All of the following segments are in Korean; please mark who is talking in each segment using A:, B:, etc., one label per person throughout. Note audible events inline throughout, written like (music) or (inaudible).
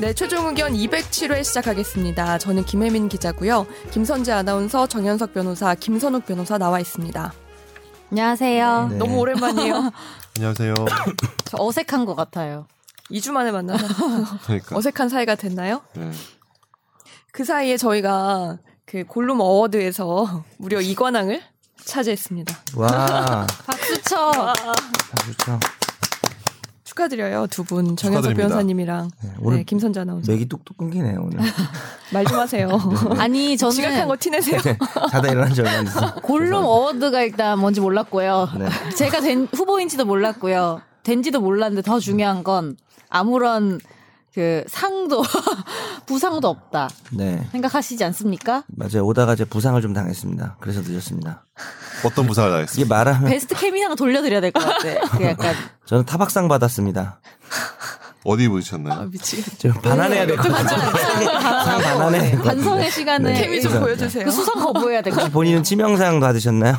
A: 네, 최종 의견 207회 시작하겠습니다. 저는 김혜민 기자고요. 김선재 아나운서, 정현석 변호사, 김선욱 변호사 나와 있습니다.
B: 안녕하세요.
C: 네.
A: 너무
C: (laughs)
A: 오랜만이에요.
C: (coughs) 안녕하세요.
B: 저 어색한 것 같아요.
A: 2주 만에 만나서
C: 그러니까.
A: 어색한 사이가 됐나요?
C: 네.
A: 그 사이에 저희가 그 골룸 어워드에서 무려 2관왕을 차지했습니다.
C: 와.
B: 박수쳐.
A: 아,
C: 그렇죠.
A: 축하드려요 두 분 정현석
C: 축하드립니다.
A: 변호사님이랑
C: 네,
A: 네,
C: 오늘
A: 김선재 아나운서
C: 맥이 뚝뚝 끊기네 오늘.
A: 말 좀 하세요.
C: 네.
A: (laughs)
B: 아니
A: 지각한
B: 저는
A: 거 티내세요.
D: 네,
C: 자다 일어난 지 얼마 안 됐어.
B: 골룸 어워드가 일단 뭔지 몰랐고요.
C: 네.
B: (laughs) 제가 된 후보인지도 몰랐고요. 된지도 몰랐는데 더 중요한 건 아무런 그 상도 (laughs) 부상도 없다
D: 네.
B: 생각하시지 않습니까?
D: 맞아요. 오다가 제 부상을 좀 당했습니다. 그래서 늦었습니다.
C: 어떤 부상을
D: 이게
C: 당했습니까?
D: 말하면
B: 베스트 케미상 돌려드려야 될 것 같아. 그 약간
D: 저는 타박상 받았습니다.
C: 어디 부딪혔나요?
A: 아, 미치겠다.
D: 좀 반환해야 될 것 같아요. 상 네. 반환해야
A: 네.
D: 될것 같아요.
B: 반성의
C: 네,
B: 시간을
A: 케미 좀 보여주세요.
B: 그 수상 거부해야 될 것 같아.
D: 본인은 치명상 받으셨나요?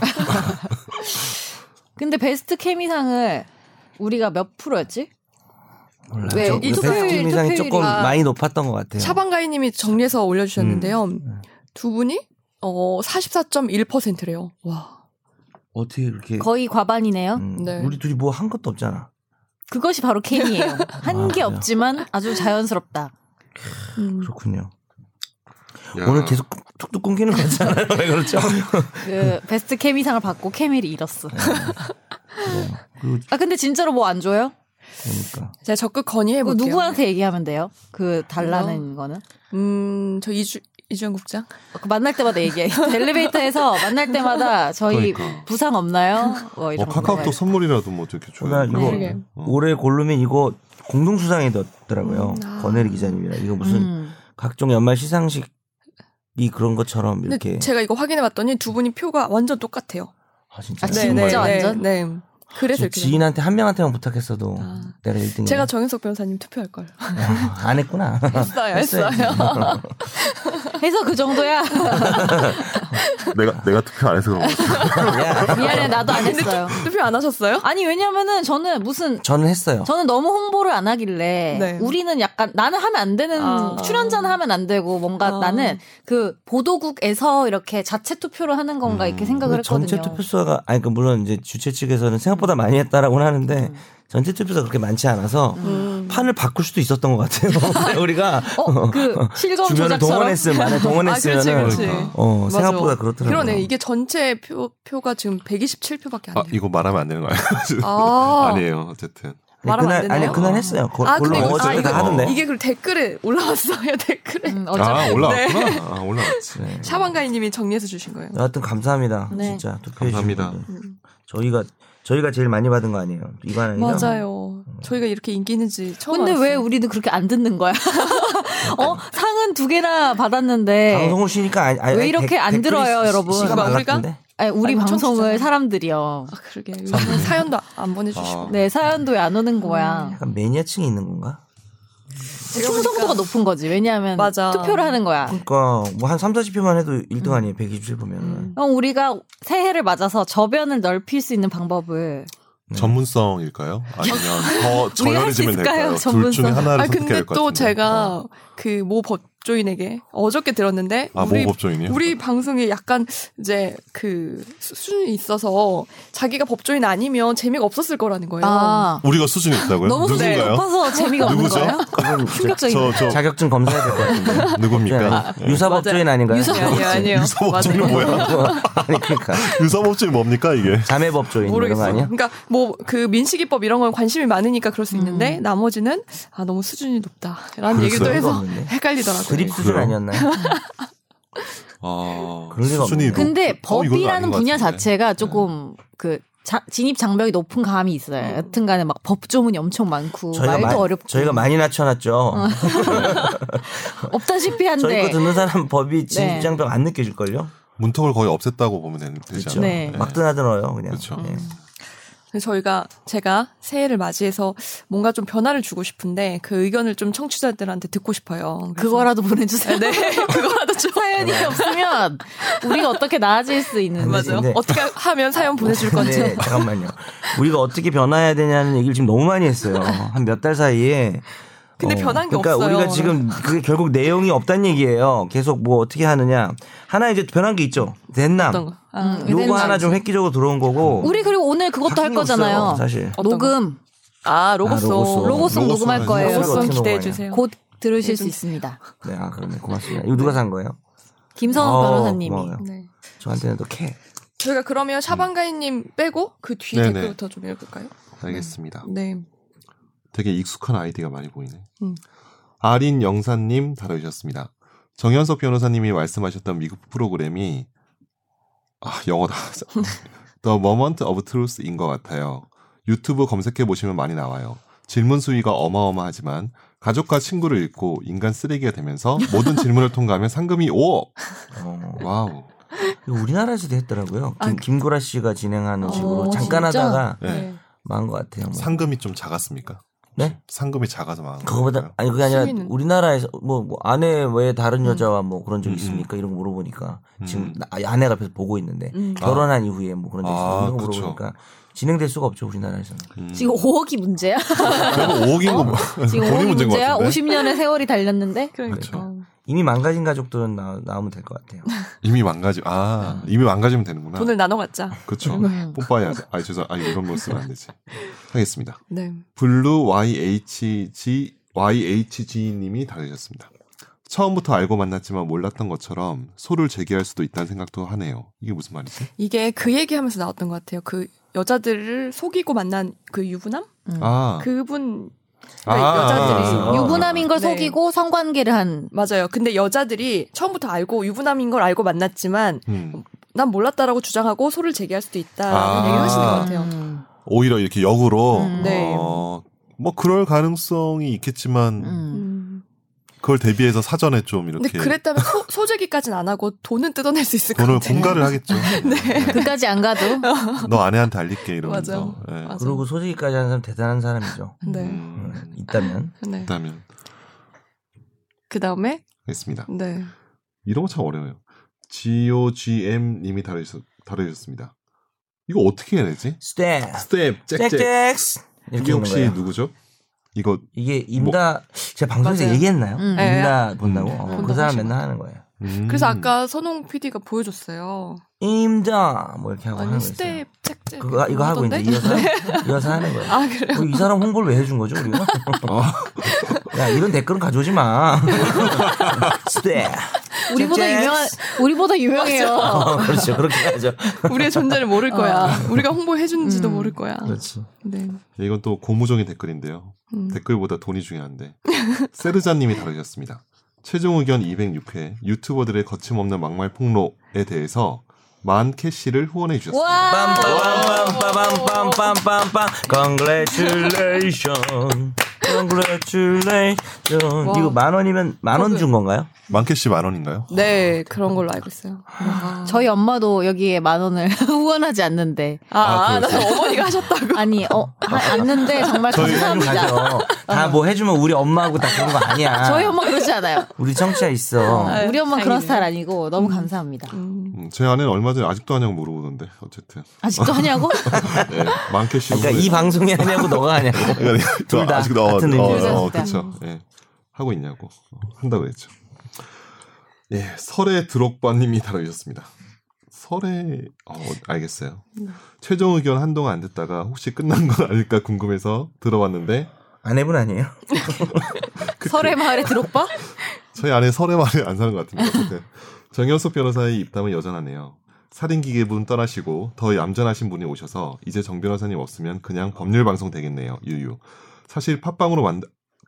B: 근데 베스트 케미상을 우리가 몇 프로였지?
D: 몰라요.
B: 네,
D: 저
B: 이
D: 베스트
B: 토요일,
D: 치명상이
B: 토요일이-
D: 조금
B: 아.
D: 많이 높았던 것 같아요.
A: 차방가이님이 정리해서 올려주셨는데요.
D: 음. 예.
A: 두 분이 어 44.1%래요. 와.
D: 어떻게 이렇게
B: 거의 과반이네요.
D: 음,
A: 네.
D: 우리 둘이 뭐 한 것도 없잖아.
B: 그것이 바로 케미예요. 한
D: 아,
B: 게
D: 그래요?
B: 없지만 아주 자연스럽다.
A: 음.
D: 그렇군요.
C: 야.
D: 오늘 계속 툭툭 끊기는 거잖아요. 왜 그렇죠? (laughs)
B: 그 베스트 케미상을 받고 케미를 잃었어.
D: 네. 그리고
B: 아 근데 진짜로 뭐 안 줘요?
D: 그러니까
A: 제가 적극
B: 그
A: 건의해볼게요.
B: 누구한테 얘기하면 돼요? 그 달라는 거는
A: 음, 저 이주, 이주영 국장?
B: 그 만날 때마다 얘기해. (laughs) 엘리베이터에서 만날 때마다 저희
C: 그러니까.
B: 부상 없나요? 뭐
C: 어,
B: 이런 거.
C: 카카오톡 선물이라도 뭐 어떻게 줘요?
D: 나 이거
A: 그러게.
C: 어.
D: 올해 골룸이 이거 공동 수상에 넣었더라고요.
A: 음, 아.
D: 권혜리 기자님이랑 이거 무슨
B: 음.
D: 각종 연말 시상식이 그런 것처럼
A: 근데
D: 이렇게
A: 제가 이거 확인해봤더니 두 분이 표가 완전 똑같아요.
D: 아 진짜
B: 아, 진짜 완전?
A: 네. 그래서 이렇게. 된
D: 지인한테 한 명한테만 부탁했어도
A: 아.
D: 내가 1등
A: 거예요. 제가 정현석 변호사님 투표할걸.
D: (laughs) 아,
A: (laughs)
D: 안 아, (laughs) 했구나
A: 네, 했어요, 했어요.
B: 해서 그 정도야.
C: 내가 내가 투표 안 해서 그런 거 같아요.
D: 야,
B: 미안해 나도 안 했어요.
A: 투표 안 하셨어요?
B: 아니 왜냐면은 저는 무슨
D: 저는 했어요
B: 저는 너무 홍보를 안 하길래
A: 네.
B: 우리는 약간 나는 하면 안 되는
A: 아.
B: 출연자는 하면 안 되고 뭔가
A: 아.
B: 나는 그 보도국에서 이렇게 자체 투표를 하는 건가
A: 음.
B: 이렇게 생각을
D: 근데
B: 했거든요.
D: 전체 투표수가 아니 그 물론 이제 주최 측에서는 생각보다 많이 했다라고는 하는데
A: 음.
D: 전체 투표수가 그렇게 많지 않아서 판을 바꿀 수도 있었던
A: (laughs)
D: 것 같아요 (laughs) 우리가
B: 음. 어, 그
D: (laughs)
B: 실검 조작처럼
D: 주변을 동원했으면 만약 동원했으면
A: 아, 그렇지, 그렇지.
D: 어
A: 맞아.
D: 생각보다 그렇더라고요
A: 그러네. 이게 전체 표, 표가 지금 127표밖에
C: 아,
A: 안 돼요.
C: 이거 말하면 안 되는 거예요?
D: (laughs)
A: 아.
C: 아니에요. 어쨌든.
D: 아니,
A: 말하면 안
D: 그날 아니
A: 되나요?
D: 그날 했어요 고,
A: 아,
D: 골로
A: 근데 이거-
D: 어제
A: 아, 이거-
D: 다 하던데
A: 이게 그 댓글에 올라왔어요, (laughs) 댓글에.
B: 음, 어차피
C: 아, 올라왔구나. 아, 올라왔지.
D: 네.
A: 샤방가이님이 정리해서 주신 거예요.
D: 여하튼 감사합니다.
B: 네.
D: 진짜 투표해
C: 감사합니다.
D: 주신 분들. 저희가 저희가 제일 많이 받은 거 아니에요? 이관왕이
A: 맞아요. 저희가 이렇게 인기 있는지 처음
B: 근데 왜
A: 알았어요.
B: 우리는 그렇게 안 듣는 거야? (laughs) 어 상은 두 개나 받았는데
D: 네. 방송을 쉬니까 아니, 아니,
B: 네. 왜 이렇게
D: 댓-
B: 안
D: 댓글이
B: 들어요,
D: 시-
B: 여러분?
D: 시가
A: 막 우리가?
D: 많았던데.
B: 아니, 우리
A: 아니, 청취자잖아.
B: 방송을 사람들이요.
A: 아, 그러게. 요즘 사연도 안 보내주시고.
C: 아.
B: 네 사연도 왜 안 오는 거야?
A: 음.
D: 약간 매니아층이 있는 건가?
A: 아,
B: 충성도가 높은 거지. 왜냐하면
A: 그러니까. 맞아.
B: 투표를 하는 거야.
D: 그러니까 뭐 한 3, 40표만 해도 1등 아니에요? 127표면. 은
B: 그럼 어, 우리가 새해를 맞아서 저변을 넓힐 수 있는 방법을
C: 네. 전문성일까요? 아니면 더 저열해지면
B: 할수 있을까요?
C: 될까요? 둘 중에
B: 전문성.
C: 하나를
A: 아
C: 선택해야
A: 근데
C: 될 것
A: 또
C: 같은데.
A: 제가
C: 어.
A: 그 모 법조인에게 어저께 들었는데
C: 아,
A: 우리
C: 모 법조인이요?
A: 우리 방송이 약간 이제 그 수준이 있어서 자기가 법조인 아니면 재미가 없었을 거라는 거예요.
B: 아
C: 우리가 수준이 있다고요?
B: 너무 수준이
C: 음, 누군가요?
B: 높아서 재미가 없는
C: 누구죠? 어,
B: 거예요?
D: 그건 이제
B: 충격적인
C: 저, 저,
D: 자격증 검사해야 될 것 같은데.
C: 누굽니까?
D: 네. 유사법조인 아닌가요?
B: 유사-
A: 아니요 아니요 아니요.
C: 유사법조인은
A: 맞아요.
C: 뭐야?
D: (laughs) 아니 그러니까
C: 유사법조인 뭡니까, 이게?
D: 자매법조인 이런 거
A: 모르겠어요.
D: 아니야?
A: 그러니까 뭐 그 민식이법 이런 건 관심이 많으니까 그럴 수 있는데 나머지는 아 너무 수준이 높다라는
C: 그랬어요?
A: 얘기도 해서
D: 없는데.
A: 헷갈리더라고요.
D: 드립 수준
C: 그래요?
D: 아니었나요?
C: 아,
D: 그럴 리가
C: 수준이
D: 없네요.
C: 높-
B: 근데
C: 어, 이건
B: 법이라는
C: 아닌 것
B: 분야
C: 같은데.
B: 자체가 조금 그 자- 진입 장벽이 높은 감이 있어요. 여튼간에 막 법조문이 엄청 많고
D: 저희가,
B: 말도
D: 많이-
B: 어렵고
D: 저희가 많이 낮춰놨죠.
B: 없다시피
A: 네.
D: 저희 거
B: 한데
D: 듣는
A: (laughs)
D: 사람
B: 네.
D: 법이 진입장벽 안 느껴질걸요?
C: 문턱을 거의 없앴다고 보면 되는- 되지
D: 그렇죠.
C: 않아요?
B: 네.
D: 막 드나들어요 그냥.
C: 그렇죠.
D: 네.
A: 그래서 저희가 제가 새해를 맞이해서 뭔가 좀 변화를 주고 싶은데 그 의견을 좀 청취자들한테 듣고 싶어요. 그래서
B: 그거라도 보내주세요. 네, 그거라도 사연이 없으면 우리가 어떻게 나아질 수 있는
D: 맞아요. 근데-
A: 어떻게 하면 사연
D: 네,
A: 보내줄 건지.
D: (laughs) 근데 잠깐만요. 우리가 어떻게 변화해야 되냐는 얘기를 지금 너무 많이 했어요. 한 몇 달 사이에
A: 근데
D: 어,
A: 변한 게
D: 그러니까
A: 없어요.
D: 우리가 지금 그게 결국 내용이 없다는 얘기예요. 계속 뭐 어떻게 하느냐. 하나 이제 변한 게 있죠.
A: 어떤
D: 덴남.
A: 거? 아,
B: 음.
D: 요거
B: 덴남.
D: 하나 좀 획기적으로 들어온 거고.
B: 우리 그리고 오늘 그것도 할
D: 바뀐 게
B: 거잖아요.
D: 없어요, 사실.
A: 어떤
B: 녹음
A: 아, 로고송.
D: 아, 로고송.
B: 로고송
C: 로고송
B: 녹음할
C: 하지.
B: 거예요.
D: 로고송.
A: 로고송
D: 어떻게
A: 기대해
D: 녹음하냐.
A: 주세요.
B: 곧 들으실 수 있습니다.
D: 네, 아, 그러네. 고맙습니다. 이거 누가 산 거예요?
B: 김선우
D: 어,
B: 변호사님이
D: 고마워요.
A: 네.
D: 저한테는 또 캐.
A: 저희가 그러면 샤방가이님 빼고 그 뒤
C: 네네.
A: 댓글부터 좀 읽을까요?
C: 알겠습니다.
A: 네.
C: 되게 익숙한 아이디가 많이 보이네.
A: 음.
C: 아린 영사님 다뤄주셨습니다. 정현석 변호사님이 말씀하셨던 미국 프로그램이 아 영어다. (laughs) The Moment of Truth인 것 같아요. 유튜브 검색해 보시면 많이 나와요. 질문 수위가 어마어마하지만 가족과 친구를 잃고 인간 쓰레기가 되면서 모든 질문을 통과하면 상금이 5억.
D: 어.
C: 와우.
D: 이거 우리나라에서도 했더라고요.
A: 아,
D: 김, 김구라 씨가 진행하는
A: 어,
D: 식으로 잠깐
B: 진짜?
D: 하다가
C: 네.
D: 망한 것 같아요. 뭐.
C: 상금이 좀 작았습니까?
D: 네?
C: 상금이 작아서 망한
D: 그거보다
C: 건가요?
D: 아니 그게 아니라
A: 수위는?
D: 우리나라에서 뭐, 뭐 아내 외에 다른
A: 음.
D: 여자와 뭐 그런 적
C: 음, 음.
D: 있습니까? 이런 거 물어보니까 지금
C: 음.
D: 나- 아내가 옆에서 보고 있는데
A: 음.
D: 결혼한 이후에 뭐 그런 적 있습니까?
C: 아,
D: 이런 거
C: 그쵸.
D: 물어보니까 진행될 수가 없죠 우리나라에서는.
C: 음.
B: 지금 5억이
A: (laughs)
B: 문제야?
C: 결국 5억인 거 뭐-
B: 지금
C: (laughs) 돈이
B: 5억이
C: 문제인 것
B: 문제야?
C: 같은데?
B: 50년의 세월이 달렸는데?
A: 그러니까.
C: 그렇죠.
D: 이미 망가진 가족들은 나, 나오면 될 것 같아요.
C: 이미 망가지 아 이미 망가지면 되는구나.
A: 돈을 나눠 갖자.
C: 그렇죠.
B: 음.
C: 뽀빠야. 아 죄송. 아 이런 거 쓰면 안 되지. 하겠습니다.
A: 네.
C: 블루 YHG YHG님이 다루셨습니다. 처음부터 알고 만났지만 몰랐던 것처럼 소를 제기할 수도 있다는 생각도 하네요. 이게 무슨 말이지?
A: 이게 그 얘기하면서 나왔던 것 같아요. 그 여자들을 속이고 만난 그 유부남?
B: 음.
C: 아,
A: 그분
C: 아,
A: 여자들이
C: 아, 아.
B: 유부남인 걸
A: 네.
B: 속이고 성관계를 한
A: 맞아요. 근데 여자들이 처음부터 알고 유부남인 걸 알고 만났지만
C: 음.
A: 난 몰랐다라고 주장하고 소를 제기할 수도 있다라는
C: 아.
A: 얘기를 하시는 네, 것 같아요.
B: 음.
C: 오히려 이렇게 역으로
B: 음.
A: 네.
C: 어, 뭐 그럴 가능성이 있겠지만
B: 음.
A: 음.
C: 그걸 대비해서 사전에 좀
A: 근데
C: 이렇게
A: 그랬다면 소, 소제기까지는 안 하고 돈은 뜯어낼 수 있을 것
C: 돈을
A: 같아요.
C: 공갈을
A: (laughs)
C: 하겠죠.
A: 음.
C: 네.
B: 그까지 안 가도
A: 어,
C: 너 아내한테 알릴게 이러면서.
A: 네. 맞아요.
C: 예.
A: 맞아요.
D: 그리고 소지기까지 하는 사람 대단한 사람이죠.
A: 네.
D: 음,
C: 음,
D: 있다면
A: 네.
C: 그다면
A: 그 다음에
C: 했습니다.
A: 네.
C: 이런 거 참 어려워요. GOGM 님이 다루셨, 다루셨습니다. 이거 어떻게 해야 되지?
D: 스텝
C: 스텝 잭잭.
D: 잭잭스 이렇게
C: 이게
D: 혹시
C: 혹시
D: 거예요.
C: 누구죠? 이거
D: 이게 임다 제가 방송에서
A: 맞아요.
D: 얘기했나요?
B: 음.
D: 임다 본다고
C: 음.
D: 어,
A: 본다고
D: 그 사람
A: 하시면.
D: 맨날 하는 거예요.
C: 음.
A: 그래서 아까 선홍 PD가 보여줬어요.
D: 임다 뭐 이렇게 하고 하는
A: 아니
D: 거 있어요.
A: 스텝 책책
D: 그거 이거 하고
B: (laughs)
D: 이제 이어서
B: 네.
D: 이어서 하는 거예요.
A: (laughs) 아 그래요?
D: 어, 이 사람 홍보를 왜 해준 거죠 (laughs) 우리가? 어. 야 이런 댓글은 가져오지 마. (laughs) 스텝.
B: 우리보다
D: 잭잭스.
B: 유명한 우리보다 유명해요. (laughs)
D: 어, 그렇죠 그렇게 하죠.
A: 우리의 존재를 모를 거야. 우리가 홍보해 주는지도
B: 아. 음.
A: 모를 거야.
D: 그렇지.
A: 네.
C: 예, 이건 또 고무적인 댓글인데요.
A: 음.
C: 댓글보다 돈이 중요한데. (laughs) 세르자 님이 다루셨습니다. 최종 의견 206회 유튜버들의 거침없는 막말 폭로에 대해서 만 캐시를 후원해 주셨습니다.
D: 빰빰빰빰빰빰빰빰빰 Congratulation Congratulation
A: 와.
B: 뭐?
D: 이거 만 원이면 만 원 준 건가요?
C: 만 캐시 만 원인가요?
A: 네 그런 걸로 알고 있어요. 아,
B: 저희 엄마도 여기에 만 원을 (laughs) 후원하지 않는데
A: 아,
C: 아,
A: 나
C: 그래요?
A: 어머니가 하셨다고.
B: 아니 어 하- 않는데 정말
D: 저희
B: 감사합니다. 어.
D: 가죠. 다 뭐 해주면 우리 엄마하고 다 그런 거 아니야.
B: 저희 엄마 그러지 않아요.
D: 우리 청취자 있어.
A: 아유,
B: 우리 엄마
A: 다행이네요.
B: 그런 스타일 아니고 너무 감사합니다.
A: 음.
C: 음, 제 아내는 얼마 전에 아직도 하냐고 물어보던데 어쨌든
A: (laughs)
B: 아직도 하냐고?
C: 예, 만캐시
D: 그러니까 이 방송이 하냐고 너가 하냐고. (laughs) 둘다
C: 아직도 어,
D: 같은 의미죠.
C: 어, 어,
B: 둘다
C: 그쵸 예, 하고 있냐고 어, 한다고 했죠 예 설의 드록바님이 다루셨습니다 설의 어, 알겠어요 최종 의견 한동안 안 듣다가 혹시 끝난 건 아닐까 궁금해서 들어왔는데
D: 아내분
B: (laughs)
D: 아니에요?
B: 설의 마을의 드록바?
C: 저희 아내 설의 말을 안 사는 것
A: (laughs)
C: 같은데 어쨌든 정현석 변호사의 입담은 여전하네요. 살인기계분 떠나시고 더 얌전하신 분이 오셔서 이제 정 변호사님 없으면 그냥 법률 방송 되겠네요. 유유. 사실 팟빵으로 만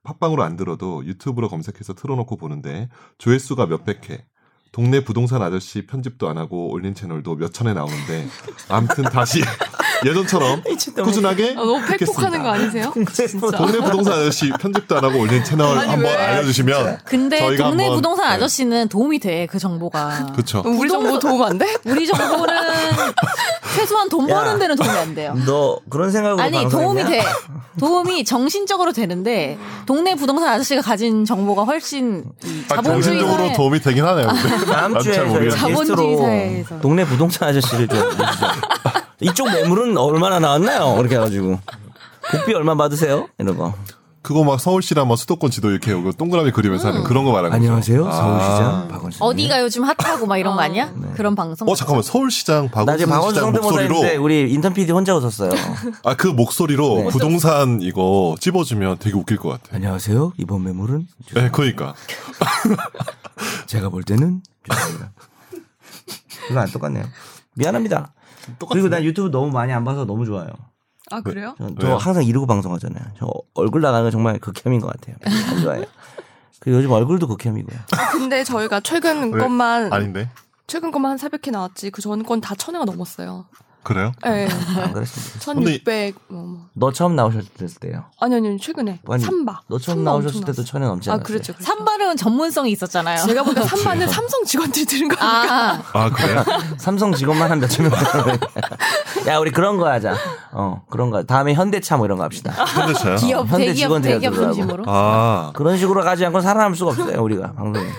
C: 팟빵으로 안 들어도 유튜브로 검색해서 틀어놓고 보는데 조회수가 몇백 회. 동네 부동산 아저씨 편집도 안 하고 올린 채널도 몇 천에 나오는데 아무튼
A: (laughs)
C: 다시 예전처럼 꾸준하게
A: 아, 너무 팩폭하는
C: 듣겠습니다.
A: 거 아니세요?
B: (laughs)
C: 동네 부동산 아저씨 편집도 안 하고 올린 채널
A: 아니,
C: 한번
A: 왜?
C: 알려주시면
B: 근데
C: 저희가
B: 동네
C: 한번-
B: 부동산
C: 네.
B: 아저씨는 도움이 돼, 그 정보가.
C: 그렇죠. (laughs)
A: 우리 정보 도움 안 돼?
B: 우리 정보는 (laughs) 최소한 돈
D: 야.
B: 버는 데는 도움이 안 돼요.
D: 너 그런 생각으로
B: 아니, 도움이
D: 방송했냐? (laughs)
B: 돼. 도움이 정신적으로 되는데, 동네 부동산 아저씨가 가진 정보가 훨씬 이
C: 아,
B: 자본주의
C: 경제적으로
B: 사회.
C: 도움이 되긴 하네요. 근데.
D: (laughs) 다음
C: 난
D: 주에
C: 잘
D: 저희
C: 모르겠어요.
B: 자본주의
D: 게스트로
B: 사회에서.
D: 동네 부동산 아저씨를 좀 모시죠. 이쪽 매물은 얼마나 나왔나요? 이렇게 해가지고 국비 얼마 받으세요? 이런 거.
C: 그거 막 서울시랑 막 수도권 지도 이렇게 이거 동그라미 그리면서
D: 음.
C: 하는 그런 거 말하는
D: 안녕하세요.
C: 거죠.
D: 서울시장
C: 아.
D: 박원순.
B: 어디가 요즘 핫하고 막 이런 거 아니야?
D: 네.
B: 그런 방송.
C: 어 잠깐만 서울시장
D: 낮에
C: 박원순
D: 박원순
C: 시장
D: 성대모사
C: 목소리로
D: 했는데 우리 인턴 PD 혼자 웃었어요.
C: 아 그 목소리로
D: 네.
C: 부동산 이거 찝어주면 되게 웃길 것 같아.
D: 안녕하세요. 이번 매물은
C: 네, 그러니까
D: 제가 볼 때는 죄송합니다. 별로 안 똑같네요. 미안합니다. 그리고 난 유튜브 너무 많이 안 봐서 너무 좋아요.
A: 아 그래요?
D: 전-
C: 왜요?
D: 저 항상 이러고 방송하잖아요. 저 얼굴 나가는 거 정말 극혐인 것 같아요. 안 좋아해요. 그리고 요즘 얼굴도 극혐이고요.
A: 아, 근데 저희가 최근
C: 왜?
A: 것만
C: 아닌데
A: 최근 것만 한 400회 나왔지 그 전 건 다 천회가 넘었어요.
C: 그래요?
A: 예.
D: 안 그랬습니다.
A: 1600 뭐, 뭐.
D: 너 처음 나오셨을 때요.
A: 아니 아니 최근에
D: 아니,
A: 삼바.
D: 너 처음
A: 삼바
D: 나오셨을
A: 엄청
D: 때도 천에 넘지
A: 나왔어요. 아
D: 않았어요.
A: 그렇죠. 그렇죠.
B: 산발은 전문성이 있었잖아요.
A: 제가 보니까 삼바는 삼성 직원들이 들은 거 아니에요?
B: (laughs) 아,
C: 아 그래요?
A: 그렇죠.
D: 삼성 직원만 한 몇천 명.
A: (laughs)
D: 야 우리 그런 거 하자. 어 그런 거. 다음에 현대차 뭐 이런 거 합시다.
C: 현대 (laughs) 차요?
B: 기업
D: 현대
B: 대기업
D: 직원들이
B: 대기업
D: 하더라고.
B: 중심으로.
C: 아
D: 그런 식으로 가지 않고는 살아남을 수가 없어요 우리가 방송에.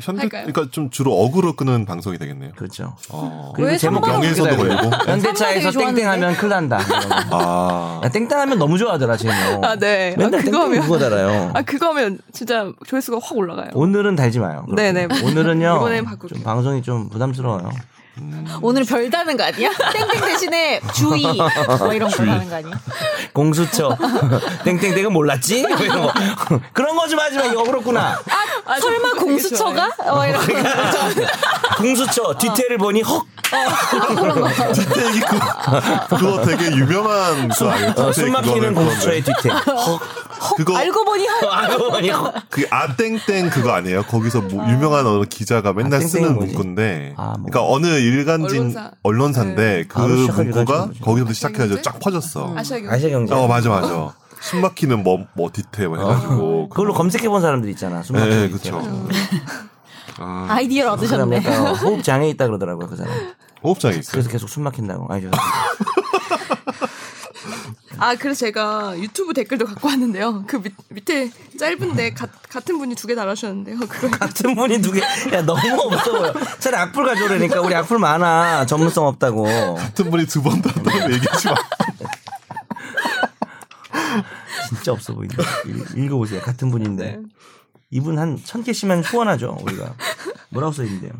C: 현대
A: 할까요?
C: 그러니까 좀 주로 어그로 끄는 방송이 되겠네요.
D: 그렇죠.
C: 어.
D: 그리고
B: 왜
D: 제목
B: 삼성은
C: 명예훼손도
D: 웃기다,
C: 걸리고.
D: 그래요. 현대차에서
B: 삼성은 되게
D: 땡땡하면 큰일 난다. 이런 거.
C: 아
D: 야, 땡땡하면 너무 좋아하더라 제목.
A: 아, 네. 아, 그거
D: 맨날 땡땡
A: 하면-
D: 그거 달아요.
A: 아 그거 하면 진짜 조회수가 확 올라가요.
D: 그러니까. 오늘은 달지 마요. 그렇게.
A: 네네.
D: 오늘은요.
A: 이번엔 바꿀게요.
D: 좀 방송이 좀 부담스러워요.
B: 오늘 별다는 거 아니야? (laughs) 땡땡 대신에
D: (laughs)
B: 주의 뭐 이런 거 하는 거 아니야?
D: 공수처 땡땡 내가 몰랐지? 뭐 이런 거. 그런 거 좀 하지 마. 역으로구나.
A: 아, 저
B: 설마
A: 되게
B: 공수처가? 어, 이런 거.
D: (laughs)
C: 그러니까
D: 공수처 뒤태를 보니 헉
C: 뒤태 이기 그거, 그거 되게 유명한 거 아니에요?
D: 어,
C: 뒤태
D: 숨 막히는
C: 그거는 그건데.
D: 공수처의 뒤태. 헉.
C: 그거
B: 알고 보니 한
D: 알고 보니 헉.
C: 그 아땡땡 그거 아니에요? 거기서 뭐 유명한 어느 기자가 맨날
D: 아땡땡이
C: 쓰는
D: 뭐지?
C: 문구인데,
D: 아, 뭐.
C: 그러니까 어느 일간진
A: 언론사. 네.
C: 언론사. 인데그
D: 바로 시작한
C: 문구가
D: 일간지인 거지.
C: 거기서부터 시작해가지고
A: 아시아경제?
C: 쫙 퍼졌어.
A: 음. 아시아 경제.
D: 아시아 경제.
C: 어 맞아 맞아. 숨 막히는 뭐 뭐 디테일 뭐 해가지고
D: 아, 그걸로 검색해 본 사람들 있잖아. 숨 막히는
C: 네,
D: 뒤태.
C: 그쵸.
A: 음.
B: 아이디어를
D: 그 사람
B: 얻으셨네.
D: 약간 호흡 장애 있다 그러더라고요 그 사람.
C: 호흡장이 있어요.
D: 그래서 계속 숨 막힌다고. 아니 죄송합니다.
A: 아 그래서 제가 유튜브 댓글도 갖고 왔는데요. 그 밑, 밑에 짧은데 가- 같은 분이 두 개 달아주셨는데요. 그거
D: (laughs) 같은 분이 두 개. 야, 너무 없어 보여. 차라리 악플 가져오라니까. 우리 악플 많아. 전문성 없다고.
C: 같은 분이 두 번 다다고
A: (laughs)
C: 얘기하지 마.
D: 진짜 없어 보인다. 읽-
A: (laughs)
D: 읽어보세요. 같은
A: 네.
D: 분인데. 이분 한 천 개씩만 후원하죠, 우리가. 뭐라고 써있는데요?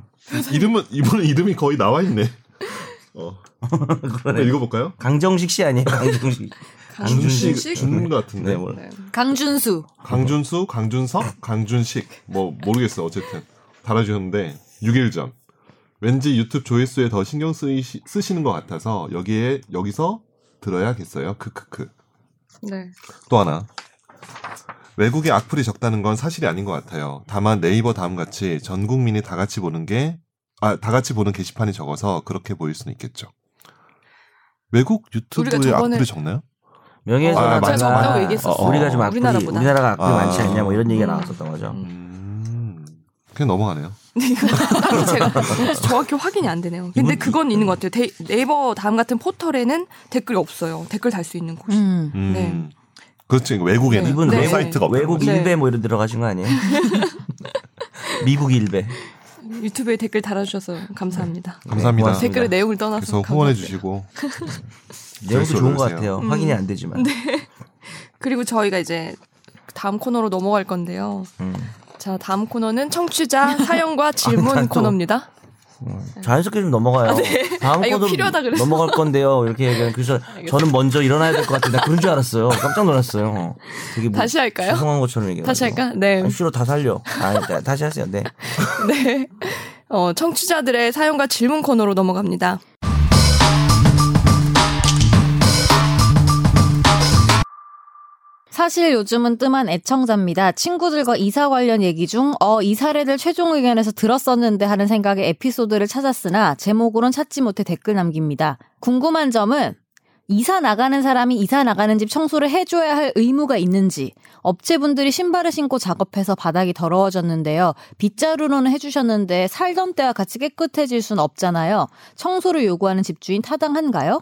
C: 이름은 이분은 이름이 거의 나와 있네. 어. 한번
D: (laughs) 그러네.
C: 읽어볼까요?
D: 강정식 씨 아니에요? 강정식.
A: (laughs) 강준식?
C: 준식 준 같은데.
D: 네, 몰라.
B: 강준수.
C: 강준수, 강준석, 강준식 뭐 모르겠어 어쨌든 달아주셨는데 6일 전 왠지 유튜브 조회수에 더 신경 쓰이시, 쓰시는 것 같아서 여기에 여기서 들어야겠어요 크크크
A: 네.
C: 또 하나 외국에 악플이 적다는 건 사실이 아닌 것 같아요 다만 네이버 다음 같이 전 국민이 다 같이 보는 게 아 다 같이 보는 게시판이 적어서 그렇게 보일 수는 있겠죠 외국 유튜브에
A: 저번에-
C: 악플이 적나요?
D: 명예훼손
C: 아,
D: 아,
C: 맞아.
A: 적다고 얘기했었어.
D: 우리가 좀 악플이,
A: 우리나라보다. 음.
D: 우리나라가 악플이
C: 아.
D: 많지 않냐, 뭐 이런 얘기가 나왔었던 거죠.
C: 음 그냥 넘어가네요
A: 이거 따로 제가 정확히 확인이 안 되네요. 근데 그건 있는 것 같아요. 데이- 네이버 다음 같은 포털에는 댓글이 없어요. 댓글 달 수 있는 곳이.
B: 음.
C: 음. 그렇죠.
A: 네.
C: 그렇지 외국에는
D: 이분
A: 네.
C: 그런
D: 외국,
C: 사이트가 없다는
D: 외국
A: 거죠.
D: 일베 뭐 이런 데 들어가신
A: (laughs)
D: 거 아니에요? 미국 일베.
A: 유튜브에 댓글 달아주셔서 감사합니다.
C: 네. 감사합니다.
D: 고맙습니다.
A: 댓글의 내용을 떠나서
C: 그래서 후원해
A: 네, 감사합니다.
C: 주시고
D: 내용도 좋은 것
C: 그러세요.
D: 같아요.
A: 음.
D: 확인이 안 되지만.
A: 네. 그리고 저희가 이제 다음 코너로 넘어갈 건데요.
D: 음.
A: 자, 다음 코너는 청취자
C: (laughs)
A: 사연과 질문
D: 아, 또.
A: 코너입니다.
D: 네. 자연스럽게 좀 넘어가요. 다음
A: 아, 이거
D: 코도
A: 필요하다 그래서.
D: 넘어갈 건데요. 이렇게 얘기하면 그래서 저는 먼저 일어나야 될 것 같은데 나 그런 줄 알았어요. 깜짝 놀랐어요. 되게
C: 네.
D: 뭐
A: 다시 할까요?
D: 죄송한 것처럼
A: (laughs)
D: 얘기해요.
A: 다시 할까? 네.
D: 쉬로 다 살려. 아, 다- 다시 하세요. 네.
A: 네. 어, 청취자들의 사연과 질문 코너로 넘어갑니다.
B: 사실 요즘은 뜸한 애청자입니다. 친구들과 이사 관련 얘기 중, 어, 이 사례를 최종 의견에서 들었었는데 하는 생각의 에피소드를 찾았으나, 제목으론 찾지 못해 댓글 남깁니다. 궁금한 점은, 이사 나가는 사람이 이사 나가는 집 청소를 해줘야 할 의무가 있는지, 업체분들이 신발을 신고 작업해서 바닥이 더러워졌는데요. 빗자루로는 해주셨는데, 살던 때와 같이 깨끗해질 순 없잖아요. 청소를 요구하는 집주인 타당한가요?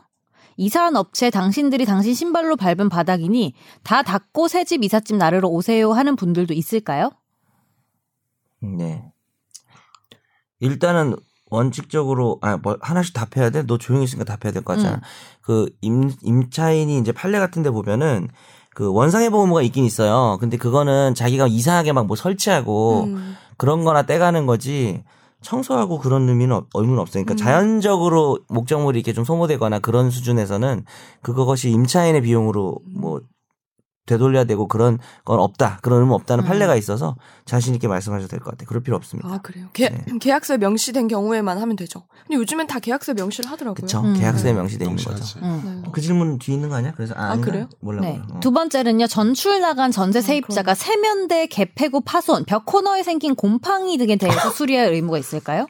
B: 이사한 업체 당신들이 당신 신발로 밟은 바닥이니 다 닦고 새 집 이삿짐 나르러 오세요 하는 분들도 있을까요?
D: 네. 일단은 원칙적으로 아 뭐 하나씩 답해야
A: 음.
D: 돼. 너 조용히 있으니까 답해야 될 거 같잖아.
B: 음.
D: 그 임 임차인이 이제 판례 같은 데 보면은 그 원상회복의무가 있긴 있어요. 근데 그거는 자기가 이상하게 막 뭐
C: 어.
D: 설치하고
A: 음.
D: 그런 거나 떼가는 거지 청소하고 그런 의미는 없- 의무는 없으니까
A: 음.
D: 자연적으로 목적물이 이렇게 좀 소모되거나 그런 수준에서는 그것이 임차인의 비용으로 뭐
A: 음.
D: 되돌려야 되고 그런 건 없다 그런 의무 없다는
B: 음.
D: 판례가 있어서 자신 있게 말씀하셔도 될 것 같아요. 그럴 필요 없습니다.
A: 아 그래요. 계,
D: 네.
A: 계약서에 명시된 경우에만 하면 되죠. 근데 요즘엔 다 계약서에 명시를 하더라고요.
D: 그렇죠.
B: 음.
D: 계약서에 명시돼 있는 거죠.
C: 명시하지.
B: 음.
A: 네.
D: 그 질문 뒤에 있는 거 아니야? 그래서 아,
A: 아,
D: 아닌가?
A: 그래요?
D: 몰라.
B: 네.
D: 몰라. 어.
B: 두 번째는요. 전출 나간 전세 세입자가 세면대 개폐구 파손, 벽 코너에 생긴 곰팡이 등에 (laughs) 대해서 수리할 의무가 있을까요?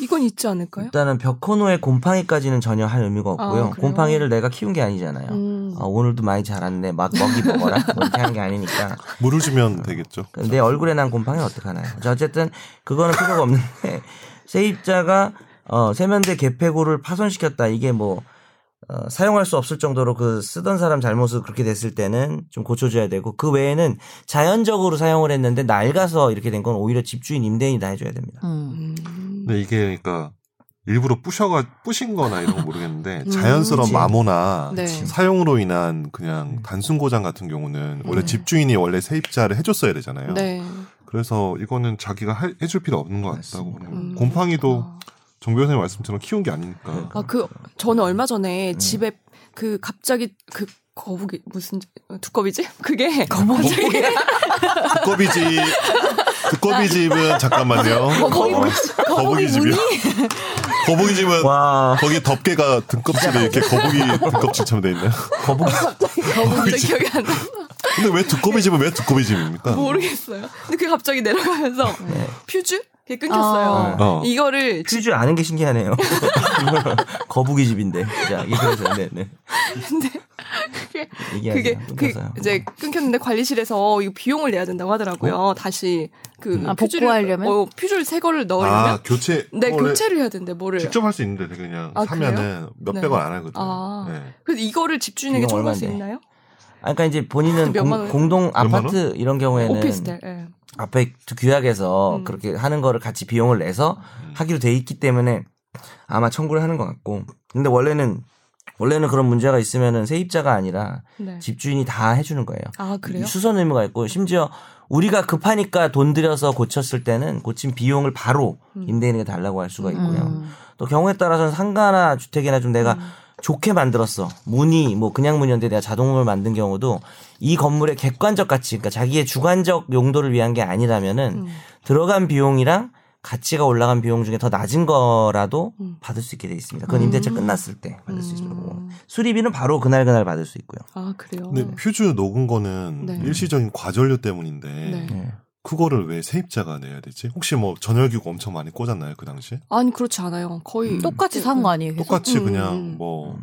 A: 이건 있지 않을까요?
D: 일단은 벽코너의 곰팡이까지는 전혀 할 의미가 없고요.
A: 아, 그래요?
D: 곰팡이를 내가 키운 게
C: 네.
D: 아니잖아요.
A: 음.
D: 아, 오늘도 많이 자랐네. 막 먹이 먹어라. 뭐 이렇게 하는 게 아니니까.
C: 물을 주면 되겠죠.
D: 그럼 내 얼굴에 난 곰팡이 어떡하나요? 자, 어쨌든 그거는 필요가 없는데 (laughs) 세입자가 어, 세면대 개폐구를 파손시켰다. 이게 뭐 어, 사용할 수 없을 정도로 그 쓰던 사람 잘못으로 그렇게 됐을 때는 좀 고쳐줘야 되고 그 외에는 자연적으로 사용을 했는데 낡아서 이렇게 된 건 오히려 집주인 임대인이 다 해줘야 됩니다.
B: 음.
A: 음.
C: 근데 이게 그러니까 일부러 부셔가 부신거나 이런 건 모르겠는데
A: 음,
C: 자연스러운
A: 그치.
C: 마모나
A: 네. 음.
C: 사용으로 인한 그냥 단순 고장 같은 경우는 원래 집주인이 원래 세입자를 해줬어야 되잖아요.
A: 네.
C: 그래서 이거는 자기가 할- 해줄 필요 없는 것 같다고
D: 맞습니다.
C: 보는 거예요.
A: 음.
C: 곰팡이도
A: 아.
C: 정 변호사님 말씀처럼 키운 게 아니니까.
A: 아, 그, 저는 얼마 전에 집에 그 갑자기 그 거북이, 무슨, 두꺼비지? (laughs) 그게. 거북이.
C: 두꺼비 집 두꺼비 집은 잠깐만요.
A: 거북이
C: 어, 거북이 집이요. 거북이 집은
D: 와
C: 거기 덮개가 등껍질에 이렇게 거북이 등껍질처럼 돼 있나요?
D: 거북이
A: 거북이 기억이 안 나.
C: 근데 왜 두꺼비 집은 왜 두꺼비 집입니까?
A: 모르겠어요. 근데 그게 갑자기 내려가면서 퓨즈? 그게 끊겼어요.
C: 어.
A: 이거를 지-
D: 퀴즈 아는 게 신기하네요. (laughs) 거북이 집인데. 자, 이거 해서 네, 네.
A: 근데 그게
D: 얘기하세요.
A: 그게 그
D: 끊겨서요.
A: 이제 끊겼는데 관리실에서 이 비용을 내야 된다고 하더라고요. 다시 그
B: 아,
A: 퓨즈를
B: 복구하려면?
A: 어, 퓨즈를 새 거를 넣으려면
C: 아 교체.
A: 네
C: 원래
A: 교체를 해야 된대 뭐를.
C: 직접 할 수 있는데 되게 그냥
A: 아,
C: 사면은 몇백
A: 네.
C: 원 안 하거든요.
A: 아.
C: 네.
A: 그래서 이거를 집주인에게
D: 비용
A: 청구할 수
D: 얼마인데?
A: 있나요?
D: 아, 그러니까 이제
A: (laughs)
D: 본인은
A: 몇만
D: 공,
A: 원?
D: 공동
C: 원?
D: 아파트 이런 경우에는
A: 오피스텔. 예.
D: 앞에 규약에서
A: 음.
D: 그렇게 하는 거를 같이 비용을 내서 하기로 돼 있기 때문에 아마 청구를 하는 것 같고. 근데 원래는 원래는 그런 문제가 있으면은 세입자가 아니라
A: 네.
D: 집주인이 다 해주는 거예요.
A: 아 그래요?
D: 수선 의무가 있고 심지어 우리가 급하니까 돈 들여서 고쳤을 때는 고친 비용을 바로
A: 음.
D: 임대인에게 달라고 할 수가 있고요.
B: 음.
D: 또 경우에 따라서는 상가나 주택이나
A: 음.
D: 좀 내가 좋게 만들었어. 문이 뭐 그냥 문이었는데 내가 자동문을 만든 경우도 이 건물의 객관적 가치, 그러니까 자기의 주관적 용도를 위한 게 아니라면은
A: 음.
D: 들어간 비용이랑 가치가 올라간 비용 중에 더 낮은 거라도
A: 음.
D: 받을 수 있게 돼 있습니다. 그건 임대차 끝났을 때 받을 수 있는 거고
A: 음.
D: 수리비는 바로 그날 그날 받을 수 있고요.
A: 아 그래요.
C: 근데 퓨즈 녹은 거는
A: 네.
C: 일시적인 과전료 때문인데
A: 네.
D: 예.
C: 그거를 왜 세입자가 내야 되지? 혹시 뭐 전열기구 엄청 많이 꽂았나요 그 당시에?
A: 아니 그렇지 않아요. 거의
C: 음.
B: 똑같이 산 거 아니에요? 계속?
C: 똑같이
A: 음,
C: 그냥
A: 음.
C: 뭐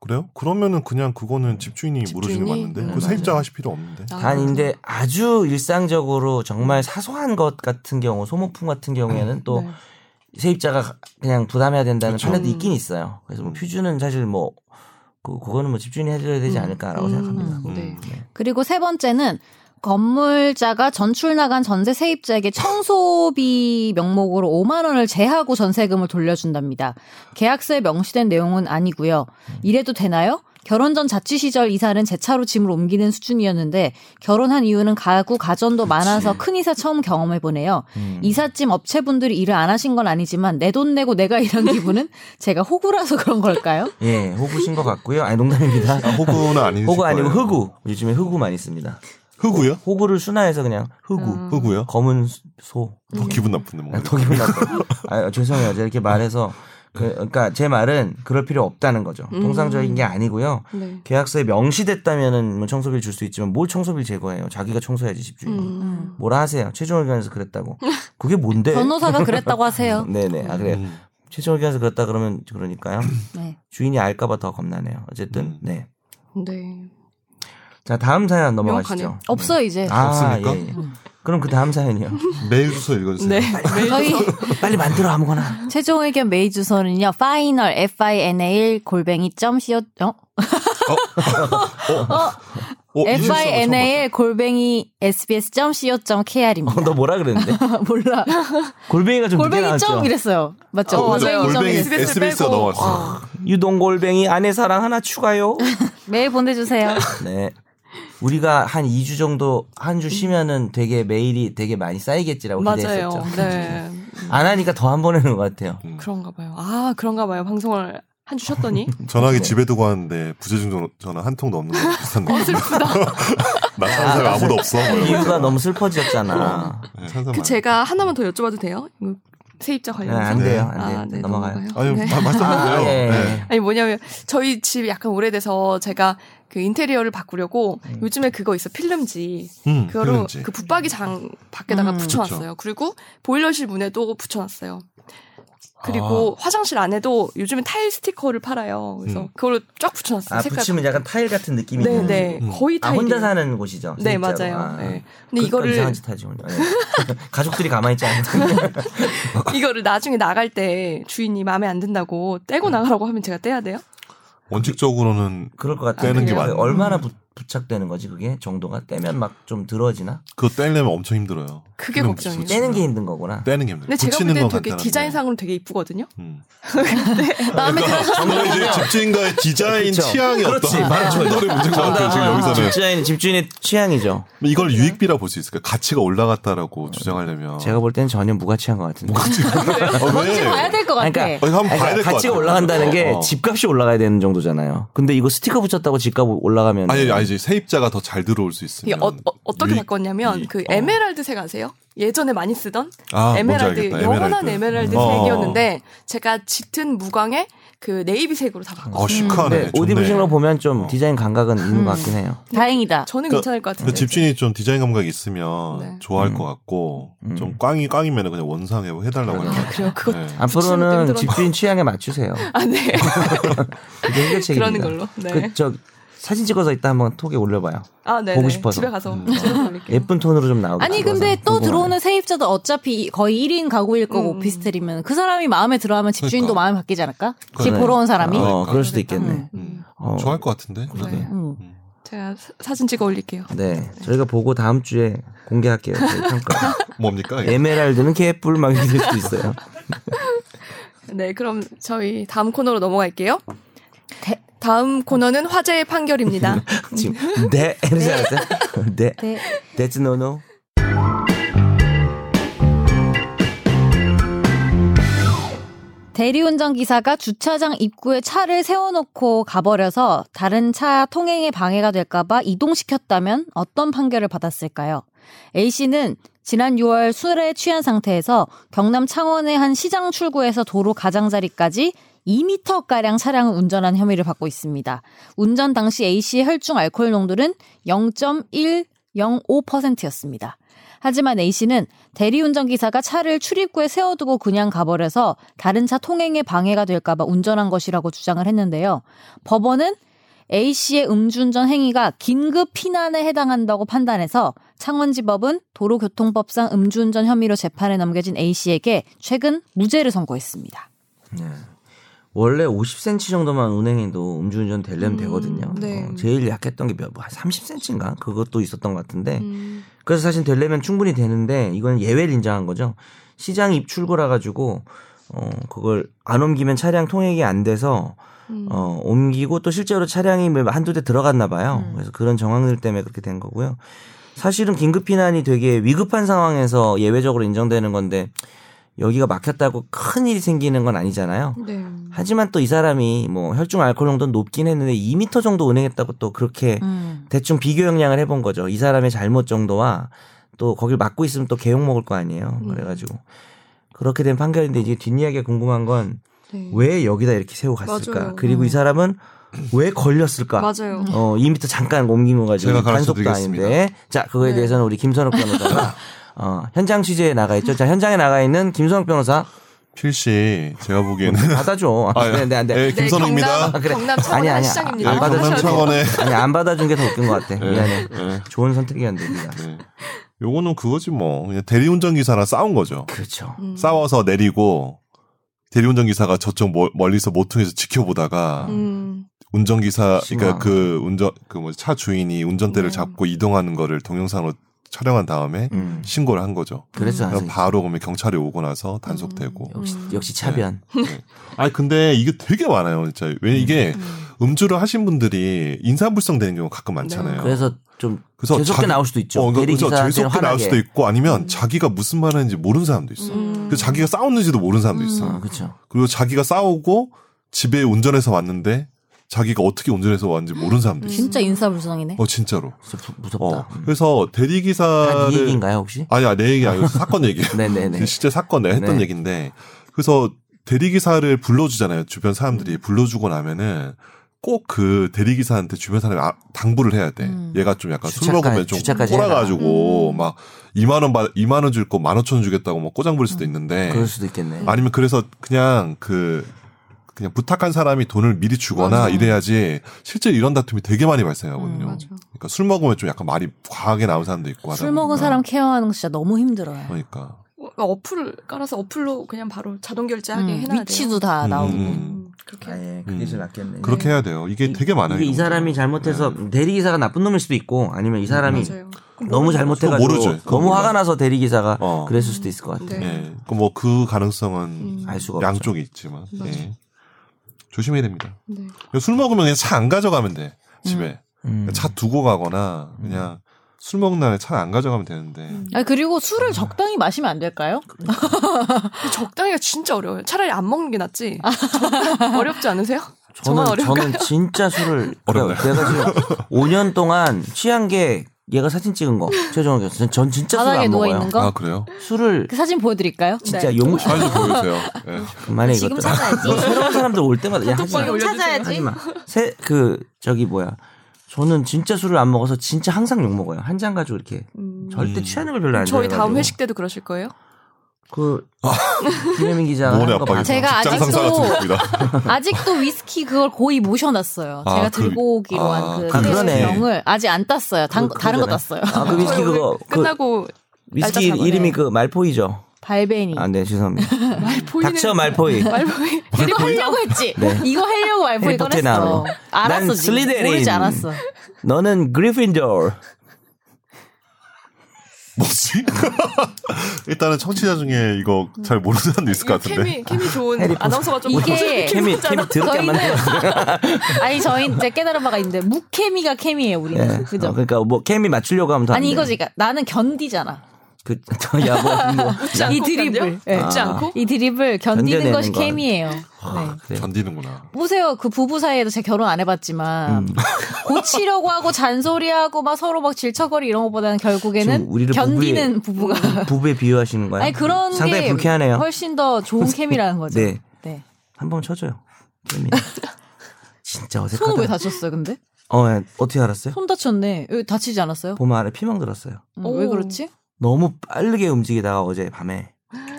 C: 그래요? 그러면은 그냥 그거는 집주인이 물어주는
A: 집주인이?
C: 거 맞는데
A: 음,
C: 그
D: 맞아요.
C: 세입자가 하실 필요 없는데
A: 아,
D: 단 이제 아주 일상적으로 정말 사소한 것 같은 경우 소모품 같은 경우에는 또
A: 네.
D: 세입자가 그냥 부담해야 된다는
C: 그쵸.
D: 판례도
A: 음.
D: 있긴 있어요. 그래서
C: 그렇죠. 음.
D: 뭐 퓨즈는 사실 뭐 그, 거는뭐 집주인이 해줘야 되지
A: 음.
D: 않을까라고
A: 음.
D: 생각합니다.
A: 음. 네.
D: 네.
B: 그리고 세 번째는 건물자가 전출 나간 전세 세입자에게 청소비 명목으로 5만 원을 제하고 전세금을 돌려준답니다. 계약서에 명시된 내용은 아니고요. 이래도 되나요? 결혼 전 자취 시절 이사는 제 차로 짐을 옮기는 수준이었는데 결혼한 이후는 가구 가전도 많아서 큰 이사 처음 경험해 보네요.
D: 음.
B: 이삿짐 업체분들이 일을 안 하신 건 아니지만 내 돈 내고 내가 일한 기분은 제가 호구라서 그런 걸까요?
D: 예, 호구신 것 같고요. 아니 농담입니다.
C: 아, 호구는 아니지
D: (laughs) 호구 아니고 흑우. 요즘에 흑우 많이 씁니다.
C: 흑우요?
D: 호구를 순화해서 그냥 흑우.
A: 음.
C: 흑우요?
D: 검은 소.
C: 더 기분 나쁜데
D: 아,
C: 뭔가
D: 더 기분 나빠. 아, 죄송해요. 제가 이렇게 말해서 그, 그러니까 제 말은 그럴 필요 없다는 거죠.
A: 음.
D: 통상적인 게 아니고요.
A: 네.
D: 계약서에 명시됐다면은 뭐 청소비를 줄 수 있지만 뭘 청소비를 제거해요. 자기가 청소해야지 집주인이.
A: 음.
D: 뭐라 하세요. 최종 의견에서 그랬다고. 그게 뭔데?
B: 변호사가 그랬다고 하세요.
D: 네네. 아 그래요.
C: 음.
D: 최종 의견에서 그랬다 그러면 그러니까요. (clears throat)
B: 네.
D: 주인이 알까봐 더 겁나네요. 어쨌든
C: 음.
D: 네.
A: 네.
D: 자 다음 사연 넘어가시죠.
A: 명확하네요.
B: 없어 이제.
D: 아,
C: 없습니까?
D: 예, 예. 그럼 그 다음 사연이요.
C: 메일 주소 읽어주세요.
A: 네.
B: 저희
D: 빨리 만들어 아무거나.
B: 최종 의견 메일 주소는요. final f i n a l 골뱅이 점 c o 어?
C: 어, 이
B: f
C: 실수가
B: i
C: 처음
B: n a
C: 봤어요.
B: l 골뱅이 s b s 점 c o 점 k r
D: 어,
B: 입니다.
D: 너 뭐라 그랬는데?
B: 몰라.
D: 골뱅이가 좀 늦게
B: 골뱅이
D: 나왔죠.
B: 점 이랬어요. 맞죠?
A: 어, 맞아요.
B: 골뱅이 점
C: 골뱅이
B: SBS.
A: SBS 를
D: 아,
C: SBS가
A: 빼고.
C: 넘어왔어.
D: 유동 골뱅이 아내 사랑 하나 추가요.
B: 매일 보내주세요.
D: 네. 우리가 한 2주 정도 한 주 쉬면은 되게 메일이 되게 많이 쌓이겠지라고
A: 맞아요.
D: 기대했었죠.
A: 네.
D: (laughs) 안 하니까 더 안 보내는 것 같아요.
C: 음.
A: 그런가 봐요. 아, 그런가 봐요. 방송을 한 주셨더니.
C: 전화기
D: 네.
C: 집에 두고 하는데 부재중 전화 한 통도 없는 거 비슷한 거.
A: 어, 슬프다.
C: (laughs) 나 사는 사람 아무도 없어. 뭐
A: 네.
C: 이런 거
D: 이유가
C: 있잖아.
D: 너무 슬퍼지셨잖아.
C: 네, 사는 사람
A: 그
C: 많아.
A: 제가 하나만 더 여쭤봐도 돼요? 이거 세입자
D: 네,
A: 관련해서.
D: 안 돼요. 안 돼요.
A: 아, 네,
D: 넘어가요.
A: 넘어가요.
C: 아니
A: 네.
C: 마- 말씀하세요.
D: 아, 예.
C: 네.
A: 아니 뭐냐면 저희 집이 약간 오래돼서 제가 그 인테리어를 바꾸려고
D: 음.
A: 요즘에 그거 있어 필름지
C: 음,
A: 그거를
C: 그런지.
A: 그 붙박이장 밖에다가
B: 음.
A: 붙여놨어요. 그리고 보일러실 문에도 붙여놨어요. 그리고 화장실 안에도 요즘에 타일 스티커를 팔아요. 그래서
C: 음.
A: 그걸로 쫙 붙여놨어요.
D: 아,
A: 색깔.
D: 붙이면 약간 타일 같은 느낌이
A: 네네
D: 있는.
C: 음.
A: 거의
D: 아,
A: 타일.
D: 혼자 사는 곳이죠.
A: 네
D: 세입자로.
A: 맞아요.
D: 아,
A: 네. 근데
D: 그러니까
A: 이거를 네.
D: 이상한 짓 (laughs) 하지 혼자. 네. 가족들이 가만히 있지 않는데.
A: 이거를 나중에 나갈 때 주인이 마음에 안 든다고 떼고 나가라고 하면 제가 떼야 돼요?
C: 원칙적으로는
D: (laughs) 그럴 것 같아요.
C: 떼는
A: 게
D: 그래요?
C: 맞-
D: 얼마나 부- 부착되는 거지 그게 정도가 떼면 막 좀 들어지나?
C: 그거 떼려면 엄청 힘들어요.
A: 그게
C: 필름
A: 걱정이에요.
C: 붙이는
D: 떼는
C: 거.
D: 게 힘든 거구나.
C: 떼는 게 힘들어요.
A: 근데 제가 볼
C: 붙이는
A: 때는
C: 건
A: 되게
C: 간단한데.
A: 디자인상으로 되게 이쁘거든요.
C: 음.
A: (laughs)
B: 마음에 들어.
D: (laughs)
C: 저는 이제 집주인과의 디자인
D: 아, 그쵸.
C: 취향이
D: 그렇지.
C: 어떤
D: 바로
C: 그 노래 문제인 것 같아요. 지금 여기서는
D: 집주인 집주인의 취향이죠.
C: 이걸 유익비라 볼 수 있을까? 요 가치가 올라갔다라고 주장하려면
D: 제가 볼 때는 전혀 무가치한 것
C: (laughs)
D: 같은데.
C: 어, 왜?
B: 뭔지 봐야 될 것 같아. 네.
C: 어, 이거 한번
D: 아니,
C: 봐야 될 것
D: 가치가
C: 같아요.
D: 올라간다는 게
C: 어.
D: 집값이 올라가야 되는 정도잖아요. 근데 이거 스티커 붙였다고 집값 올라가면
C: 아니 아니 이제 세입자가 더 잘 들어올 수 있으면
A: 이게 어, 떻게
C: 유익-
A: 바꿨냐면
C: 유익-
A: 그
C: 어.
A: 에메랄드색 아세요? 예전에 많이 쓰던
C: 아, 뭔지
A: 에메랄드
C: 알겠다.
A: 영원한
C: 에메랄드. 어.
A: 에메랄드색이었는데 제가 짙은 무광에 그 네이비색으로 다 바꿨어요.
C: 어 시크하네.
D: 근데 옷
C: 좋네.
D: 입으신 거 보면 좀
C: 어.
D: 디자인 감각은 있는 것 같긴 해요.
B: 다행이다.
A: 저는
C: 그-
A: 괜찮을 것
C: 근데
A: 같은데.
C: 집주인이 좀 디자인 감각이 있으면
A: 네.
C: 좋아할
D: 음.
C: 것 같고
D: 음.
C: 좀 꽝이 꽝이면 그냥 원상에 뭐 해달라고
D: 그러네.
C: 하는
A: 아, 그래요. 그거
C: 네.
B: 음.
D: 앞으로는
A: 힘들어.
D: 집주인 취향에 맞추세요.
A: 아 네.
B: (laughs)
D: 그게 해결책입니다.
A: (laughs) 그러는 걸로. 네.
D: 그저 사진 찍어서 이따 한번 톡에 올려봐요.
A: 아 네.
D: 보고
A: 네.
D: 싶어서.
A: 집에 가서
C: 음.
A: 찍어서 올릴게요.
D: 예쁜 톤으로 좀 나오게.
B: 아니
D: 찍어서.
B: 근데 또
D: 궁금하네.
B: 들어오는 세입자도 어차피 거의 1인 가구일 거고
A: 음.
B: 오피스텔이면 그 사람이 마음에 들어하면 집주인도
C: 그러니까.
B: 마음이 바뀌지 않을까? 집
D: 그러네.
B: 보러 온 사람이.
D: 어, 그럴 수도
A: 그러겠다.
D: 있겠네.
B: 음.
A: 음.
D: 어,
C: 좋아할 것 같은데.
A: 그러게.
C: 네.
B: 음.
C: 음.
A: 제가 사- 사진 찍어 올릴게요.
D: 네, 저희가 보고 다음 주에 공개할게요. 저희
C: (laughs)
D: 평가.
C: 뭡니까?
D: 네.
C: 이게?
D: 에메랄드는 개뿔 막 이럴 수도 있어요.
A: 네, 그럼 저희 다음 코너로 넘어갈게요. 다음 코너는 화제의 판결입니다.
B: (laughs)
D: 지금 네 이러지 않았어요? (laughs) 네,
B: 네.
D: that's no no.
B: 대리운전 기사가 주차장 입구에 차를 세워놓고 가버려서 다른 차 통행에 방해가 될까봐 이동시켰다면 어떤 판결을 받았을까요? A 씨는 지난 6월 술에 취한 상태에서 경남 창원의 한 시장 출구에서 도로 가장자리까지 2미터 가량 차량을 운전한 혐의를 받고 있습니다. 운전 당시 A 씨의 혈중 알코올 농도는 0.105%였습니다. 하지만 A 씨는 대리운전 기사가 차를 출입구에 세워두고 그냥 가버려서 다른 차 통행에 방해가 될까봐 운전한 것이라고 주장을 했는데요. 법원은 A 씨의 음주운전 행위가 긴급 피난에 해당한다고 판단해서 창원지법은 도로교통법상 음주운전 혐의로 재판에 넘겨진 A 씨에게 최근 무죄를 선고했습니다.
D: 네. 원래 50cm 정도만 운행해도 음주운전 되려면 되거든요.
A: 네.
D: 어, 제일 약했던 게 몇, 한 30cm인가? 그것도 있었던 것 같은데.
A: 음,
D: 그래서 사실 되려면 충분히 되는데, 이건 예외를 인정한 거죠. 시장 입출구라 가지고, 어, 그걸 안 옮기면 차량 통행이 안 돼서,
A: 음.
D: 어, 옮기고 또 실제로 차량이 뭐 한두 대 들어갔나 봐요.
A: 음.
D: 그래서 그런 정황들 때문에 그렇게 된 거고요. 사실은 긴급피난이 되게 위급한 상황에서 예외적으로 인정되는 건데, 여기가 막혔다고 큰 일이 생기는 건 아니잖아요.
A: 네.
D: 하지만 또 이 사람이 뭐 혈중 알코올 농도는 높긴 했는데 2미터 정도 운행했다고 또
A: 네.
D: 그렇게
B: 음.
D: 대충 비교 역량을 해본 거죠. 이 사람의 잘못 정도와 또 거길 막고 있으면 또 개욕 먹을 거 아니에요.
A: 음.
D: 그래가지고 그렇게 된 판결인데 이제 뒷이야기가 궁금한 건 왜
A: 네.
D: 여기다 이렇게 세우고 갔을까?
A: 맞아요. 음.
D: 그리고 이 사람은 왜 걸렸을까?
A: 맞아요.
D: 어, 2미터 잠깐 옮긴 거 가지고
C: 제가 가르쳐
D: 단속도 아닌데. 자, 그거에
A: 네.
D: 대해서는 우리
C: (laughs)
D: 김선욱 변호사가 어, 현장 취재에 나가 있죠. 자, 현장에 나가 있는 김선욱 변호사
C: 필시 제가 보기에는
D: 받아줘.
C: 아,
D: 네, 네, 안 돼.
C: 네. 예, 김선욱입니다.
A: 경남,
D: 그래.
A: 경남
D: 아니,
A: 창원의
D: 아니,
A: 시장입니다.
D: 안
C: 예,
D: 받아준
C: 경남
D: 게-
C: 창원의
D: 아니 안 받아준 게 더 웃긴 것 같아.
C: 예,
D: 미안해.
C: 예.
D: 좋은 선택이었는데 네가.
C: 네. 요거는 그거지 뭐 그냥 대리운전 기사랑 싸운 거죠.
D: 그렇죠.
A: 음.
C: 싸워서 내리고 대리운전 기사가 저쪽 멀- 멀리서 모퉁이에서 지켜보다가
A: 음,
C: 운전 기사
D: 심한.
C: 그러니까 그 운전 그 뭐 차 주인이 운전대를
A: 네.
C: 잡고 이동하는 거를 동영상으로 촬영한 다음에 아, 네.
D: 음.
C: 신고를 한 거죠.
D: 그래서
C: 그럼
D: 안
C: 바로 그러면 경찰이 오고 나서 단속되고.
D: 역시 역시 차변.
C: 네. 아니 근데 이게 되게 많아요, 진짜. 왜 이게 음주를 하신 분들이 인사불성 되는 경우가 가끔 많잖아요.
D: 그래서 좀
C: 어. 그래서
D: 재수없게
C: 자기-
D: 나올 수도 있죠.
C: 어, 그러니까
D: 대리기사
C: 그죠. 재수없게 나올 수도 있고 아니면
A: 음.
C: 자기가 무슨 말하는지 모르는 사람도 있어.
A: 음.
C: 그래서 자기가 싸웠는지도 모르는 사람도 있어.
B: 음.
D: 그렇죠.
C: 그리고 자기가 싸우고 집에 운전해서 왔는데 자기가 어떻게 운전해서 왔는지 모르는
A: 음.
C: 사람도 있어.
B: 진짜 인사불성이네.
A: 뭐,
C: 어 진짜로.
D: 진짜 부-
C: 어.
D: 무섭다. 음.
C: 그래서
D: 다네
C: 대리기사를
D: 얘기인가요 혹시?
C: 아니야 내 얘기 아니고 사건 얘기.
D: 네네네.
C: 그 실제 사건 내가 했던
D: 네.
C: 얘기인데 그래서 대리기사를 불러주잖아요 주변 사람들이
D: 음.
C: 불러주고 나면은 꼭 그 대리기사한테 주변 사람이 아- 당부를 해야 돼
B: 음.
C: 얘가 좀 약간 술
D: 주차까지-
C: 먹으면 좀
D: 주차까지 음.
C: 꼬라가지고
A: 해라.
C: 막 2만 원 받, 2만 원 줄 거 15,000원 주겠다고 뭐 꼬장 부릴 수도 있는데
D: 음. 그럴 수도 있겠네.
C: 아니면 그래서 그냥 그 그냥 부탁한 사람이 돈을 미리 주거나
A: 맞아.
C: 이래야지 실제 이런 다툼이 되게 많이 발생하거든요.
B: 음,
A: 맞아.
C: 그러니까 술 먹으면 좀 약간 말이 과하게 나온 사람도 있고 하다
B: 술 먹은
C: 보니까.
B: 사람 케어하는 거 진짜 너무 힘들어요.
C: 그러니까
A: 그러니까 어플 깔아서 어플로 그냥 바로 자동 결제하게
B: 음,
A: 해놔야 돼요.
B: 위치도 다
C: 음,
B: 나오고.
C: 음.
A: 음, 그렇게
D: 아예
C: 음.
D: 낫겠네.
C: 그렇게
A: 네.
C: 해야 돼요. 이게 되게 많아요. 네.
D: 이게 이 사람이 잘못해서 대리기사가 나쁜 놈일 수도 있고 아니면 이 사람이
A: 맞아요.
D: 너무 잘못해가지고
C: 그거 모르죠. 그거
D: 너무
C: 몰라.
D: 화가 나서 대리기사가
C: 어. 예.
D: 그랬을 수도 있을 것 같아요.
A: 네.
C: 뭐그 가능성은
A: 음.
D: 알 수가 없죠. 그렇죠.
C: 양쪽에 있지만
A: 맞아.
C: 예. 조심해야 됩니다.
A: 네.
C: 술 먹으면 그냥 차 안 가져가면 돼 집에 그러니까
D: 음.
C: 차 두고 가거나 그냥 술 먹는 날에 차 안 가져가면 되는데
A: 음.
B: 아 그리고 술을 적당히 마시면 안 될까요?
A: 근데 적당히가 진짜 어려워요. 차라리 안 먹는 게 낫지.
B: 아.
A: 적당- (laughs) 어렵지 않으세요? 정말
D: 저는
A: 어려운가요?
D: 저는 진짜 술을
C: (laughs) 어렵나요?
D: 그러니까 내가 지금 5년 동안 취한 게 얘가 사진 찍은 거 최종원 교수. 전- 전 진짜 술을
B: 바닥에
D: 안
B: 누워
D: 먹어요.
B: 있는 거.
C: 아 그래요?
D: 술을
B: 그 사진 보여드릴까요?
D: 진짜
B: 네.
D: 용
C: 빨리 보여주세요. 예.
D: 만에
E: 지금
D: 이것도
E: 찾아야지.
B: (laughs)
D: 너 새로운 사람들 올 때마다 야 하지 마.
A: 카톡방에 올려-
E: 찾아야지.
D: 하지 마. 새 그 저기 뭐야. 저는 진짜 술을 안 먹어서 진짜 항상 욕 먹어요. 한 잔 가지고 이렇게
A: 음.
D: 절대
C: 음.
D: 취하는 걸 별로 네, 안
A: 저희
D: 좋아해요.
A: 다음 회식 때도 그러실 거예요?
D: 그
C: 아.
D: 김혜민 기자
C: 모래
D: 한거
C: 압박이
D: 봤
B: 제가
C: 뭐 직장 상사
B: 아직도-
C: 같은 겁니다. (laughs)
B: 아직도 위스키 그걸 고이 모셔놨어요.
C: 아,
B: 제가
C: 그-
B: 들고 오기로
C: 아,
B: 한그
D: 그- 그러네.
B: 병을 아직 안 땄어요. 단-
D: 그-
B: 다른 거
D: 그거네.
B: 땄어요.
D: 아, 그 위스키
A: (laughs) 저희 오늘
D: 그거 그
A: 끝나고 날짜
D: 위스키
A: 잡아요.
D: 이름이 그 말포이죠.
B: 발베니.
D: 아, 네, 죄송합니다.
B: (laughs)
A: 말보이는
D: 닥쳐 말포이.
A: 말보이.
B: 이거 하려고 했지.
D: 네.
B: 이거 하려고 알고
D: 해리
B: 이걸
D: 포터
B: 했어.
D: 나오네.
B: 알았어.
D: 난
B: 지금.
D: 슬리데린.
B: 모르지 않았어.
D: 너는 그리핀더. (laughs)
C: 뭐지? 일단은 청취자 중에 이거
B: 음.
C: 잘 모르는 사람도 있을 것 같은데.
A: 케미 케미 좋은
D: (laughs) 해리포터.
A: 아나운서가 (laughs) 좀
B: 이게
D: 케미 케미 드럽게 안 만들어.
B: (laughs) 아니 저희 이제 깨달은 바가 있는데 무케미가 케미예요 우리는.
D: 네.
B: 그죠?
D: 어, 그러니까 뭐 케미 맞추려고 하면 더 안
B: 아니
D: 돼.
B: 이거지. 그러니까 나는 견디잖아.
D: 그 (laughs) 야뭐
B: (laughs)
D: 뭐.
A: 웃지 않고
B: 이
A: 견뎌?
B: 드립을. 예.
A: 웃지
D: 아.
A: 않고
B: 이 드립을 견디는
D: 견뎌내는
B: 것이
D: 건.
B: 케미예요. 네.
D: 그래.
C: 견디는구나.
B: 보세요. 그 부부 사이에도 제가 결혼 안 해봤지만
D: 음.
B: (laughs) 고치려고 하고 잔소리하고 막 서로 막 질척거리 이런 것보다는 결국에는
D: 지금 우리를
B: 견디는 부부가
D: 부부에 비유하시는 거예요?
B: 아니 그런
D: 상당히
B: 게
D: 불쾌하네요.
B: 훨씬 더 좋은 케미라는 거죠.
D: (laughs) 네.
B: 네.
D: 한 번 쳐줘요.
B: (laughs)
D: 케미. 진짜
B: 손을 왜
D: 어색하다.
B: 다쳤어요, 근데?
D: 어, 예. 어떻게 알았어요?
B: 손 다쳤네. 왜 다치지 않았어요?
D: 보마 안에 피멍 들었어요.
B: 음, 왜
A: 오.
B: 그렇지?
D: 너무 빠르게 움직이다가 어제 밤에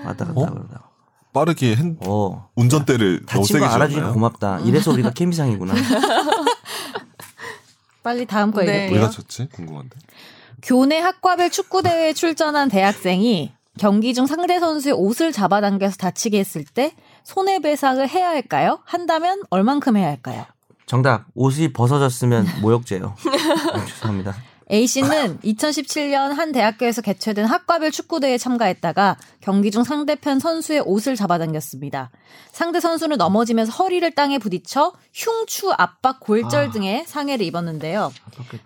D: 왔다 갔다
C: 어?
D: 그러다가.
C: 빠르게 핸-
D: 어.
C: 운전대를 너무
D: 다친
C: 세게
D: 거 알아주니까
C: 지었나요?
D: 고맙다. 이래서 우리가 케미상이구나.
B: (laughs) 빨리 다음 거
A: 네.
B: 얘기해요.
C: 우리가 졌지? 궁금한데.
B: 교내 학과별 축구대회에 출전한 대학생이 경기 중 상대 선수의 옷을 잡아당겨서 다치게 했을 때 손해배상을 해야 할까요? 한다면 얼만큼 해야 할까요?
D: 정답. 옷이 벗어졌으면 모욕죄요. 아, 죄송합니다.
B: A 씨는 2017년 한 대학교에서 개최된 학과별 축구대회에 참가했다가 경기 중 상대편 선수의 옷을 잡아당겼습니다. 상대 선수는 넘어지면서 허리를 땅에 부딪혀 흉추, 압박, 골절 등의 상해를 입었는데요.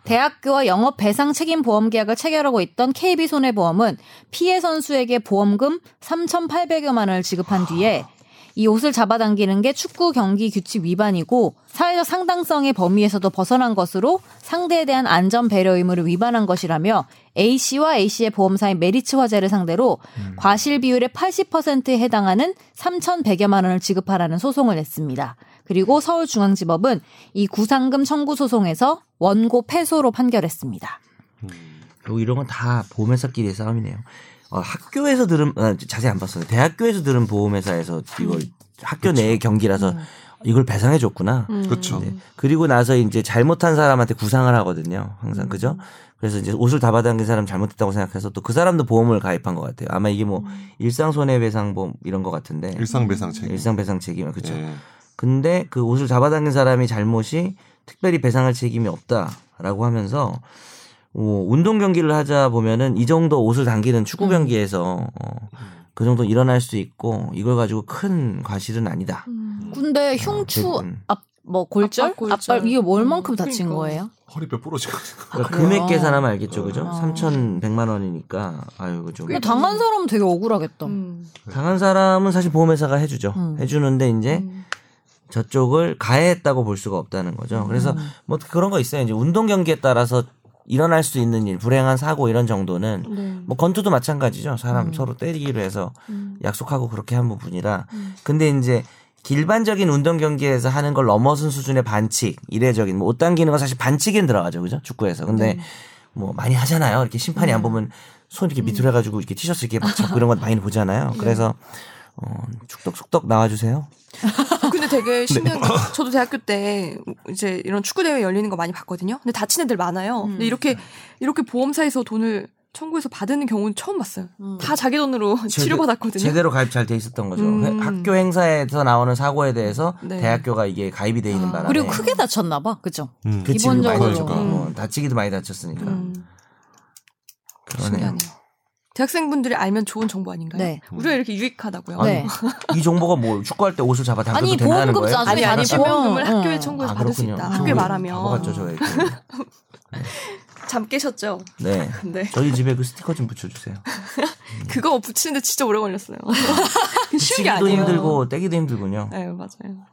B: 대학교와 영업 배상 책임 보험 계약을 체결하고 있던 KB 손해보험은 피해 선수에게 보험금 3,800여만 원을 지급한 뒤에 이 옷을 잡아당기는 게 축구 경기 규칙 위반이고 사회적 상당성의 범위에서도 벗어난 것으로 상대에 대한 안전 배려 의무를 위반한 것이라며 A 씨와 A 씨의 보험사인 메리츠 화재를 상대로 과실 비율의 80%에 해당하는 3,100여만 원을 지급하라는 소송을 냈습니다. 그리고 서울중앙지법은 이 구상금 청구 소송에서 원고 패소로 판결했습니다.
D: 그리고 이런 건 다 보험회사끼리의 싸움이네요. 어, 학교에서 들은 아, 자세히 안 봤어요. 대학교에서 들은 보험회사에서 이걸 학교 내의 경기라서 이걸 배상해 줬구나.
C: 음.
A: 음.
C: 그렇죠.
D: 네. 그리고 나서 이제 잘못한 사람한테 구상을 하거든요. 항상
C: 음.
D: 그죠? 그래서 이제 옷을 잡아당긴 사람 잘못했다고 생각해서 또 그 사람도 보험을 가입한 것 같아요. 아마 이게 뭐 일상 손해배상 보험 이런 것 같은데
C: 음. 일상배상 책임.
D: 네. 음, 일상 배상 책임 그렇죠.
C: 예.
D: 근데 그 옷을 잡아당긴 사람이 잘못이 특별히 배상할 책임이 없다라고 하면서 뭐 운동 경기를 하자 보면은 이 정도 옷을 당기는
B: 음.
D: 축구 경기에서 어, 그 정도 일어날 수 있고 이걸 가지고 큰 과실은 아니다.
A: 음.
B: 근데
D: 그,
B: 흉추
D: 음.
B: 앞 뭐 골절?
A: 앞발 골절.
B: 앞발 이게 얼만큼
A: 음,
B: 다친
A: 그러니까.
B: 거예요?
C: 허리뼈 부러지고 아,
D: 그러니까
B: 그래요?
D: 금액 계산하면 알겠죠, 그죠?
B: 어.
D: 3,100만 원이니까 아유 이거 좀
B: 근데 당한 사람은 되게 억울하겠다.
A: 음.
D: 당한 사람은 사실 보험회사가 해주죠.
B: 음.
D: 해주는데 이제
A: 음.
D: 저쪽을 가해했다고 볼 수가 없다는 거죠. 그래서
B: 음.
D: 뭐 그런 거 있어요. 이제 운동 경기에 따라서 일어날 수 있는 일, 불행한 사고 이런 정도는
A: 네.
D: 뭐 건투도 마찬가지죠. 사람
B: 음.
D: 서로 때리기로 해서
A: 음.
D: 약속하고 그렇게 한 부분이라.
A: 음.
D: 근데 이제 일반적인 운동 경기에서 하는 걸 넘어선 수준의 반칙, 이례적인 뭐옷 당기는 건 사실 반칙엔 들어가죠, 그죠? 축구에서. 근데
B: 네.
D: 뭐 많이 하잖아요. 이렇게 심판이
B: 음.
D: 안 보면 손 이렇게 밑으로 해가지고 이렇게 티셔츠 이렇게 막 잡고 이런 건 많이 보잖아요.
B: 네.
D: 그래서 어, 축덕 축덕 나와주세요.
A: 근데
D: 네.
A: 되게 신기한
D: (laughs)
A: 게 저도 대학교 때 이제 이런 축구 대회 열리는 거 많이 봤거든요. 근데 다친 애들 많아요. 근데 이렇게 이렇게 보험사에서 돈을 청구해서 받는 경우는 처음 봤어요. 다 자기 돈으로 (laughs) 치료 받았거든요.
D: 제대로 가입 잘 돼 있었던 거죠.
A: 음.
D: 회- 학교 행사에서 나오는 사고에 대해서
A: 네.
D: 대학교가 이게 가입이 돼 있는 바람에
B: 아. 그리고 크게 다쳤나 봐. 그죠?
C: (laughs) 음.
D: 그 집이 많이
B: 기본적으로.
D: 다쳤고,
A: 음.
D: 뭐 다치기도 많이 다쳤으니까
A: 음,
D: 그러네요.
A: 신기하네요. 대학생분들이 알면 좋은 정보 아닌가요?
B: 네.
A: 우리가 이렇게
D: 아,
A: 유익하다고요.
B: 네.
D: 음. 이 정보가 뭐 축구할 때 옷을 잡아 당겨도
B: 아니,
D: 된다는
B: 보험금
D: 거예요?
B: 싸-
A: 아니 아니
B: 아니시면-
A: 보험금을
B: 응.
A: 학교에 청구해서 받을 수
D: 아,
A: 있다. 학교에 말하면
D: 죠 저희.
A: 잠 깨셨죠?
D: 네.
A: 근데
D: 저희 집에 그 스티커 좀 붙여주세요. 음.
A: 그거 붙이는데 진짜 오래
D: (laughs)
A: 걸렸어요. (laughs) 쉬운 게
D: 붙이기도
A: 아니에요.
D: 힘들고 떼기도 힘들군요.
A: 네 맞아요.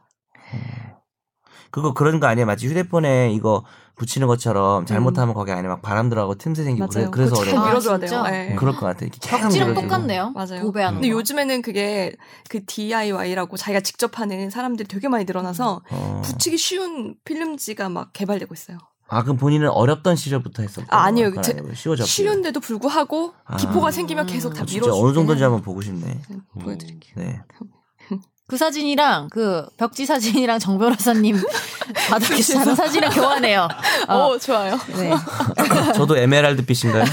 D: 그거 그런 거 아니에요? 마치 휴대폰에 이거 붙이는 것처럼 잘못하면 거기 안에 막 바람 들어가고 틈새 생기고 그래,
A: 음. 맞아요.
D: 그래서
A: 그거 잘
D: 어려워.
B: 밀어-
A: 밀어줘야
B: 아, 진짜?
A: 돼요. 네.
D: 그럴 것 같아. 이렇게 계속
B: 억지랑
D: 밀어주고.
B: 똑같네요.
A: 맞아요.
B: 도배하는
A: 근데
B: 거.
A: 요즘에는 그게 그 DIY라고 자기가 직접 하는 사람들이 되게 많이 늘어나서
D: 어.
A: 붙이기 쉬운 필름지가 막 개발되고 있어요.
D: 아 그럼 본인은 어렵던 시절부터 했었고.
A: 아, 아니에요. 제-
D: 쉬워졌고.
A: 쉬운데도 불구하고
D: 그렇죠. 아.
A: 기포가 생기면 계속 다
D: 진짜
A: 밀어주고. 음.
D: 어느 정도인지 한번 보고 싶네.
A: 보여드릴게요.
D: 네. (laughs)
B: 그 사진이랑 그 벽지 사진이랑 정 변호사님 (laughs) 바닥에 사는 사진을 교환해요. 어,
A: 오 좋아요.
B: 네.
D: 저도 에메랄드빛인가요?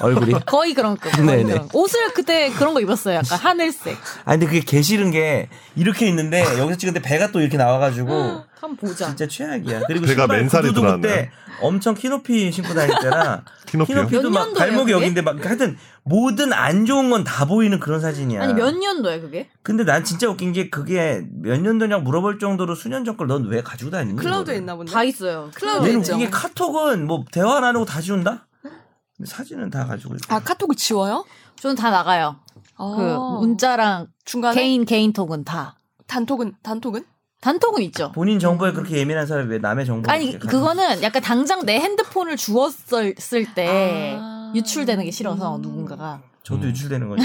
D: (laughs) 얼굴이.
B: 거의 그런 거. 거의
D: 네네.
B: 그런 거. 옷을 그때 그런 거 입었어요. 약간 하늘색.
D: 아니 근데 그게 개 싫은 게 이렇게 있는데
B: 아.
D: 여기서 찍는데 배가 또 이렇게 나와가지고
B: 한번 보자.
D: 진짜 최악이야. 그리고
C: 배가
D: 신발
C: 맨살이
D: 구두도 그때
C: 들어왔네.
D: 엄청 키높이 신고 다닐 때라
C: (laughs) 키높이요?
B: 몇
D: 키높이도 막
B: 년도예요, 그게?
D: 발목이 여기인데 막 하여튼 모든 안 좋은 건 다 보이는 그런 사진이야.
B: 아니 몇 년도야 그게?
D: 근데 난 진짜 웃긴 게 그게 몇 년도냐고 물어볼 정도로 수년 전 걸 넌 왜 가지고 다니니?
A: (laughs) 클라우드에
D: 이거를?
A: 있나 본데.
B: 다 있어요.
A: 클라우드
D: 얘는
A: 있죠.
D: 이게 카톡은 뭐 대화 안 하고 다 지운다? 근데 사진은 다 가지고 있고.
A: 아 카톡을 지워요?
B: 저는 다 나가요.
A: 어.
B: 그 문자랑
A: 중간에
B: 개인 개인톡은 다.
A: 단톡은 단톡은?
B: 단톡은 있죠.
D: 본인 정보에 그렇게 예민한 사람이 왜 남의 정보를
B: 아니
D: 뭐, 이렇게
B: 그거는 약간 당장 내 핸드폰을 주었을 쓸 때
A: 아.
B: 유출되는 게 싫어서
A: 음.
B: 누군가가
D: 가- 저도 유출되는 거죠.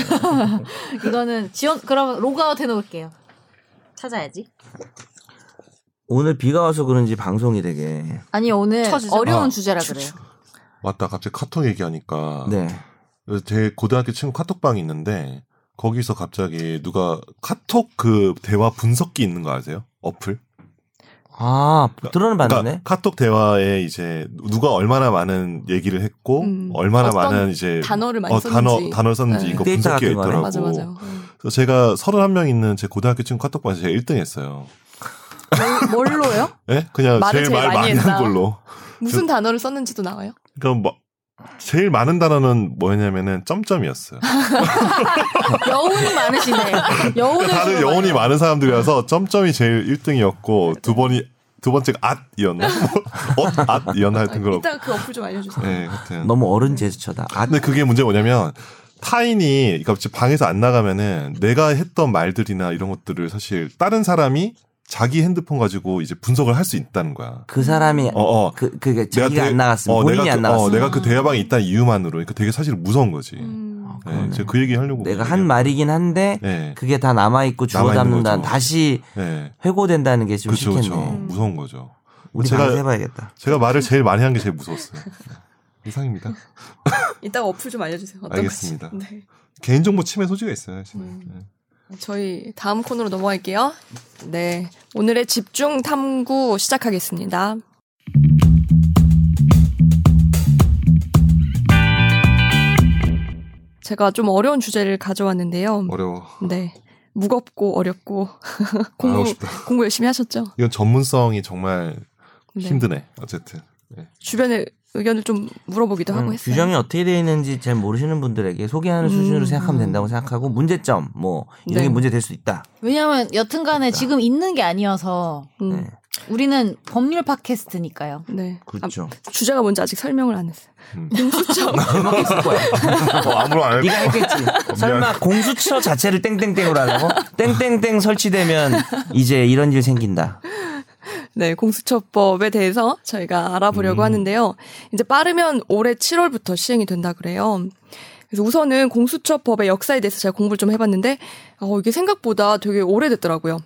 B: 이거는 지원 그러면 로그아웃 해놓을게요. 찾아야지.
D: 오늘 비가 와서 그런지 방송이 되게
B: 아니 오늘
A: 쳐주죠.
B: 어려운
D: 아,
B: 주제라 그래요.
C: 맞다. 갑자기 카톡 얘기하니까
D: 네.
C: 제 고등학교 친구 카톡방이 있는데 거기서 갑자기 누가 카톡 그 대화 분석기 있는 거 아세요? 어플?
D: 아 들어는
C: 그러니까
D: 봤네.
C: 카톡 대화에 이제 누가 얼마나 많은 얘기를 했고
A: 음.
C: 얼마나
A: 어떤
C: 많은 이제
A: 단어를 많이
C: 어, 단어
A: 썼는지.
C: 단어 썼는지
A: 네.
C: 이거
D: 데이터
C: 분석기가
D: 같은 거네.
C: 있더라고.
A: 맞아 맞아. 음.
C: 그래서 제가 31명 있는 제 고등학교 친구 카톡방에서 제가 1등 했어요.
B: 뭐, 뭘, 뭘로요?
C: 예? 그냥
A: 말을
C: 제일
A: 제일
C: 말
A: 많이
C: 많은
A: 했다.
C: 걸로.
A: 무슨 단어를 썼는지도 나와요?
C: 그럼 뭐 제일 많은 단어는 뭐였냐면은 점점이었어요.
B: 여운이
D: (laughs)
B: 많으시네. 여운을
C: 다른
B: 주로 많이
C: 영혼이 많은 사람들이라서 점점이 제일 1등이었고 두 번이 두 번째가 앗이었나? 뭐, 엇, 앗이었나 하여튼 그렇고.
A: 이따 그 어플 좀 알려주세요.
C: 네, 하여튼.
D: 너무 어른 제스처다. 아,
C: 근데 그게 문제 가 뭐냐면 타인이 그러니까 방에서 안 나가면은 내가 했던 말들이나 이런 것들을 사실 다른 사람이 자기 핸드폰 가지고 이제 분석을 할 수 있다는 거야.
D: 그 사람이
C: 어, 어.
D: 그 그게
C: 내가
D: 자기가
C: 대-
D: 안 나갔으면
C: 어,
D: 본인이
C: 내가
D: 안
C: 그, 어,
D: 나갔으면
C: 내가 그 대화방에 있다는 이유만으로 그러니까 되게 사실 무서운 거지.
A: 음.
C: 네, 제가 그 얘기 하려고
D: 내가
C: 그러거든요.
D: 한 말이긴 한데
C: 네.
D: 그게 다 남아 있고 주워
C: 남아있는
D: 담는다.
C: 거죠.
D: 다시
C: 네.
D: 회고된다는 게 좀
C: 그렇죠.
D: 싫겠네.
C: 그렇죠.
A: 음.
C: 무서운 거죠.
D: 우리
C: 제가-
D: 방에서 해봐야겠다.
C: 제가 말을 제일 많이 한 게 제일 무서웠어요. (laughs) 이상입니다.
A: 이따 어플 좀 알려주세요. 어떤
C: 알겠습니다.
A: 건지. 네.
C: 개인정보 침해 소지가 있어요. 사실은.
A: 음. 저희 다음 코너로 넘어갈게요. 네. 오늘의 집중 탐구 시작하겠습니다. 제가 좀 어려운 주제를 가져왔는데요.
C: 네. 어려워.
A: 네. 무겁고 어렵고 (laughs)
C: 하고
A: 공부
C: 싶다.
A: 공부 열심히 하셨죠?
C: 이건 전문성이 정말
A: 네.
C: 힘드네. 어쨌든 네.
A: 주변의 의견을 좀 물어보기도 하고
D: 음,
A: 했어요.
D: 규정이 어떻게 되어 있는지 잘 모르시는 분들에게
A: 음.
D: 소개하는 수준으로 생각하면 된다고 생각하고 문제점 뭐 이런
A: 네.
D: 게 문제 될 수 있다.
B: 왜냐하면 여튼간에
D: 그러니까.
B: 지금 있는 게 아니어서
A: 음,
D: 네.
B: 우리는 법률 팟캐스트니까요.
A: 네.
D: 그렇죠.
A: 아, 주제가 뭔지 아직 설명을 안 했어요.
C: 음.
A: 공수처.
D: 막 했을 거야.
C: 어, 아무런 안
D: 네가 했겠지. 설마 공수처 자체를 땡땡땡으로 하라고? 땡땡땡 설치되면 이제 이런 일 생긴다.
A: 네, 공수처법에 대해서 저희가 알아보려고
C: 음.
A: 하는데요. 이제 빠르면 올해 7월부터 시행이 된다 그래요. 그래서 우선은 공수처법의 역사에 대해서 제가 공부를 좀 해봤는데, 어, 이게 생각보다 되게 오래됐더라고요.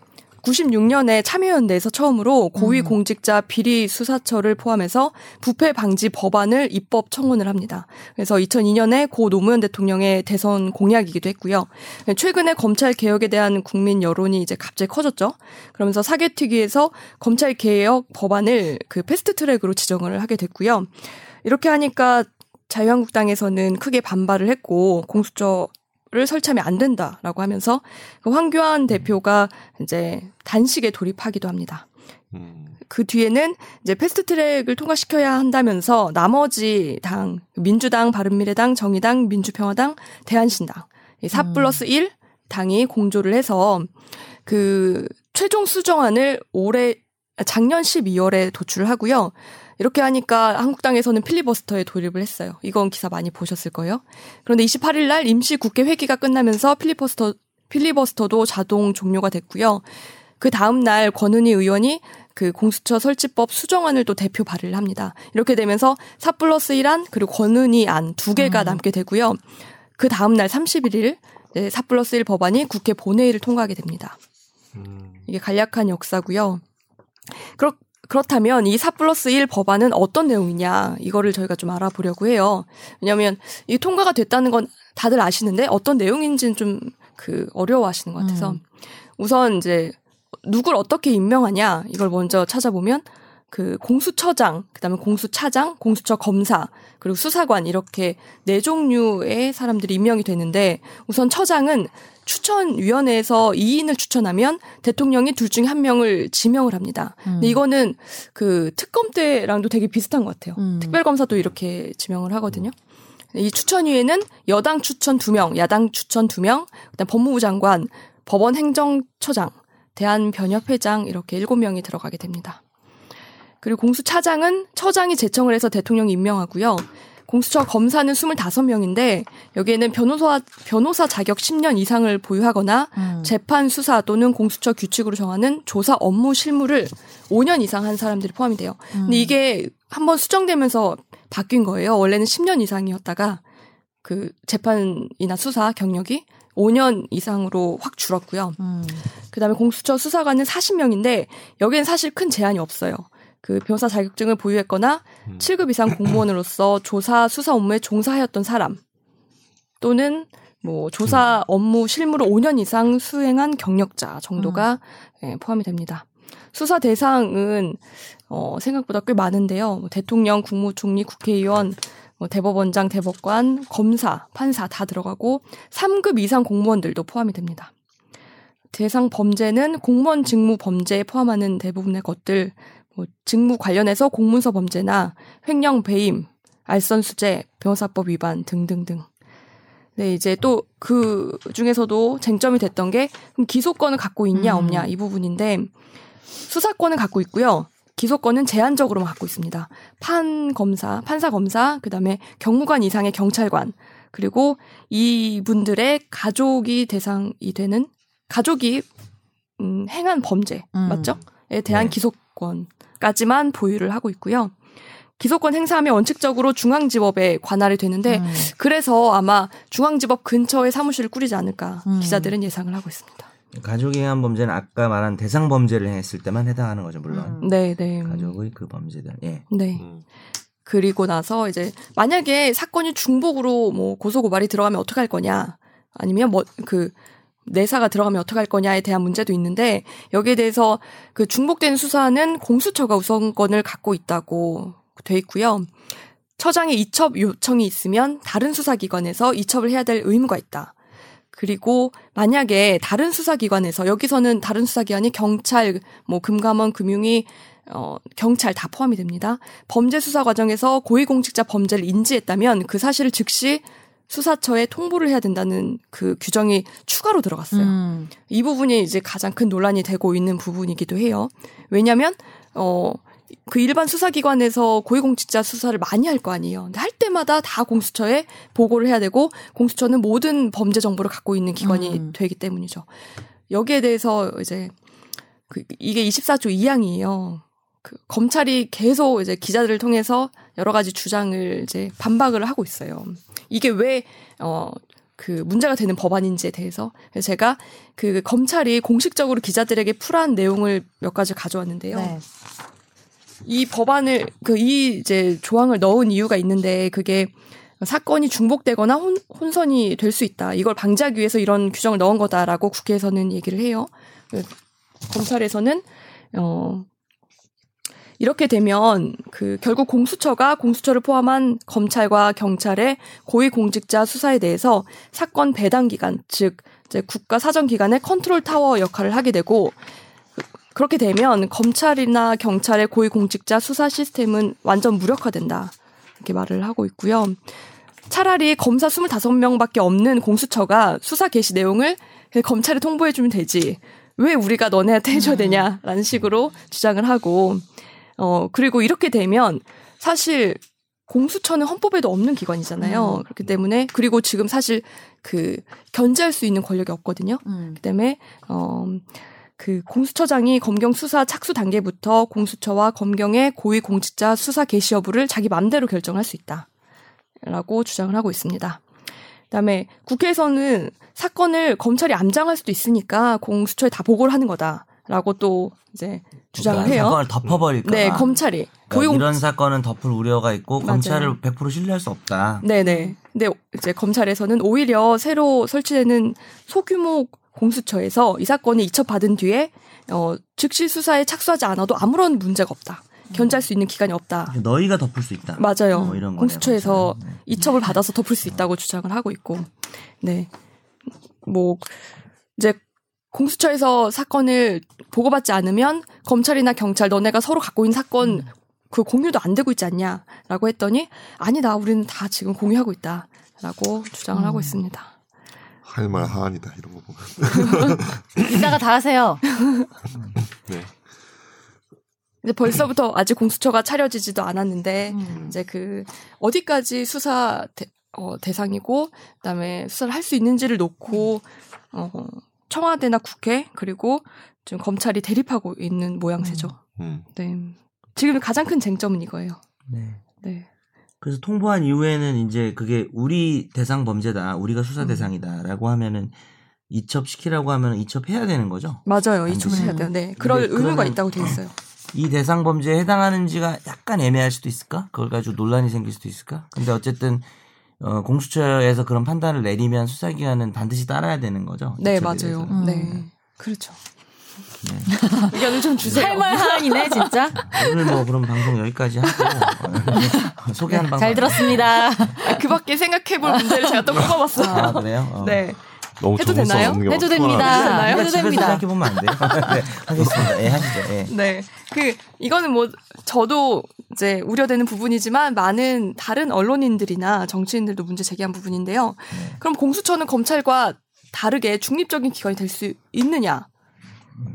A: 96년에 참여연대에서 처음으로 고위공직자 비리 수사처를 포함해서 부패 방지 법안을 입법 청원을 합니다. 그래서 2002년에 고 노무현 대통령의 대선 공약이기도 했고요. 네, 최근에 검찰 개혁에 대한 국민 여론이 이제 갑자기 커졌죠. 그러면서 사개특위에서 검찰 개혁 법안을 그 패스트 트랙으로 지정을 하게 됐고요. 이렇게 하니까 자유한국당에서는 크게 반발을 했고 공수처 를 설치하면 안 된다라고 하면서 그 황교안 대표가 이제 단식에 돌입하기도 합니다.
C: 음,
A: 그 뒤에는 이제 패스트트랙을 통과시켜야 한다면서 나머지 당 민주당, 바른미래당, 정의당, 민주평화당, 대한신당 이4
B: 음.
A: 플러스 1 당이 공조를 해서 그 최종 수정안을 올해 작년 12월에 도출을 하고요. 이렇게 하니까 한국당에서는 필리버스터에 돌입을 했어요. 이건 기사 많이 보셨을 거예요. 그런데 28일 날 임시 국회 회기가 끝나면서 필리버스터 필리버스터도 자동 종료가 됐고요. 그 다음 날 권은희 의원이 그 공수처 설치법 수정안을 또 대표 발의를 합니다. 이렇게 되면서 4 플러스 1안 그리고 권은희 안 두 개가
B: 음.
A: 남게 되고요. 그 다음 날 31일 4 플러스 1 법안이 국회 본회의를 통과하게 됩니다.
C: 음.
A: 이게 간략한 역사고요. 그렇, 그렇다면 이 4 플러스 1 법안은 어떤 내용이냐 이거를 저희가 좀 알아보려고 해요. 왜냐하면 이 통과가 됐다는 건 다들 아시는데 어떤 내용인지는 좀 그 어려워하시는 것 같아서
B: 음.
A: 우선 이제 누굴 어떻게 임명하냐 이걸 먼저 찾아보면 그 공수처장, 그다음에 공수차장, 공수처 검사, 그리고 수사관 이렇게 네 종류의 사람들이 임명이 되는데 우선 처장은 추천위원회에서 2인을 추천하면 대통령이 둘 중에 한 명을 지명을 합니다. 근데 이거는 그 특검 때랑도 되게 비슷한 것 같아요.
B: 음.
A: 특별검사도 이렇게 지명을 하거든요. 이 추천위에는 여당 추천 2명, 야당 추천 2명, 그다음 법무부 장관, 법원 행정처장, 대한변협회장 이렇게 7명이 들어가게 됩니다. 그리고 공수차장은 처장이 제청을 해서 대통령이 임명하고요. 공수처 검사는 25명인데 여기에는 변호사 변호사 자격 10년 이상을 보유하거나
B: 음.
A: 재판 수사 또는 공수처 규칙으로 정하는 조사 업무 실무를 5년 이상 한 사람들이 포함이 돼요. 근데 이게 한번 수정되면서 바뀐 거예요. 원래는 10년 이상이었다가 그 재판이나 수사 경력이 5년 이상으로 확 줄었고요.
B: 음.
A: 그다음에 공수처 수사관은 40명인데 여기엔 사실 큰 제한이 없어요. 그 변호사 자격증을 보유했거나
C: 음.
A: 7급 이상 공무원으로서 조사 수사 업무에 종사하였던 사람 또는 뭐 조사 업무 실무를 5년 이상 수행한 경력자 정도가 예, 포함이 됩니다. 수사 대상은 어, 생각보다 꽤 많은데요. 뭐 대통령, 국무총리, 국회의원, 뭐 대법원장, 대법관, 검사, 판사 다 들어가고 3급 이상 공무원들도 포함이 됩니다. 대상 범죄는 공무원 직무 범죄에 포함하는 대부분의 것들, 뭐 직무 관련해서 공문서 범죄나 횡령 배임, 알선 수재, 변호사법 위반 등등등. 네, 이제 또 그 중에서도 쟁점이 됐던 게 그럼 기소권을 갖고 있냐
B: 음.
A: 없냐 이 부분인데 수사권은 갖고 있고요. 기소권은 제한적으로만 갖고 있습니다. 판 검사, 판사 검사, 그다음에 경무관 이상의 경찰관, 그리고 이분들의 가족이 대상이 되는 가족이 음, 행한 범죄
B: 음.
A: 맞죠?에 대한
D: 네.
A: 기소권까지만 보유를 하고 있고요. 기소권 행사하면 원칙적으로 중앙지법에 관할이 되는데
B: 음.
A: 그래서 아마 중앙지법 근처에 사무실을 꾸리지 않을까
B: 음.
A: 기자들은 예상을 하고 있습니다.
D: 가족에 의한 범죄는 아까 말한 대상 범죄를 했을 때만 해당하는 거죠, 물론.
B: 음.
A: 네, 네.
D: 가족의 그 범죄들. 예.
A: 네.
C: 음.
A: 그리고 나서 이제 만약에 사건이 중복으로 뭐 고소 고발이 들어가면 어떻게 할 거냐 아니면 뭐 그 내사가 들어가면 어떻게 할 거냐에 대한 문제도 있는데 여기에 대해서 그 중복된 수사는 공수처가 우선권을 갖고 있다고 돼 있고요. 처장의 이첩 요청이 있으면 다른 수사기관에서 이첩을 해야 될 의무가 있다. 그리고 만약에 다른 수사기관에서 여기서는 다른 수사기관이 경찰, 뭐 금감원, 금융위, 어, 경찰 다 포함이 됩니다. 범죄 수사 과정에서 고위공직자 범죄를 인지했다면 그 사실을 즉시 수사처에 통보를 해야 된다는 그 규정이 추가로 들어갔어요.
B: 음.
A: 이 부분이 이제 가장 큰 논란이 되고 있는 부분이기도 해요. 왜냐하면 어그 일반 수사기관에서 고위공직자 수사를 많이 할 거 아니에요. 근데 할 때마다 다 공수처에 보고를 해야 되고 공수처는 모든 범죄 정보를 갖고 있는 기관이
B: 음.
A: 되기 때문이죠. 여기에 대해서 이제 그 이게 24조 2항이에요. 그 검찰이 계속 이제 기자들을 통해서 여러 가지 주장을 이제 반박을 하고 있어요. 이게 왜어그 문제가 되는 법안인지에 대해서 그래서 제가 그 검찰이 공식적으로 기자들에게 풀한 내용을 몇 가지 가져왔는데요.
B: 네.
A: 이 법안을 그 이 이제 조항을 넣은 이유가 있는데 그게 사건이 중복되거나 혼, 혼선이 될 수 있다. 이걸 방지하기 위해서 이런 규정을 넣은 거다라고 국회에서는 얘기를 해요. 그 검찰에서는 어 이렇게 되면 그 결국 공수처가 공수처를 포함한 검찰과 경찰의 고위공직자 수사에 대해서 사건 배당 기간 즉 이제 국가 사정 기관의 컨트롤 타워 역할을 하게 되고 그렇게 되면 검찰이나 경찰의 고위공직자 수사 시스템은 완전 무력화된다. 이렇게 말을 하고 있고요. 차라리 검사 25명밖에 없는 공수처가 수사 개시 내용을 그냥 검찰에 통보해주면 되지. 왜 우리가 너네한테 해줘야 되냐라는 식으로 주장을 하고, 어, 그리고 이렇게 되면 사실 공수처는 헌법에도 없는
D: 음.
A: 기관이잖아요. 그렇기 때문에, 그리고 지금 사실 그 견제할 수 있는 권력이 없거든요.
B: 음.
A: 그다음에 어, 어그 공수처장이 검경 수사 착수 단계부터 공수처와 검경의 고위 공직자 수사 개시 여부를 자기 맘대로 결정할 수 있다라고 주장을 하고 있습니다. 그다음에 국회에서는 사건을 검찰이 암장할 수도 있으니까 공수처에 다 보고를 하는 거다라고 또 이제 주장을
D: 그러니까
A: 해요.
D: 사건을 덮어버릴까.
A: 네,
D: 봐.
A: 검찰이
D: 그러니까
A: 고위 공
D: 이런 사건은 덮을 우려가 있고
A: 맞아요.
D: 검찰을 100% 신뢰할 수 없다.
A: 네네. 근데 이제 검찰에서는 오히려 새로 설치되는 소규모 공수처에서 이 사건이 이첩받은 뒤에 어, 즉시 수사에 착수하지 않아도 아무런 문제가 없다. 견제할 수 있는 기간이 없다.
D: 너희가 덮을 수 있다.
A: 음. 맞아요.
D: 음. 뭐 이런 거네요,
A: 공수처에서
D: 검찰은. 네.
A: 이첩을 받아서 덮을 수 있다고 주장을 하고 있고, 네, 뭐 이제 공수처에서 사건을 보고받지 않으면 검찰이나 경찰 너네가 서로 갖고 있는 사건 그 공유도 안 되고 있지 않냐라고 했더니 아니다, 우리는 다 지금 공유하고 있다라고 주장을 하고 있습니다.
C: 할 말 하안이다 이런 거 보면.
B: 음. 이따가 다 하세요.
C: 네.
A: 근데 벌써부터 아직 공수처가 차려지지도 않았는데
B: 음.
A: 이제 그 어디까지 수사 대, 상이고 그다음에 수사를 할 수 있는지를 놓고 어, 청와대나 국회 그리고 지금 검찰이 대립하고 있는 모양새죠.
C: 음.
A: 네. 지금 가장 큰 쟁점은 이거예요.
D: 네.
A: 네.
D: 그래서 통보한 이후에는 이제 그게 우리 대상 범죄다, 우리가 수사
B: 음.
D: 대상이다라고 하면은 이첩시키라고 하면 이첩해야 되는 거죠.
A: 맞아요.
D: 반드시.
A: 이쪽을 해야 돼요. 네. 그럴
D: 음. 근데
A: 의무가
D: 그러면- 음.
A: 있다고 돼 있어요.
D: 이 대상 범죄에 해당하는지가 약간 애매할 수도 있을까? 그걸 가지고 논란이 생길 수도 있을까? 근데 어쨌든 어, 공수처에서 그런 판단을 내리면 수사기관은 반드시 따라야 되는 거죠.
A: 네,
D: 이첩에
A: 맞아요.
B: 음.
D: 대해서는.
A: 네. 그렇죠.
D: 네.
A: 의견을 좀 주세요.
B: 할말 하안이네 진짜.
D: 오늘 뭐 그럼 방송 여기까지 하고 (laughs) 소개한 방송
B: 네, 잘 들었습니다.
A: 아, 그 밖에 생각해 볼 문제를 제가 또
D: 아
A: 뽑아봤어요.
D: 그래요? 어. 아, 그러니까
A: 네.
C: 너무
A: 해도
C: 전문성
A: 되나요?
C: 없는 게
B: 해도
C: 많구나.
B: 됩니다.
A: 되나요?
B: 아, 해도
D: 집에서
B: 됩니다.
D: 생각해 보면 안 돼요. (laughs) 네, 하겠습니다. 예, 하시죠. 예.
A: 네. 그, 이거는 뭐, 저도 이제 우려되는 부분이지만 많은 다른 언론인들이나 정치인들도 문제 제기한 부분인데요.
D: 네.
A: 그럼 공수처는 검찰과 다르게 중립적인 기관이 될 수 있느냐?
D: 음.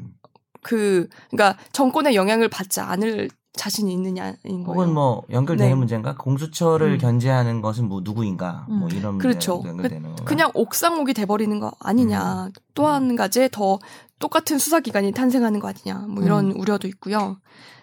A: 그, 그러니까 정권의 영향을 받지 않을 자신이 있느냐인 거예요.
D: 혹은 뭐 연결되는
A: 네.
D: 문제인가? 공수처를
A: 음.
D: 견제하는 것은 뭐 누구인가? 뭐 이런
A: 그렇죠.
D: 문제가 연결되는 거.
A: 그냥 옥상옥이 돼버리는 거 아니냐. 또 한 가지 더 똑같은 수사기관이 탄생하는 거 아니냐. 뭐 이런 우려도 있고요.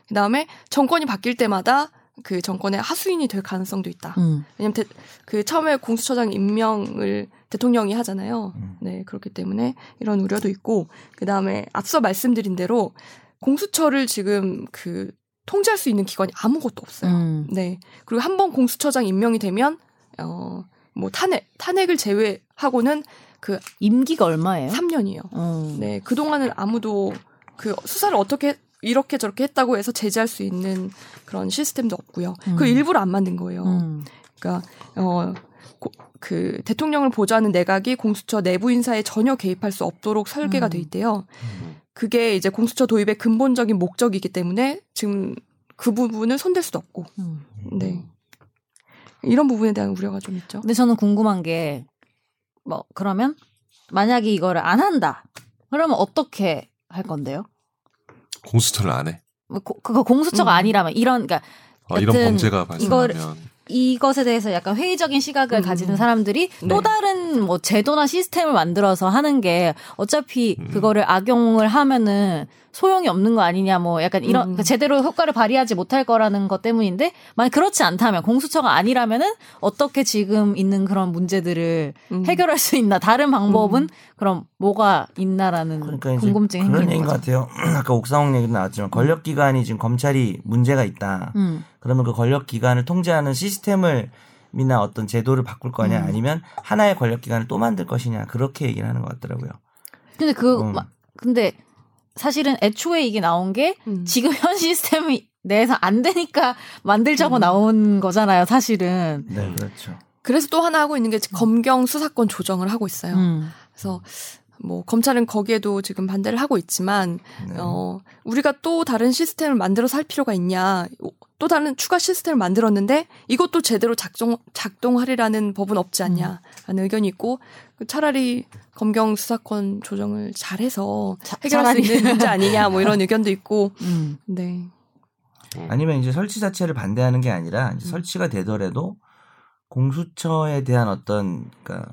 A: 그 다음에 정권이 바뀔 때마다 그 정권의 하수인이 될 가능성도 있다.
B: 음.
A: 왜냐면 대- 그 처음에 공수처장 임명을 대통령이 하잖아요.
D: 음.
A: 네 그렇기 때문에 이런 우려도 있고 그 다음에 앞서 말씀드린 대로 공수처를 지금 그 통제할 수 있는 기관이 아무것도 없어요.
B: 음.
A: 네 그리고 한 번 공수처장 임명이 되면 어뭐 탄핵 탄핵을 제외하고는
B: 임기가 얼마예요?
A: 3년이요.
B: 어.
A: 네 그동안은 아무도 그 수사를 어떻게 이렇게 저렇게 했다고 해서 제재할 수 있는 그런 시스템도 없고요. 그
B: 음.
A: 일부러 안 만든 거예요.
B: 음.
A: 그러니까 어, 고- 그 대통령을 보좌하는 내각이 공수처 내부 인사에 전혀 개입할 수 없도록 설계가
B: 음.
A: 돼 있대요. 그게 이제 공수처 도입의 근본적인 목적이기 때문에 지금 그 부분을 손댈 수도 없고
B: 음.
A: 네. 이런 부분에 대한 우려가 좀 있죠.
B: 근데 저는 궁금한 게, 뭐, 그러면, 만약에 이거를 안 한다. 그러면 어떻게 할 건데요?
C: 공수처를 안 해.
B: 뭐 고- 그거 공수처가
A: 음.
B: 아니라면, 이런, 그러니까,
C: 어, 이런
B: 여튼
C: 범죄가
B: 이걸-
C: 발생하면
B: 이것에 대해서 약간 회의적인 시각을
A: 음.
B: 가지는 사람들이 또
A: 네.
B: 다른 뭐 제도나 시스템을 만들어서 하는 게 어차피
C: 음.
B: 그거를 악용을 하면은 소용이 없는 거 아니냐 뭐 약간 이런
A: 음.
B: 그러니까 제대로 효과를 발휘하지 못할 거라는 것 때문인데 만약 그렇지 않다면 공수처가 아니라면은 어떻게 지금 있는 그런 문제들을
A: 음.
B: 해결할 수 있나 다른 방법은 그럼 뭐가 있나라는
D: 음. 그러니까 이제
B: 궁금증이
D: 그런
B: 생기는
D: 얘기인 것
B: 거죠.
D: 같아요. (clears throat) 아까 옥상옥 얘기도 나왔지만 권력기관이 지금 검찰이 문제가 있다.
B: 음.
D: 그러면 그 권력기관을 통제하는 시스템을 이나 어떤 제도를 바꿀 거냐 아니면 하나의 권력기관을 또 만들 것이냐 그렇게 얘기를 하는 것 같더라고요.
B: 근데 그
D: 음.
B: 마- 근데 사실은 애초에 이게 나온 게
A: 음.
B: 지금 현 시스템 이 내에서 안 되니까 만들자고
A: 음.
B: 나온 거잖아요, 사실은.
D: 네, 그렇죠.
A: 그래서 또 하나 하고 있는 게 검경 수사권 조정을 하고 있어요.
B: 음.
A: 그래서 뭐 검찰은 거기에도 지금 반대를 하고 있지만
D: 네.
A: 어 우리가 또 다른 시스템을 만들어서 할 필요가 있냐 또 다른 추가 시스템을 만들었는데 이것도 제대로 작동 작동하리라는 법은 없지 않냐라는 의견이 있고 그 차라리 검경 수사권 조정을 잘해서
B: 자-
A: 해결할
B: 차라리.
A: 수 있는 문제 아니냐 뭐 이런 의견도 있고
B: (laughs) 음.
A: 네
D: 아니면 이제 설치 자체를 반대하는 게 아니라 이제 설치가 되더라도 공수처에 대한 어떤 그러니까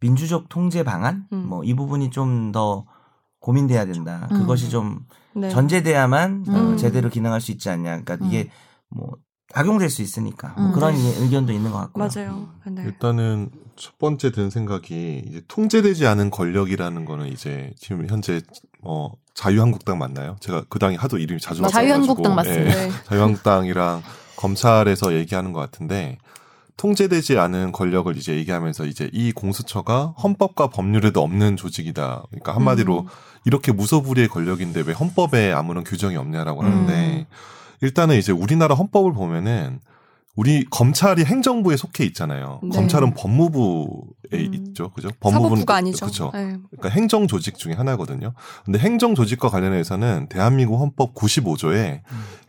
D: 민주적 통제 방안
A: 음.
D: 뭐 이 부분이 좀 더 고민돼야 된다.
B: 음.
D: 그것이 좀
A: 네.
D: 전제돼야만 어,
B: 음.
D: 제대로 기능할 수 있지 않냐. 그러니까
B: 음.
D: 이게 뭐 악용될 수 있으니까 뭐
B: 음.
D: 그런 이- 의견도 있는 것 같고요.
A: 맞아요. 네.
C: 일단은 첫 번째 든 생각이 이제 통제되지 않은 권력이라는 거는 이제 지금 현재 어 자유한국당 맞나요? 제가 그 당이 하도 이름이 자주
A: 맞아요.
B: 자유한국당
C: 바뀌어가지고,
B: 맞습니다.
A: 네.
C: 자유한국당이랑 검찰에서 얘기하는 것 같은데 통제되지 않은 권력을 이제 얘기하면서 이제 이 공수처가 헌법과 법률에도 없는 조직이다. 그러니까 한마디로
A: 음.
C: 이렇게 무소불위의 권력인데 왜 헌법에 아무런 규정이 없냐라고
A: 음.
C: 하는데 일단은 이제 우리나라 헌법을 보면은 우리 검찰이 행정부에 속해 있잖아요.
A: 네.
C: 검찰은 법무부에
A: 음.
C: 있죠, 그죠?
A: 사법부가 아니죠.
C: 그렇죠.
A: 네.
C: 그러니까 행정 조직 중에 하나거든요. 근데 행정 조직과 관련해서는 대한민국 헌법 95조에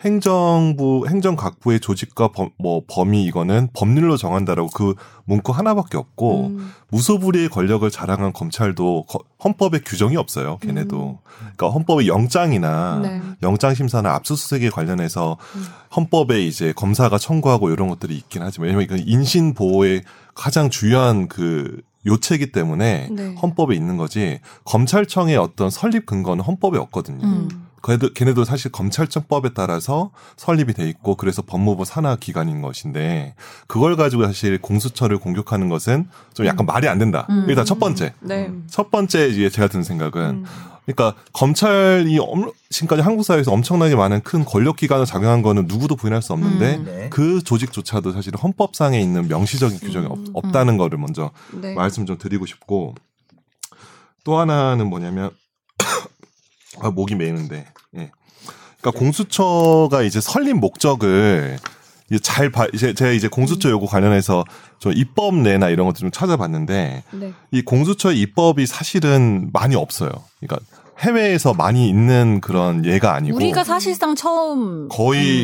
C: 행정부 행정각부의 조직과 범, 뭐 범위 이거는 법률로 정한다라고 그 문구 하나밖에 없고
A: 음.
C: 무소불위의 권력을 자랑한 검찰도 거- 헌법에 규정이 없어요. 걔네도. 그러니까 헌법의 영장이나
A: 음. 네.
C: 영장 심사나 압수수색에 관련해서
A: 음.
C: 헌법에 이제 검사가 청구하고 이런 것들이 있긴 하지만 왜냐면 이건 인신 보호의 가장 중요한 그 요체이기 때문에
A: 네.
C: 헌법에 있는 거지 검찰청의 어떤 설립 근거는 헌법에 없거든요.
B: 음.
C: 걔네도, 걔네도 사실 검찰청법에 따라서 설립이 돼 있고 그래서 법무부 산하 기관인 것인데 그걸 가지고 사실 공수처를 공격하는 것은 좀 약간 말이 안 된다.
B: 음.
C: 일단 첫 번째. 음.
A: 네.
C: 첫 번째 이제 제가 든 생각은
A: 음.
C: 그러니까 검찰이 엄- 지금까지 한국 사회에서 엄청나게 많은 큰 권력 기관을 작용한 거는 누구도 부인할 수 없는데
B: 음.
D: 네.
C: 그 조직조차도 사실 헌법상에 있는 명시적인 규정이
A: 음.
C: 없, 다는 거를 먼저
A: 네.
C: 말씀 좀 드리고 싶고 또 하나는 뭐냐면 (coughs) 아 목이 메이는데 예. 그러니까 공수처가 이제 설립 목적을 이제 잘 봐, 이제 제가 이제 공수처 요구 관련해서 좀 입법례나 이런 것들 좀 찾아봤는데
A: 네.
C: 이 공수처의 입법이 사실은 많이 없어요. 그러니까 해외에서 많이 있는 그런 예가 아니고
B: 우리가 사실상 처음
C: 거의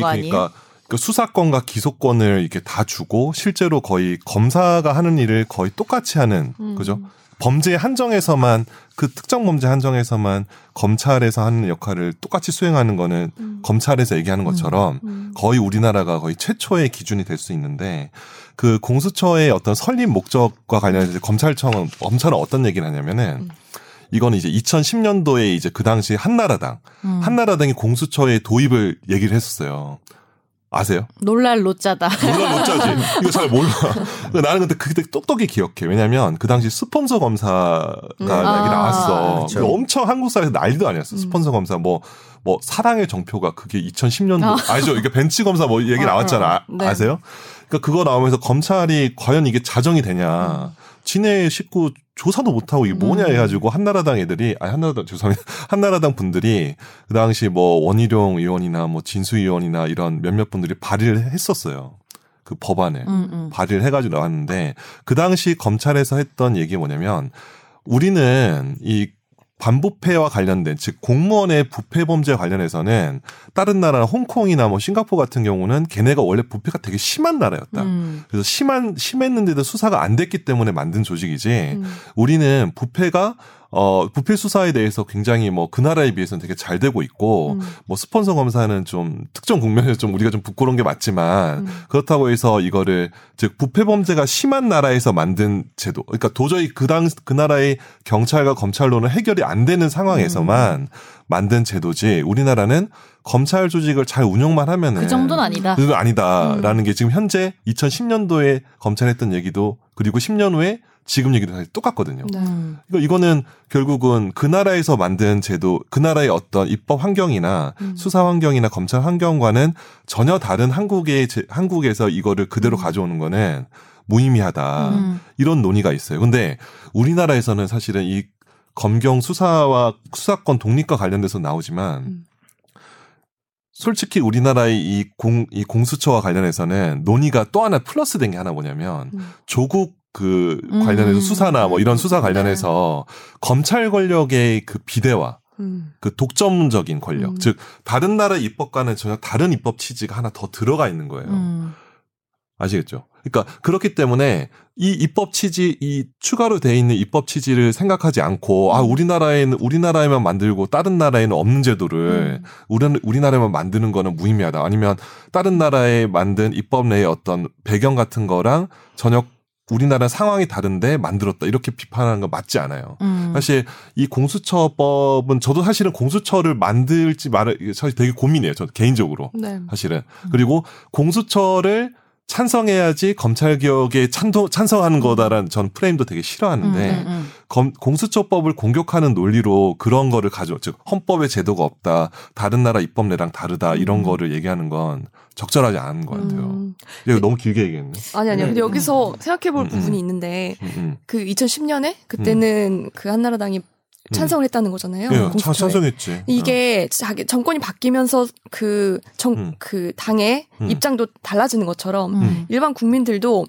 B: 하는 거 아니에요?
C: 그러니까 그 수사권과 기소권을 이렇게 다 주고 실제로 거의 검사가 하는 일을 거의 똑같이 하는
A: 음.
C: 그죠? 범죄 한정에서만 그 특정 범죄 한정에서만 검찰에서 하는 역할을 똑같이 수행하는 거는
A: 음.
C: 검찰에서 얘기하는 것처럼
A: 음.
C: 거의 우리나라가 거의 최초의 기준이 될 수 있는데 그 공수처의 어떤 설립 목적과 관련해서 이제 검찰청은 검찰은 어떤 얘기를 하냐면은
A: 음.
C: 이건 이제 2010년도에 이제 그 당시 한나라당
B: 음.
C: 한나라당이 공수처의 도입을 얘기를 했었어요. 아세요?
B: 놀랄 노자다.
C: 몰라 못 짜지. 이거 잘 몰라. 그러니까 나는 근데 그때 똑똑히 기억해. 왜냐면 그 당시 스폰서 검사가
A: 음.
C: 얘기
B: 아,
C: 나왔어.
D: 그쵸.
C: 그 엄청 한국 사회에서 난리도
A: 음.
C: 아니었어. 스폰서 검사 뭐. 뭐 사랑의 정표가 그게 2010년도
B: 아.
C: 아. 니죠 이게 벤치 검사 뭐 얘기
B: 어,
C: 나왔잖아
A: 어. 네.
C: 아세요? 그러니까 그거 나오면서 검찰이 과연 이게 자정이 되냐? 진해 식구 조사도 못하고 이게 뭐냐 해가지고 한나라당 애들이 아니 한나라당 죄송합니다 (laughs) 한나라당 분들이 그 당시 뭐 원희룡 의원이나 뭐 진수 의원이나 이런 몇몇 분들이 발의를 했었어요 그 법안에
B: 음, 음.
C: 발의를 해가지고 나왔는데 그 당시 검찰에서 했던 얘기 뭐냐면 우리는 이 반부패와 관련된 즉 공무원의 부패 범죄 관련해서는 다른 나라 홍콩이나 뭐 싱가포르 같은 경우는 걔네가 원래 부패가 되게 심한 나라였다.
B: 음.
C: 그래서 심한 심했는데도 수사가 안 됐기 때문에 만든 조직이지.
B: 음,
C: 우리는 부패가 어 부패 수사에 대해서 굉장히 뭐 그 나라에 비해서는 되게 잘 되고 있고
B: 음.
C: 뭐 스폰서 검사는 좀 특정 국면에서 좀 우리가 좀 부끄러운 게 맞지만
B: 음.
C: 그렇다고 해서 이거를 즉 부패 범죄가 심한 나라에서 만든 제도 그러니까 도저히 그당 그 나라의 경찰과 검찰로는 해결이 안 되는 상황에서만
B: 음.
C: 만든 제도지 우리나라는 검찰 조직을 잘 운영만 하면은
B: 그 정도는 아니다.
C: 그건
B: 음.
C: 아니다라는 게 지금 현재 2010년도에 검찰했던 얘기도 그리고 10년 후에 지금 얘기도 사실 똑같거든요.
A: 네.
B: 음.
C: 그러니까 이거는 결국은 그 나라에서 만든 제도, 그 나라의 어떤 입법 환경이나
A: 음.
C: 수사 환경이나 검찰 환경과는 전혀 다른 한국의 제- 한국에서 이거를 그대로 가져오는 거는 무의미하다
B: 음.
C: 이런 논의가 있어요. 근데 우리나라에서는 사실은 이 검경 수사와 수사권 독립과 관련돼서 나오지만
A: 음.
C: 솔직히 우리나라의 이 공, 이 공수처와 관련해서는 논의가 또 하나 플러스 된 게 하나 뭐냐면
A: 음.
C: 조국 그
B: 음.
C: 관련해서 수사나 뭐 이런 수사 관련해서 검찰 권력의 그 비대와
A: 음.
C: 그 독점적인 권력,
A: 음.
C: 즉 다른 나라 의 입법과는 전혀 다른 입법 취지가 하나 더 들어가 있는 거예요.
B: 음.
C: 아시겠죠? 그러니까 그렇기 때문에 이 입법 취지, 이 추가로 돼 있는 입법 취지를 생각하지 않고 아 우리나라에는 우리나라에만 만들고 다른 나라에는 없는 제도를
B: 음.
C: 우리 우리나라에만 만드는 거는 무의미하다. 아니면 다른 나라에 만든 입법 내의 어떤 배경 같은 거랑 전혀 우리나라 상황이 다른데 만들었다 이렇게 비판하는 건 맞지 않아요.
B: 음.
C: 사실 이 공수처법은 저도 사실은 공수처를 만들지 말을 이게 사실 되게 고민이에요. 저 개인적으로.
A: 네.
C: 사실은 그리고 공수처를 찬성해야지 검찰 개혁에 찬도, 찬성하는 거다라는 전 프레임도 되게 싫어하는데
B: 음, 음,
C: 검- 공수처법을 공격하는 논리로 그런 거를 가져 즉 헌법에 제도가 없다 다른 나라 입법례랑 다르다 이런
B: 음.
C: 거를 얘기하는 건 적절하지 않은 것 같아요.
A: 음.
C: 이거 너무 길게 얘기했네.
A: 아니 아니요.
D: 네.
A: 근데 여기서 생각해 볼
C: 음,
A: 부분이
C: 음.
A: 있는데
C: 음, 음.
A: 그 2010년에 그때는 그 한나라당이 찬성을 했다는 거잖아요.
C: 예,
A: 네,
C: 찬-
A: 공수처에. 네.
C: 찬성했지.
A: 이게 자기 정권이 바뀌면서 그 정 그
C: 음.
A: 당의
C: 음.
A: 입장도 달라지는 것처럼
B: 음.
A: 일반 국민들도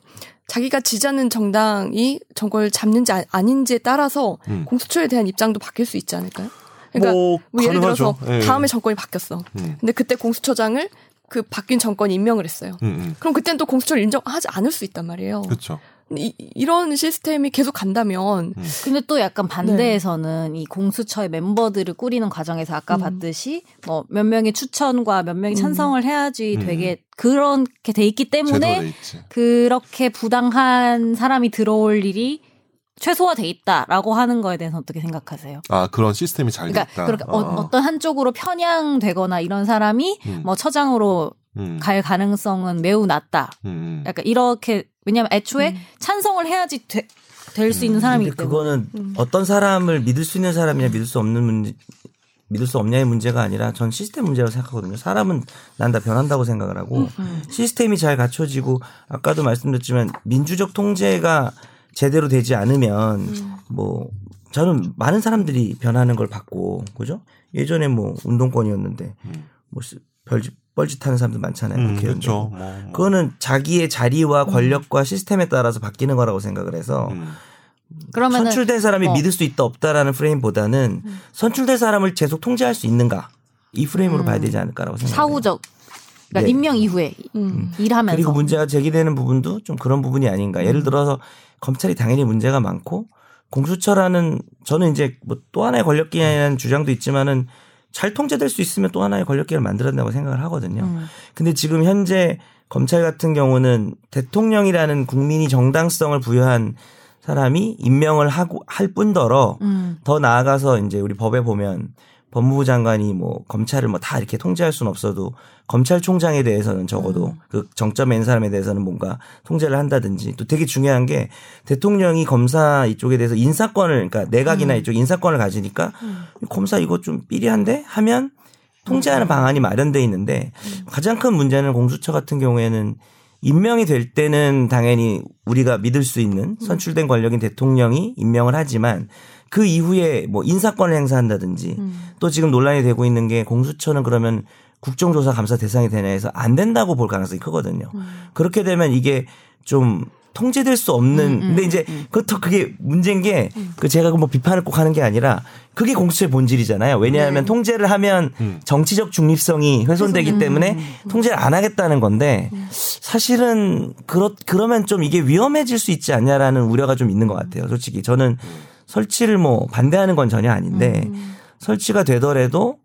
A: 자기가 지지하는 정당이 정권을 잡는지 아- 아닌지에 따라서
C: 음.
A: 공수처에 대한 입장도 바뀔 수 있지 않을까요? 그러니까
C: 뭐,
A: 뭐 예를
C: 가능하죠.
A: 들어서
C: 예, 예.
A: 다음에 정권이 바뀌었어.
C: 음,
A: 근데 그때 공수처장을 그 바뀐 정권이 임명을 했어요.
C: 음, 음.
A: 그럼 그때는 또 공수처를 인정하지 않을 수 있단 말이에요.
C: 그렇죠.
A: 근데 이, 이런 시스템이 계속 간다면
B: 근데 또 약간
D: 네.
B: 반대에서는 이 공수처의 멤버들을 꾸리는 과정에서 아까
A: 음.
B: 봤듯이 뭐 몇 명의 추천과 몇
A: 음.
B: 명이 찬성을 해야지
C: 음.
B: 되게 그렇게 돼 있기 때문에
C: 제도돼 있지.
B: 그렇게 부당한 사람이 들어올 일이 최소화돼 있다라고 하는 거에 대해서 어떻게 생각하세요?
C: 아 그런 시스템이 잘
B: 그러니까
C: 됐다.
B: 그렇게 어, 어떤 한쪽으로 편향되거나 이런 사람이
C: 음,
B: 뭐 처장으로
C: 음,
B: 갈 가능성은 매우 낮다.
C: 음, 음.
B: 약간 이렇게 왜냐면 애초에
A: 음.
B: 찬성을 해야지 될 수
C: 음.
B: 있는
D: 근데
B: 사람이기 때문에.
D: 그거는
A: 음.
D: 어떤 사람을 믿을 수 있는 사람이냐 믿을 수 없는 문제 믿을 수 없냐의 문제가 아니라 전 시스템 문제라고 생각하거든요. 사람은 난 다 변한다고 생각을 하고
B: 음,
D: 시스템이 잘 갖춰지고 아까도 말씀드렸지만 민주적 통제가 제대로 되지 않으면
B: 음.
D: 뭐 저는 많은 사람들이 변하는 걸 봤고 그죠? 예전에 뭐 운동권이었는데
C: 음.
D: 뭐 시- 별짓 뻘짓하는 사람들 많잖아요.
C: 음,
D: 국회의원들.
C: 그렇죠. 뭐, 뭐.
D: 그거는 자기의
B: 음.
D: 자리와 권력과 시스템에 따라서 바뀌는 거라고 생각을 해서
C: 음.
B: 그러면은 음.
D: 선출된 사람이
B: 어.
D: 믿을 수 있다 없다라는 프레임보다는 선출된 사람을 계속 통제할 수 있는가 이 프레임으로 봐야 되지 않을까라고
B: 음.
D: 생각해요.
B: 사후적 그러니까
D: 네.
B: 임명 이후에
A: 음.
B: 일하면서
D: 그리고 문제가 제기되는 부분도 좀 그런 부분이 아닌가.
B: 음.
D: 예를 들어서 검찰이 당연히 문제가 많고 공수처라는 저는 이제 뭐 또 하나의 권력기관이라는 주장도 있지만은 잘 통제될 수 있으면 또 하나의 권력기관을 만들어야 된다고 생각을 하거든요.
B: 음.
D: 근데 지금 현재 검찰 같은 경우는 대통령이라는 국민이 정당성을 부여한 사람이 임명을 하고 할 뿐더러
B: 음.
D: 더 나아가서 이제 우리 법에 보면 법무부 장관이 뭐 검찰을 뭐 다 이렇게 통제할 수는 없어도 검찰총장에 대해서는 적어도 그 정점에 있는 사람에 대해서는 뭔가 통제를 한다든지 또 되게 중요한 게 대통령이 검사 이쪽에 대해서 인사권을 그러니까 내각이나 이쪽 인사권을 가지니까 검사 이거 좀 삐리한데 하면 통제하는 방안이 마련돼 있는데 가장 큰 문제는 공수처 같은 경우에는 임명이 될 때는 당연히 우리가 믿을 수 있는 선출된 권력인 대통령이 임명을 하지만 그 이후에 뭐 인사권을 행사한다든지 또 지금 논란이 되고 있는 게 공수처는 그러면 음. 국정조사 감사 대상이 되냐 해서 안 된다고 볼 가능성이 크거든요. 그렇게 되면 이게 좀 통제될 수 없는
B: 음,
D: 근데
B: 음,
D: 이제
B: 음.
D: 그것도 그게 문제인 게 그 제가 뭐 비판을 꼭 하는 게 아니라 그게 공수처의 본질이잖아요. 왜냐하면
A: 네.
D: 통제를 하면
C: 음.
D: 정치적 중립성이 훼손되기 때문에 음. 통제를 안 하겠다는 건데 사실은 그렇 그러면 좀 이게 위험해질 수 있지 않냐라는 우려가 좀 있는 것 같아요. 솔직히 저는 설치를 뭐 반대하는 건 전혀 아닌데
B: 음.
D: 설치가 되더라도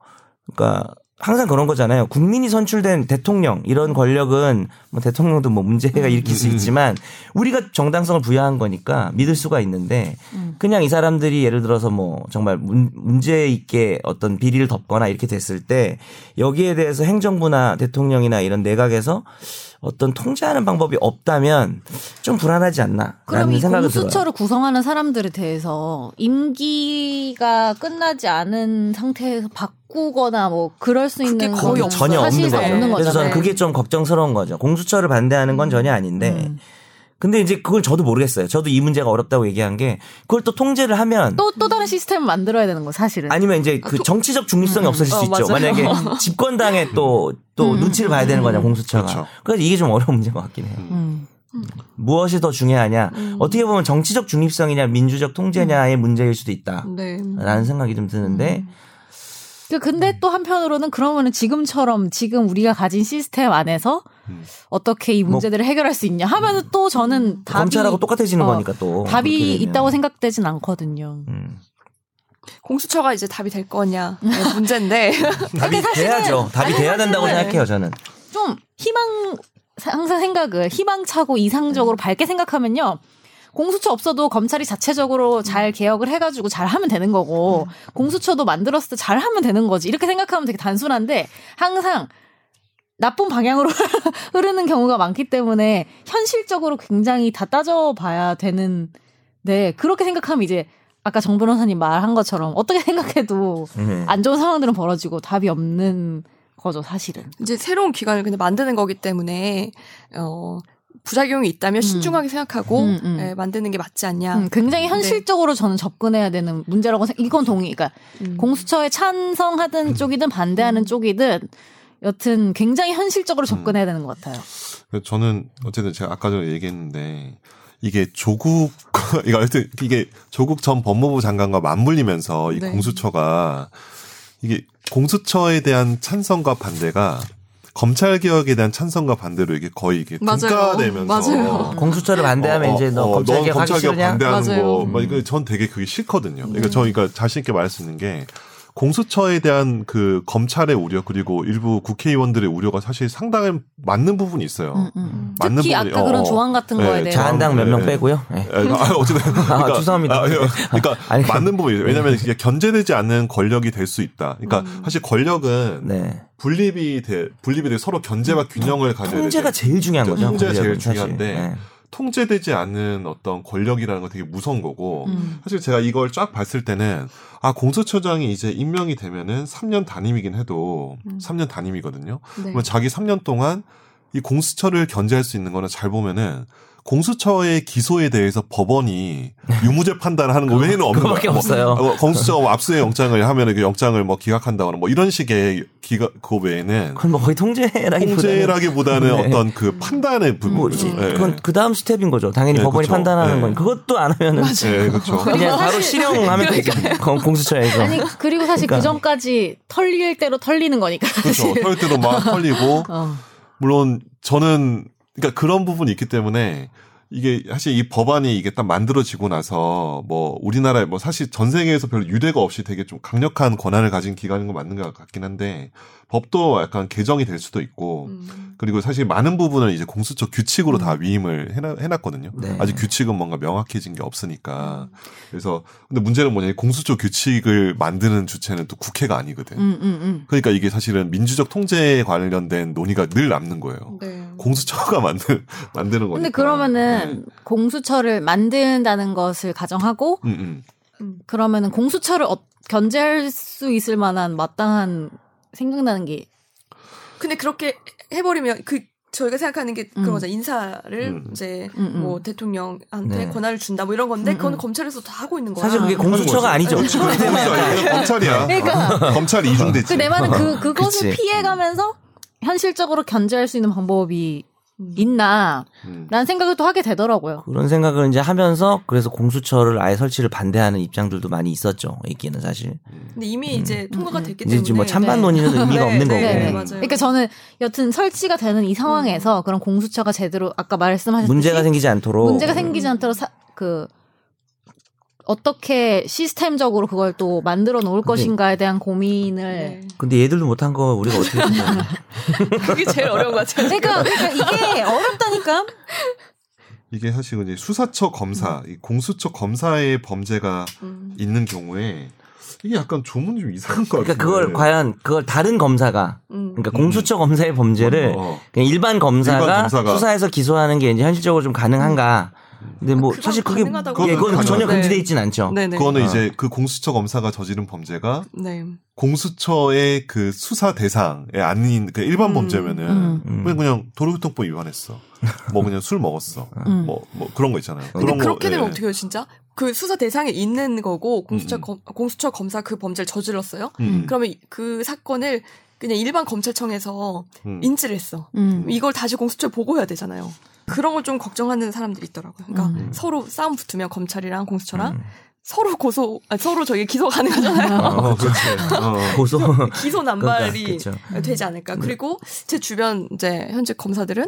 D: 그러니까 항상 그런 거잖아요. 국민이 선출된 대통령 이런 권력은 뭐 대통령도 뭐 문제가
B: 음.
D: 일으킬 수 있지만 우리가 정당성을 부여한 거니까 믿을 수가 있는데
B: 음.
D: 그냥 이 사람들이 예를 들어서 뭐 정말 문, 문제 있게 어떤 비리를 덮거나 이렇게 됐을 때 여기에 대해서 행정부나 대통령이나 이런 내각에서 어떤 통제하는 방법이 없다면 좀 불안하지
B: 그럼
D: 않나라는
B: 이
D: 생각이 들어요.
B: 공수처를 구성하는 사람들에 대해서 임기가 끝나지 않은 상태에서 바꾸거나 뭐 그럴 수
A: 그게
B: 있는
A: 거의
B: 건
D: 전혀 없는
B: 사실상 네.
D: 거죠.
A: 없는
D: 그래서 저는
B: 거잖아요.
D: 그게 좀 걱정스러운 거죠. 공수처를 반대하는 건 전혀 아닌데.
B: 음.
D: 근데 이제 그걸 저도 모르겠어요. 저도 이 문제가 어렵다고 얘기한 게 그걸 또 통제를 하면
B: 또 또 다른 시스템을 만들어야 되는 거 사실은.
D: 아니면 이제 그 정치적 중립성이
B: 음.
D: 없어질 수
A: 어, 맞아요.
D: 있죠. 만약에
B: (laughs)
D: 집권당에 또, 또 눈치를 봐야 되는 거냐, 공수처가.
C: 그렇죠.
D: 그래서 이게 좀 어려운 문제인 것 같긴 해요.
B: 음.
D: 무엇이 더 중요하냐.
A: 음.
D: 어떻게 보면 정치적 중립성이냐, 민주적 통제냐의
B: 음.
D: 문제일 수도 있다.
A: 네. 음.
D: 라는 생각이 좀 드는데.
B: 그
D: 음.
B: 근데 또 한편으로는 그러면은 지금처럼 지금 우리가 가진 시스템 안에서
C: 음.
B: 어떻게 이 문제들을 해결할 수 있냐 하면은 또 저는 답이
D: 뭐 검찰하고 똑같아지는
B: 어,
D: 거니까 또.
B: 답이
D: 그렇게 되면.
B: 있다고 생각되진 않거든요.
D: 음.
A: 공수처가 이제 답이 될 거냐 의
C: (laughs)
A: 문제인데
D: 답이 돼야죠. 답이 돼야 된다고
A: 사실은-
D: 생각해요, 저는.
B: 좀 희망 항상 생각을 희망차고 이상적으로 밝게 생각하면요. 공수처 없어도 검찰이 자체적으로 잘 개혁을 해가지고 잘 하면 되는 거고 공수처도 만들었을 때 잘 하면 되는 거지 이렇게 생각하면 되게 단순한데 항상 나쁜 방향으로 (laughs) 흐르는 경우가 많기 때문에 현실적으로 굉장히 다 따져봐야 되는데 그렇게 생각하면 이제 아까 정 변호사님 말한 것처럼 어떻게 생각해도
D: 음.
B: 안 좋은 상황들은 벌어지고 답이 없는 거죠 사실은.
A: 이제 새로운 기관을 그냥 만드는 거기 때문에 어 부작용이 있다면 신중하게 생각하고
B: 음, 음.
A: 예, 만드는 게 맞지 않냐.
B: 음, 굉장히 현실적으로 저는 접근해야 되는 문제라고 생각. 이건 동의. 그러니까
A: 음.
B: 공수처에
C: 음.
B: 찬성하든 쪽이든 반대하는 쪽이든 여튼 굉장히 현실적으로
C: 음.
B: 접근해야 되는 것 같아요.
C: 그래서 저는 어쨌든 제가 아까 전에 얘기했는데 이게 조국 (laughs) 이거 하여튼 이게 조국 전 법무부 장관과 맞물리면서 이
A: 네.
C: 공수처가 이게 공수처에 대한 찬성과 반대가 검찰 개혁에 대한 찬성과 반대로 이게 거의 이게
A: 맞아요.
C: 분가되면서
A: 맞아요.
D: 공수처를 반대하면 이제 너
C: 어, 넌
D: 검찰개혁 하기
C: 검찰개혁
D: 싫으냐?
C: 반대하는
A: 맞아요. 네.
C: 거. 막 이거 전 되게 그게 싫거든요. 그러니까 저 그러니까 자신 있게 말할 수 있는 게 공수처에 대한 그 검찰의 우려 그리고 일부 국회의원들의 우려가 사실 상당히 맞는 부분이 있어요.
B: 음, 음.
C: 맞는
B: 특히
C: 부분이-
B: 아까 그런
C: 어,
B: 조항 같은
C: 네,
B: 거에 대해서.
D: 자한당 몇 명
C: 네.
D: 빼고요. 예.
C: 아, 아,
D: (laughs)
C: 어쨌든 그러니까,
D: 죄송합니다. 네.
C: 아, 예. 그러니까
D: (laughs) 아니, 그-
C: 맞는 부분이에요. 왜냐하면 이게 견제되지 않는 권력이 될 수 있다. 그러니까 사실 권력은
D: 음. 네. 음.
C: 분립이 돼 분립이 돼 서로 견제와 균형을 가져야
D: 통제가
C: 되죠.
D: 제일 중요한 거죠.
C: 네. 통제가 제일
D: 권력은 사실.
C: 중요한데
D: 네.
C: 통제되지 않는 어떤 권력이라는 건 되게 무서운 거고
B: 음.
C: 사실 제가 이걸 쫙 봤을 때는 아 공수처장이 이제 임명이 되면은 3년 단임이긴 해도
D: 음.
C: 3년 단임이거든요.
A: 네.
C: 그러면 자기 3년 동안 이 공수처를 견제할 수 있는 거는 잘 보면은 공수처의 기소에 대해서
D: (laughs)
C: 법원이 유무죄 판단을 하는 거 외에는 없는 거예요.
D: 그거밖에 없어요.
C: 뭐, 어, 공수처가 뭐 압수의 영장을 하면은 그 영장을 뭐 기각한다거나 뭐 이런 식의 기각 그거 외에는
D: 그건 뭐 거의 통제라기보다는
C: 통제라기보다는
D: 네.
C: 어떤 그 판단의 부분. 예.
D: 뭐
C: 죠
D: 그건 그 다음 스텝인 거죠. 당연히
C: 네,
D: 법원이
C: 그쵸.
D: 판단하는
C: 네.
D: 건 그것도 안 하면은
C: 예, 그렇죠.
D: 그냥 바로 실형하면 되죠. 공- 공수처에서.
B: 아니 그리고 사실 그
D: 그러니까.
B: 전까지 털릴 대로 털리는 거니까.
D: (laughs)
C: 그렇죠.
B: 사실.
C: 털 때도 막 털리고
B: 어.
C: 물론 저는 그러니까 그런 부분이 있기 때문에 이게 사실 이 법안이 이게 딱 만들어지고 나서 뭐 우리나라에 뭐 사실 전 세계에서 별 유례가 없이 되게 좀 강력한 권한을 가진 기관인 건 맞는 것 같긴 한데 법도 약간 개정이 될 수도 있고
A: 음.
C: 그리고 사실 많은 부분을 이제 공수처 규칙으로 다 위임을 해놔, 해놨거든요.
D: 네.
C: 아직 규칙은 뭔가 명확해진 게 없으니까. 그래서 근데 문제는 뭐냐 면 공수처 규칙을 만드는 주체는 또 국회가 아니거든.
B: 음, 음, 음.
C: 그러니까 이게 사실은 민주적 통제에 관련된 논의가 늘 남는 거예요.
A: 네.
C: 공수처가 만드, 만드는 거니까. 음.
B: 근데 그러면은 공수처를 만든다는 것을 가정하고
C: 네. 음, 음.
B: 그러면은 공수처를 어- 견제할 수 있을 만한 마땅한 생각나는 게
A: 근데 그렇게 해버리면 그 저희가 생각하는 게
B: 음.
A: 그런 거죠. 인사를
C: 음.
A: 이제
B: 음, 음.
A: 뭐 대통령한테
D: 네.
A: 권한을 준다 뭐 이런 건데
B: 음,
A: 그건
B: 음.
A: 검찰에서 다 하고 있는 거야.
D: 사실 그게 공수처가
C: 하는 거지.
D: 아니죠.
C: 그렇지, 그건 공수처 아니야. 이건 검찰이야.
B: 그러니까
C: 검찰 이중대지.
D: (laughs)
B: 그 내 말은 그 그것을
D: 그치.
B: 피해가면서 현실적으로 견제할 수 있는 방법이 있나
C: 음.
B: 라는 생각을 또 하게 되더라고요.
D: 그런 생각을 이제 하면서 그래서 공수처를 아예 설치를 반대하는 입장들도 많이 있었죠. 있기는 사실.
A: 근데 이미
D: 음.
A: 이제 통과가
B: 음, 음.
A: 됐기
D: 이제
A: 때문에
D: 지금 뭐 찬반
B: 네.
D: 논의는 의미가
A: 네,
D: 없는
A: 네,
D: 거고.
B: 네, 네.
A: 맞아요. 음.
B: 그러니까 저는 여튼 설치가 되는 이 상황에서 그런 공수처가 제대로 아까 말씀하셨듯이
D: 문제가 생기지 않도록
A: 음.
B: 문제가 생기지 않도록 사- 그 어떻게 시스템적으로 그걸 또 만들어
D: 네.
B: 놓을 것인가에 대한 고민을
A: 네.
D: 근데 얘들도 못한 거 우리가 어떻게 했냐.
A: 그게 제일 어려운 것 같아요.
B: 그러니까, 그러니까 이게 어렵다니까
C: 이게 사실 이제 수사처 검사, 이 공수처 검사의 범죄가
A: 음.
C: 있는 경우에 이게 약간 조문이 좀 이상한 것 같아요.
D: 그러니까 그걸 과연 그걸 다른 검사가
A: 음.
D: 그러니까 공수처 검사의 범죄를
C: 어,
D: 그냥 일반 검사가,
C: 일반 검사가.
D: 수사해서 기소하는 게 이제 현실적으로 좀 가능한가? 근데 뭐
A: 그건
D: 사실 그게
A: 가능하다고
D: 예, 그건
C: 생각해요.
D: 전혀
A: 네.
D: 금지돼 있진 않죠.
A: 네네.
C: 그거는
D: 어.
C: 이제 그 공수처 검사가 저지른 범죄가
A: 네.
C: 공수처의 그 수사 대상에 아닌 그 일반
A: 음.
C: 범죄면은
B: 음.
D: 음.
C: 그냥, 그냥 도로교통법 위반했어. 뭐 그냥 술 먹었어.
D: 아,
B: 음.
C: 뭐, 뭐 그런 거 있잖아요.
A: 근데
C: 그런 거,
A: 그렇게 되면
D: 네.
C: 예.
A: 어떻게 해요, 진짜? 그 수사 대상에 있는 거고 공수처
C: 음.
A: 검, 공수처 검사 그 범죄를 저질렀어요.
C: 음,
A: 그러면 이- 그 사건을 그냥 일반 검찰청에서
C: 음.
A: 인지를 했어.
B: 음.
A: 이걸 다시 공수처에 보고해야 되잖아요. 그런 걸 좀 걱정하는 사람들이 있더라고요. 그러니까
D: 음.
A: 서로 싸움 붙으면 검찰이랑 공수처랑
D: 음.
A: 서로 고소, 아니, 서로 저기 기소 가능하잖아요.
C: 어, 그렇지.
A: (laughs) 그러니까
C: 어.
D: 고소
A: 기소 남발이
D: 아, 그러니까,
A: 되지 않을까. 그리고 제 주변 이제 현재 검사들은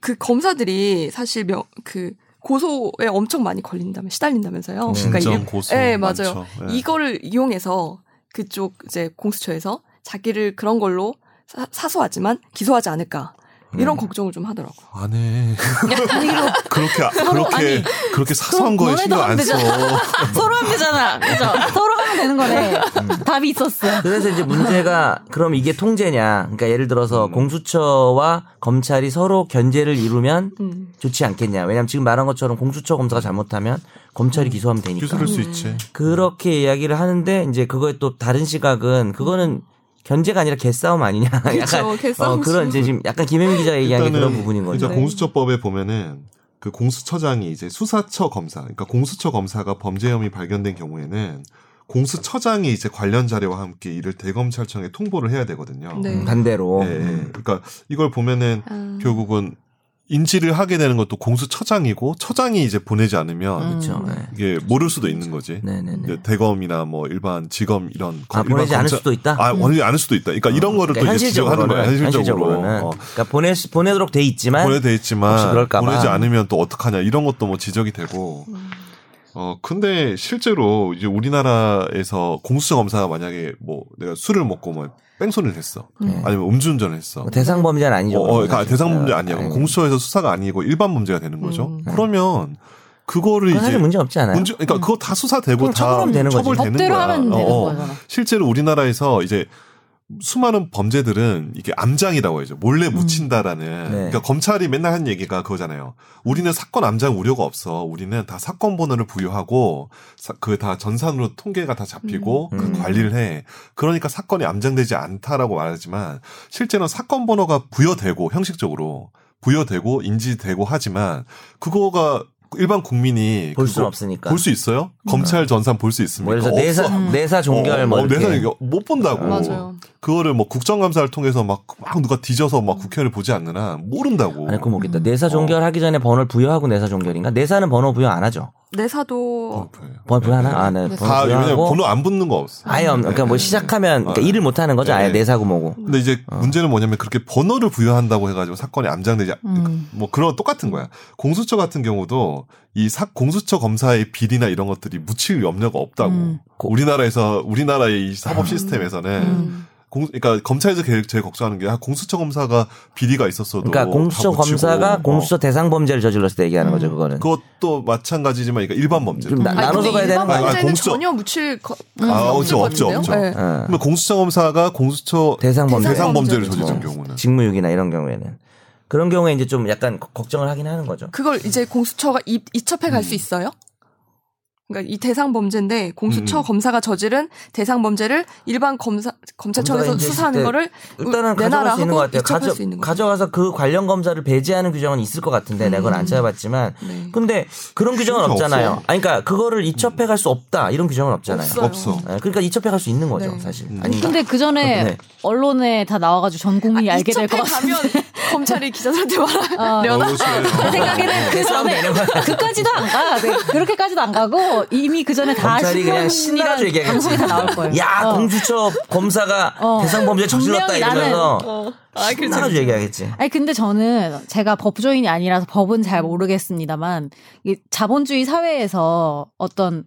A: 그 검사들이 사실 명, 그 고소에 엄청 많이 걸린다면 시달린다면서요.
D: 네. 진짜
A: 그러니까
C: 진정
A: 이게-
C: 고소.
A: 예,
C: 많죠.
A: 맞아요.
D: 네.
C: 예.
A: 이거를 이용해서 그쪽 이제 공수처에서 자기를 그런 걸로 사, 사소하지만 기소하지 않을까. 이런
D: 음.
A: 걱정을 좀 하더라고요.
C: 안
A: (laughs)
C: 해. 그렇게 아- 그렇게
B: 아니,
A: 뭐
C: 그렇게 사소한
B: 그럼
C: 거에 신경
B: 너네도
C: 안
B: 하면
C: 써.
B: 서로 하면 되잖아 그죠 서로 하면 되는 거네
D: 음.
B: 답이 있었어
D: 그래서
A: (laughs)
D: 이제 문제가 그럼 이게 통제냐? 그러니까 예를 들어서
C: 음.
D: 공수처와 검찰이 서로 견제를 이루면
A: 음.
D: 좋지 않겠냐? 왜냐하면 지금 말한 것처럼 공수처 검사가 잘못하면 검찰이
A: 음.
D: 기소하면
C: (laughs)
D: 되니까.
C: 기술할 수
D: 음.
C: 있지.
D: 그렇게 이야기를 하는데 이제 그거에 또 다른 시각은 그거는 견제가 아니라 개싸움 아니냐. (laughs) 약간
A: 개싸움이죠.
D: 어, 그런 이제 지금 약간 김혜민 기자가 얘기한 게 그런 부분인 거죠.
C: 일단
A: 네.
C: 공수처법에 보면은 그 공수처장이 이제 수사처 검사, 그러니까 공수처 검사가 범죄 혐의 발견된 경우에는 공수처장이 이제 관련 자료와 함께 이를 대검찰청에 통보를 해야 되거든요.
A: 네.
D: 음, 반대로
C: 예, 예. 그러니까 이걸 보면은
A: 아.
C: 결국은 인지를 하게 되는 것도 공수처장이고 처장이 이제 보내지 않으면
B: 음.
D: 그렇죠. 네.
C: 이게 모를 수도 있는 거지.
D: 네네네.
C: 이제 대검이나 뭐 일반 지검 이런
D: 음. 아,
C: 일반
D: 보내지 않을
C: 검찰-
D: 수도 있다.
C: 아, 보내지 않을 수도 있다. 그러니까 이런 거를
D: 그러니까
C: 또 이제 지적하는 거야. 현실적으로.
D: 현실적으로는.
C: 어.
D: 그러니까 보내 보내도록 돼 있지만
C: 보내돼
D: 혹시
C: 있지만
D: 그럴까봐. 음.
C: 보내지 않으면 또 어떡하냐 이런 것도 뭐 지적이 되고 어 근데 실제로 이제 우리나라에서 공수처 검사가 만약에 뭐 내가 술을 먹고 뭐 뺑소니를 했어
D: 네.
C: 아니면 음주운전을 했어
D: 뭐 대상 범죄는
C: 어,
D: 아니죠.
C: 어, 그러니까
D: 사실.
C: 대상 범죄 아니야
D: 네.
C: 그럼 공수처에서 수사가 아니고 일반 범죄가 되는 거죠
A: 음.
C: 그러면 그거를
D: 그건
C: 이제
D: 사실 문제 없지 않아요.
C: 문제- 그러니까 그거 다 수사되고
D: 음. 그럼
C: 다
D: 처벌하면 되는 거지.
C: 처벌되는
B: 법대로
C: 거야
B: 하면 되는
C: 어, 어.
B: 거잖아
C: 실제로 우리나라에서 이제 수많은 범죄들은 이게 암장이라고 해죠. 몰래
D: 음.
C: 묻힌다라는.
D: 네.
C: 그러니까 검찰이 맨날 한 얘기가 그거잖아요. 우리는 사건 암장 우려가 없어. 우리는 다 사건 번호를 부여하고 그 다 전산으로 통계가 다 잡히고
D: 음.
C: 그
D: 음.
C: 관리를 해. 그러니까 사건이 암장되지 않다라고 말하지만 실제는 사건 번호가 부여되고 형식적으로 부여되고 인지되고 하지만 그거가 일반 국민이
D: 볼 수는
C: 그거
D: 없으니까.
C: 볼 수 있어요? 검찰 전산 볼 수 있습니까?
D: 그러니까. 뭐 예를 들어서
C: 없어.
D: 내사 내사 종결
C: 어,
D: 뭐
C: 어,
D: 이렇게.
C: 내가 이거 못 본다고.
D: 어.
A: 맞아요.
C: 그거를 뭐 국정감사를 통해서 막, 막 누가 뒤져서
A: 음.
C: 막 국회를 보지 않는 한 모른다고.
D: 아니 그거
C: 음.
D: 모르겠다.
C: 어.
D: 내사 종결하기 전에 번호를 부여하고 내사 종결인가? 내사는 번호 부여 안 하죠. 음. 뭐
A: 내사도
D: 번호 부여하나? 아, 네.
C: 다
D: 번호
C: 왜냐면
D: 부여하고
C: 번호 안 붙는 거 없어.
D: 아예 없. 그러니까 뭐 시작하면 그러니까 일을 못 하는 거죠. 아예
C: 네.
D: 내사고 뭐고.
C: 근데 이제
B: 어.
C: 문제는 뭐냐면 그렇게 번호를 부여한다고 해가지고 사건이 암장되지 않-
B: 음.
C: 뭐 그런 똑같은 거야. 공수처 같은 경우도 이 사, 공수처 검사의 비리나 이런 것들이 묻힐 염려가 없다고.
B: 음.
C: 우리나라에서 우리나라의 이 사법 시스템에서는
B: 음.
C: 공, 그러니까 검찰에서 제일, 제일 걱정하는 게 아, 공수처 검사가 비리가 있었어도
D: 그러니까 공수처
C: 다 묻히고,
D: 검사가
C: 어.
D: 공수처 대상 범죄를 저질렀을 때 얘기하는 거죠. 그거는.
C: 그것도 마찬가지지만 그러니까 일반 범죄.
D: 좀 나-
B: 음.
A: 아니,
D: 나눠서
A: 근데
D: 봐야 되는
A: 일반
D: 거 아니야?
A: 범죄는
C: 공수처-
A: 전혀 묻힐 거,
C: 아,
A: 없을
C: 없죠,
A: 것
C: 없죠,
A: 같은데요?
C: 없죠.
A: 네.
D: 어.
C: 그러면 공수처 검사가 공수처
D: 대상 범죄.
C: 대상 범죄를
A: 범죄를
C: 저지른
D: 뭐,
C: 경우는
D: 직무유기나 이런 경우에는 그런 경우에 이제 좀 약간 거- 걱정을 하긴 하는 거죠.
A: 그걸 이제 공수처가 이, 이첩해
D: 음.
A: 갈 수 있어요? 그러니까 이 대상 범죄인데 공수처
C: 음, 음.
A: 검사가 저지른 대상 범죄를 일반 검사 검찰청에서
D: 검사가 이제
A: 수사하는
D: 그때
A: 거를
D: 일단은
A: 내놔라
D: 가져갈 수 있는 것
A: 하고
D: 같아요.
A: 이첩할
D: 가져,
A: 수 있는 거죠.
D: 가져가서 그 관련 검사를 배제하는 규정은 있을 것 같은데
B: 음.
D: 내가 그걸 안 찾아봤지만
A: 네.
D: 근데 그런 규정은
C: 없어요.
D: 없잖아요. 아니, 그러니까 그거를 이첩해 갈 수 없다 이런 규정은 없잖아요.
A: 없어요.
C: 없어.
D: 예, 그러니까 이첩해 갈 수 있는 거죠
A: 네.
D: 사실.
C: 음.
D: 아닌가?
B: 근데 그 전에
D: 네.
B: 언론에 다 나와가지고 전 아, 국민이 알게 될 것
A: 이첩해
B: 같은데
A: 가면 검찰이 기자들한테
B: 어.
A: 말하려나?
B: 내 생각에는 그 전에 그까지도 안 가. 네, 그렇게까지도 안 가고 이미 그 전에 다
D: 검찰이 그냥
B: 신문이랑
D: 신나가지고 얘기하겠지.
B: 방송에 다 나올
D: (laughs)
B: 거예요.
D: 야
B: 어.
D: 공수처 검사가
B: 어.
D: 대상 범죄 저질렀다
B: 분명히 나는-
D: 이러면서
A: 어. 아, 그렇죠.
D: 신나가지고 얘기하겠지.
B: 아니 근데 저는 제가 법조인이 아니라서 법은 잘 모르겠습니다만 이 자본주의 사회에서 어떤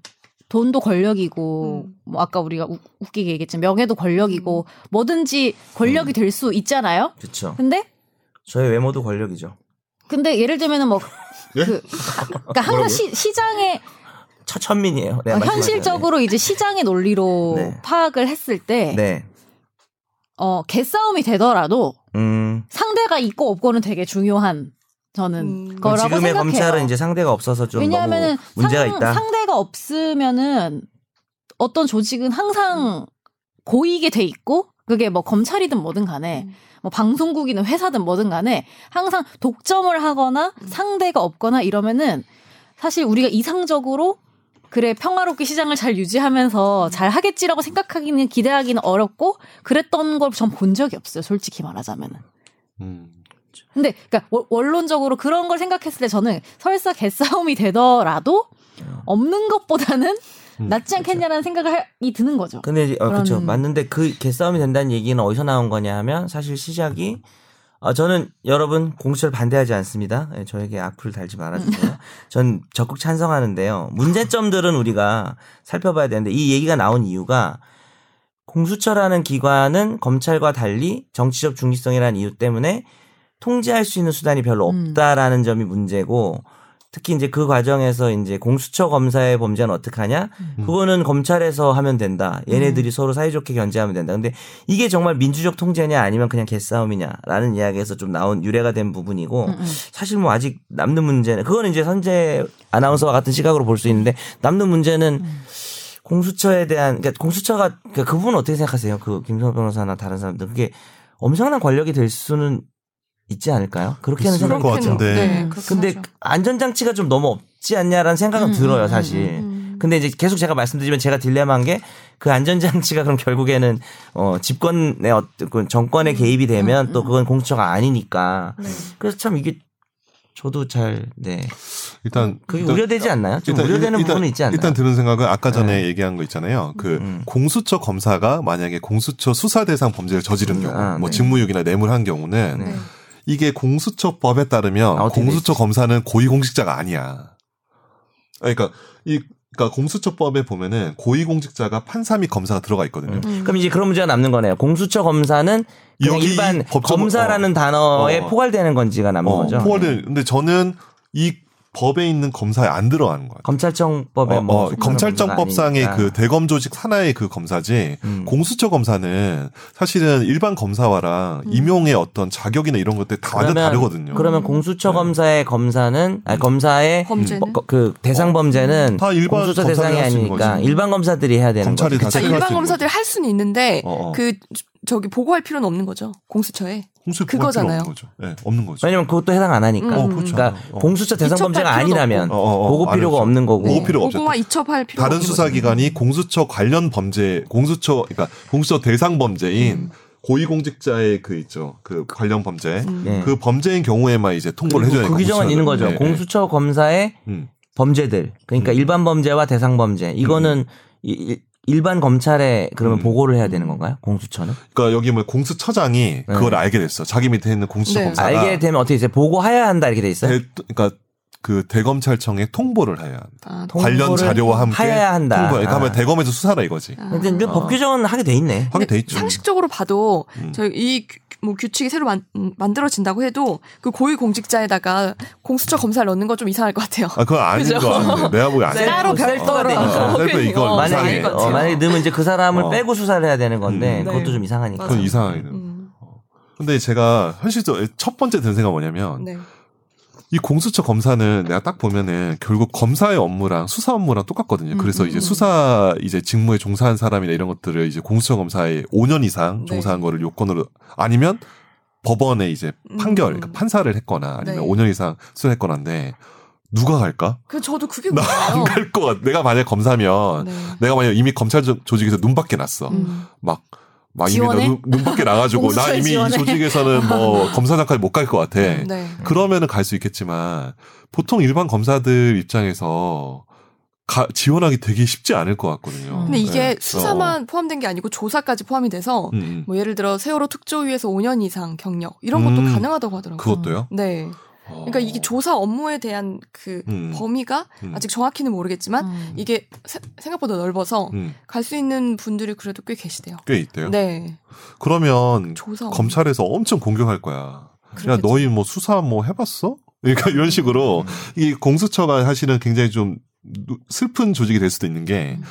B: 돈도 권력이고
A: 음.
B: 뭐 아까 우리가 우- 웃기게 얘기했지만 명예도 권력이고 뭐든지
D: 음.
B: 권력이 될 수 있잖아요.
D: 그렇죠.
B: 근데
D: 저의 외모도 권력이죠.
B: 근데 예를 들면은 뭐
C: 예?
B: 그, 그러니까 항상 시, 시장의
D: 처천민이에요. 네,
B: 어,
D: 말씀하세요.
B: 현실적으로 이제 시장의 논리로
D: 네.
B: 파악을 했을 때
D: 네. 네.
B: 어, 개싸움이 되더라도
D: 음.
B: 상대가 있고 없고는 되게 중요한 저는
A: 음.
D: 그럼
B: 거라고
D: 지금의
B: 생각해요.
D: 검찰은 이제 상대가 없어서 좀
B: 왜냐하면
D: 너무 문제가
B: 상,
D: 있다.
B: 상대가 없으면은 어떤 조직은 항상 고이게 돼 있고 그게 뭐 검찰이든 뭐든 간에
A: 음.
B: 뭐 방송국이든 회사든 뭐든 간에 항상 독점을 하거나 상대가 없거나 이러면은 사실 우리가 이상적으로 그래 평화롭게 시장을 잘 유지하면서 잘 하겠지라고 생각하기는 기대하기는 어렵고 그랬던 걸 전 본 적이 없어요 솔직히 말하자면은
C: 음.
B: 근데 그러니까 워- 원론적으로 그런 걸 생각했을 때 저는 설사 개싸움이 되더라도 없는 것보다는
C: 음,
B: 낫지 않겠냐라는 생각이 드는 거죠.
D: 근데 이제- 어, 그렇죠.
B: 그런-
D: 맞는데 그 개싸움이 된다는 얘기는 어디서 나온 거냐 하면 사실 시작이 어, 저는 여러분 공수처를 반대하지 않습니다. 예, 저에게 악플 달지
B: (laughs)
D: 말아주세요. 전 적극 찬성하는데요. 문제점들은 우리가 살펴봐야 되는데 이 얘기가 나온 이유가 공수처라는 기관은 검찰과 달리 정치적 중립성이라는 이유 때문에 통제할 수 있는 수단이 별로
B: 음.
D: 없다라는 점이 문제고 특히 이제 그 과정에서 이제 공수처 검사의 범죄는 어떻게 하냐?
B: 음.
D: 그거는 검찰에서 하면 된다. 얘네들이 서로 사이좋게 견제하면 된다. 근데 이게 정말 민주적 통제냐 아니면 그냥 개싸움이냐라는 이야기에서 좀 나온 유래가 된 부분이고
B: 음.
D: 사실 뭐 아직 남는 문제는 그거는 이제 선재 아나운서와 같은 시각으로 볼 수 있는데 남는 문제는 공수처에 대한 그러니까 공수처가 그러니까 그 부분 어떻게 생각하세요? 그 김성호 변호사나 다른 사람들 그게 엄청난 권력이 될 수는 있지 않을까요? 그렇게는
C: 있을
D: 생각
C: 것 같은데.
A: 네,
B: 음.
A: 그렇긴
D: 근데
A: 하죠.
D: 안전장치가 좀 너무 없지 않냐라는 생각은
B: 음,
D: 들어요,
B: 음,
D: 사실.
A: 음.
D: 근데 이제 계속 제가 말씀드리면 제가 딜레마인 게 그 안전장치가 그럼 결국에는 어 집권의 어떤 그 정권의 개입이 되면 또 그건 공처가 아니니까.
A: 네.
D: 그래서 참 이게 저도 잘 네.
C: 일단
D: 그게 우려되지 않나요? 좀 우려되는 부분은 있지 않나요? 네. 음,
C: 일단 드는 생각은 아까 전에 얘기한 거 있잖아요. 그 공수처 검사가 만약에 공수처 수사 대상 범죄를 저지른 경우,
D: 아,
C: 뭐
D: 네.
C: 직무유기나 뇌물한 경우는
D: 네.
C: 이게 공수처법에 따르면
D: 아, 어떻게
C: 공수처
D: 돼 있지?
C: 검사는 고위공직자가 아니야. 그러니까 이 그러니까 공수처법에 보면은 고위공직자가 판사 및 검사가 들어가 있거든요.
D: 그럼 이제 그런 문제가 남는 거네요. 공수처 검사는 그냥
C: 음. 여기
D: 일반
C: 법정-
D: 검사라는
C: 어.
D: 단어에
C: 어.
D: 포괄되는 건지가 남는
C: 어,
D: 거죠.
C: 포괄된. 근데 저는 이 법에 있는 검사에 안 들어가는 거야.
D: 검찰청법에
C: 어,
D: 뭐
C: 어, 검찰청법상의
D: 아니니까.
C: 그 대검 조직 하나의 그 검사지
D: 음.
C: 공수처 검사는 사실은 일반
A: 음.
C: 검사와랑 임용의 어떤 자격이나 이런 것들 다 완전 다르거든요. 네. 음.
D: 그러면 공수처 검사의 검사는 아니 검사의
A: 범죄는?
D: 뭐, 그 대상 범죄는
C: 어. 다 일반
D: 공수처
C: 검사들이
D: 대상이
C: 할 수는
D: 아니니까
C: 거지.
D: 일반 검사들이 해야 되는
C: 검찰이
D: 거죠.
C: 다
A: 자,
C: 생각할 수
A: 일반
C: 있는
A: 검사들이 할 수는 있는데
C: 어, 어.
A: 그 저기 보고할 필요는 없는 거죠 공수처에.
C: 공수처
A: 그거잖아요.
C: 없는 거죠. 예, 없는 거죠.
D: 왜냐면 그것도 해당 안 하니까.
C: 어, 그렇죠.
D: 그러니까
C: 어.
D: 공수처 대상
A: 미처
D: 범죄가
A: 발표도
D: 아니라면
C: 없고. 어, 어, 어.
D: 보고
C: 안
D: 필요가
C: 했죠.
D: 없는 거고.
C: 보고 필요가 없죠.
A: 네. 보고와 이첩할 필요.
C: 다른 수사기관이 공수처 관련 범죄, 공수처, 그러니까 공수처 대상 범죄인
D: 음.
C: 고위공직자의 그 있죠. 그 관련 범죄.
A: 음.
D: 네.
C: 그 범죄인 경우에만 이제 통보를 해줘야 네,
D: 그 규정은 있는 거죠. 공수처 검사의
C: 음.
D: 범죄들. 그러니까 일반 범죄와 대상 범죄. 이거는 이- 이- 일반 검찰에 그러면
C: 음.
D: 보고를 해야 되는 건가요? 공수처는?
C: 그러니까 여기 뭐 공수처장이 그걸 알게 됐어. 자기 밑에 있는 공수처
A: 네.
C: 검사가
D: 네. 알게 되면 어떻게 이제 보고해야 한다 이렇게 돼 있어요?
C: 아. 대, 그러니까 그 대검찰청에 통보를 해야 합니다.
A: 아,
C: 관련 자료와 함께
D: 해야 한다.
C: 통보. 그러니까
D: 아.
C: 하면 대검에서 수사라 이거지.
D: 근데 이제
C: 어.
D: 법 규정은 하게 돼 있네.
C: 하게 돼 있죠.
A: 아, 상식적으로 봐도
C: 음.
A: 저이뭐 규칙이 새로 만, 음, 만들어진다고 해도 그 고위 공직자에다가 공수처 검사를 넣는 건 좀 이상할 것 같아요.
C: 아 그건 아닌
A: 그죠?
C: 거 같은데 내가
A: (laughs)
C: 보기 아닌
D: 따로
C: 것 같아.
D: 별도로.
C: 어, 별도 이건
A: 어,
C: 이상해.
A: 아닌
D: 만약에
A: 것 같아요.
D: 어, 만약에 넣으면 이제 그 사람을
C: 어.
D: 빼고 수사를 해야 되는 건데
C: 음.
D: 그것도
A: 네.
D: 좀 이상하니까.
C: 그건 이상하게. 음.
A: 음,
C: 근데 제가 현실적으로 첫 번째 드는 생각 뭐냐면
A: 네.
C: 이 공수처 검사는 내가 딱 보면은 결국 검사의 업무랑 수사 업무랑 똑같거든요. 그래서
B: 음,
C: 이제
B: 음.
C: 수사 이제 직무에 종사한 사람이나 이런 것들을 이제 공수처 검사에 5년 이상
A: 네.
C: 종사한 거를 요건으로 아니면 법원에 이제 판결,
A: 음.
C: 그러니까 판사를 했거나 아니면
A: 네.
C: 5년 이상 수사했거나인데 누가 갈까?
A: 그 저도 그게
C: 나 안
B: 어.
A: 궁금해요.
C: 갈 것 같아. 내가 만약 검사면
A: 네.
C: 내가 만약 이미 검찰 조- 조직에서 눈밖에 났어.
A: 음.
C: 막 막 이미 나
B: 지원해?
C: 눈, 눈밖에 나가지고 나
B: 공수처에
C: 이미
B: 지원해?
C: 이 조직에서는
B: (laughs)
C: 뭐 검사장까지 못 갈 것 같아.
A: 네.
C: 음. 그러면은 갈 수 있겠지만 보통 일반 검사들 입장에서 가- 지원하기 되게 쉽지 않을 것 같거든요.
A: 근데 이게
C: 네.
A: 수사만 포함된 게 아니고 조사까지 포함이 돼서
C: 어. 음, 음.
A: 뭐 예를 들어 세월호 특조위에서 5년 이상 경력 이런 것도
C: 음.
A: 가능하다고 하더라고요.
C: 그것도요? 어.
A: 네. 그러니까 이게 조사 업무에 대한 그
C: 음.
A: 범위가
C: 음.
A: 아직 정확히는 모르겠지만
B: 음.
A: 이게 세- 생각보다 넓어서
C: 음,
A: 갈 수 있는 분들이 그래도 꽤 계시대요.
C: 꽤 있대요.
A: 뭐 네.
C: 그러면
A: 조사 업무.
C: 검찰에서 엄청 공격할 거야. 야,
A: 그렇겠죠.
C: 너희 뭐 수사 뭐 해봤어? 그러니까 이런
D: 음.
C: 식으로 이 공수처가 사실은 굉장히 좀 누- 슬픈 조직이 될 수도 있는 게
B: 음.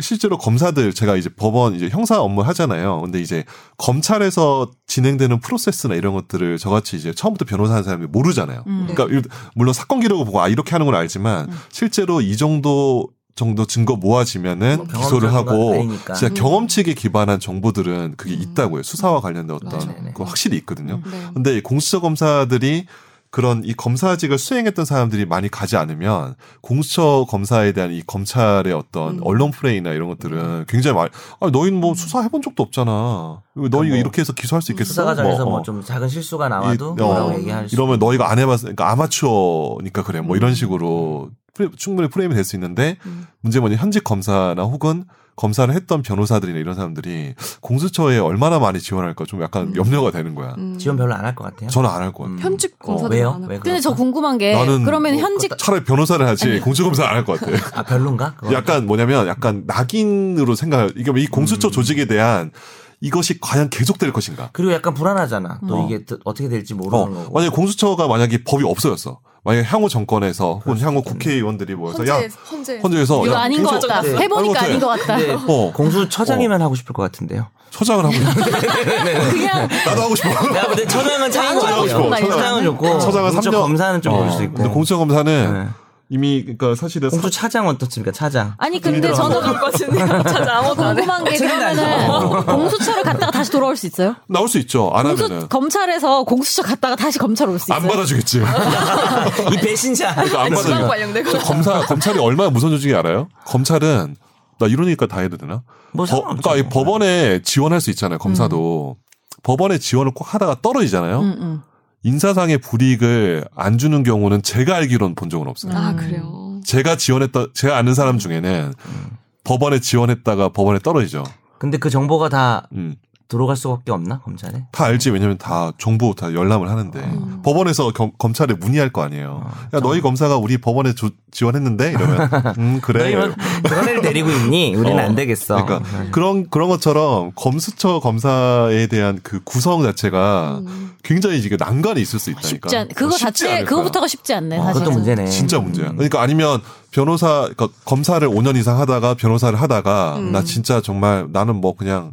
C: 실제로 검사들 제가 이제 법원 이제 형사 업무 하잖아요. 근데 이제 검찰에서 진행되는 프로세스나 이런 것들을 저같이 이제 처음부터 변호사 하는 사람이 모르잖아요.
B: 음.
A: 네.
C: 그러니까 일- 물론 사건 기록을 보고 아 이렇게 하는 건 알지만
B: 음.
C: 실제로 이 정도 정도 증거 모아지면은
D: 뭐
C: 기소를
D: 경험자가
C: 하고
D: 아니니까.
C: 진짜
A: 음.
C: 경험치에 기반한 정보들은 그게
B: 음.
C: 있다고요. 수사와 관련된
D: 네,
A: 맞아요.
C: 어떤 거 확실히 있거든요.
B: 음.
A: 네.
C: 근데 이 공수처 검사들이 그런 이 검사직을 수행했던 사람들이 많이 가지 않으면 공수처 검사에 대한 이 검찰의 어떤
A: 음.
C: 언론 프레이나 이런
D: 음.
C: 것들은 굉장히 많이 아 너희는 뭐 수사해 본 적도 없잖아. 너희 가
D: 뭐
C: 이렇게 해서 기소할 수 있겠어?
D: 수사 과정에서
C: 뭐,
D: 뭐
C: 어.
D: 좀 작은 실수가 나와도
C: 이- 어,
D: 뭐라고 음, 얘기할 수
C: 이러면 너희가 안 해봤으니까 그러니까 아마추어니까 그래. 뭐 이런 식으로 프레- 충분히 프레임이 될 수 있는데
A: 음.
C: 문제 뭐냐 현직 검사나 혹은 검사를 했던 변호사들이나 이런 사람들이 공수처에 얼마나 많이 지원할까 좀 약간
A: 음.
C: 염려가 되는 거야.
A: 음.
D: 지원 별로 안 할 것 같아요.
C: 저는 안 할 것 같아.
D: 음.
A: 현직 검사들
D: 왜요?
A: 많아.
D: 왜 그렇죠?
B: 근데 저
D: 그럴까?
B: 궁금한 게
C: 나는
B: 예, 그러면
C: 뭐
B: 현직
C: 차라리 변호사를 하지 공수검사 안 할
B: (laughs)
C: 것 같아.
D: 아 별론가? 그건?
C: 약간 뭐냐면 약간 낙인으로 생각할 이게 뭐이 공수처
D: 음.
C: 조직에 대한 이것이 과연 계속될 것인가?
D: 그리고 약간 불안하잖아. 또
C: 어.
D: 이게 또 어떻게 될지
C: 어,
D: 모르는 거고.
C: 만약에 공수처가 만약에 법이 없어졌어. 만약에 향후 정권에서 혹은
D: 그럴 수
C: 향후
D: 있겠네.
C: 국회의원들이 모여서 야
A: 헌재 헌재
C: 헌재에서
B: 이거
C: 야,
B: 아닌 것
C: 공수-
B: 같다.
D: 네.
B: 해보니까
C: 아이고,
B: 아닌 것 같다.
D: 근데
C: 어
D: 공수처장이면 하고 싶을 것 같은데요.
C: 초장을 하고 있는
B: (laughs) 그냥
C: (laughs) 나도 하고 싶어.
D: 야, 근데 처장은 차인 것
B: 처장은
D: 같아요.
C: 좋고, 처장은
D: 처장은 좋고.
C: 처장은
D: 공수처
C: 3년
D: 검사는 좀 볼 수 있고.
C: 어, 근데 공수처 검사는
D: 네.
C: 이미 그러니까 사실은
D: 공수차장은 어떻습니까? 차장.
B: 아니 근데 저는 (laughs) 어, 궁금한 게
D: 책임도 안
B: 그러면은 공수처를 갔다가 다시 돌아올 수 있어요?
C: 사- 나올 수 있죠. 안
B: 공수
C: 하면은
B: 검찰에서 공수처 갔다가 다시 검찰 올 수 있어요?
C: 안 받아주겠지.
B: (laughs)
D: 이 배신자.
C: 안 받아주겠지.
A: 관련된
C: 저 검사 검찰이 얼마나 무서운 조직이 알아요? 검찰은 나 이러니까 다 해도 되나?
D: 뭐
C: 법-
D: 상관없죠. 음.
C: 그러니까 이 법원에 지원할 수 있잖아요. 검사도 법원에 지원을 꼭 하다가 떨어지잖아요.
B: 음, 음.
C: 인사상의 불이익을 안 주는 경우는 제가 알기로는 본 적은
D: 음.
C: 없어요.
A: 아 그래요.
C: 제가 지원했다 제가 아는 사람 중에는
D: 음.
C: 법원에 지원했다가 법원에 떨어지죠.
D: 근데 그 정보가 다
C: 음.
D: 들어갈 수밖에 없나 검찰에?
C: 다 알지 왜냐면 다 정보 다 열람을 하는데
A: 음.
C: 법원에서 겸- 검찰에 문의할 거 아니에요.
D: 어,
C: 야 너희 검사가 우리 법원에 조- 지원했는데 이러면 음 그래.
D: (laughs) 너희는 뭐 그런 애를 데리고 있니? 우리는
C: 어.
D: 안 되겠어.
C: 그러니까 그런 그런 것처럼 검수처 검사에 대한 그 구성 자체가
A: 음.
C: 굉장히 이게 난관이 있을 수 있다니까.
B: 쉽지 않. 그러니까 그거
C: 그러니까 쉽지
B: 자체
C: 않을 거야. 아,
B: 그거부터가 쉽지 않네
D: 어,
B: 사실.
D: 그것도 문제네. 음.
C: 진짜 문제야. 그러니까 아니면 변호사 그러니까 검사를 5년 이상 하다가 변호사를 하다가
A: 음.
C: 나 진짜 정말 나는 뭐 그냥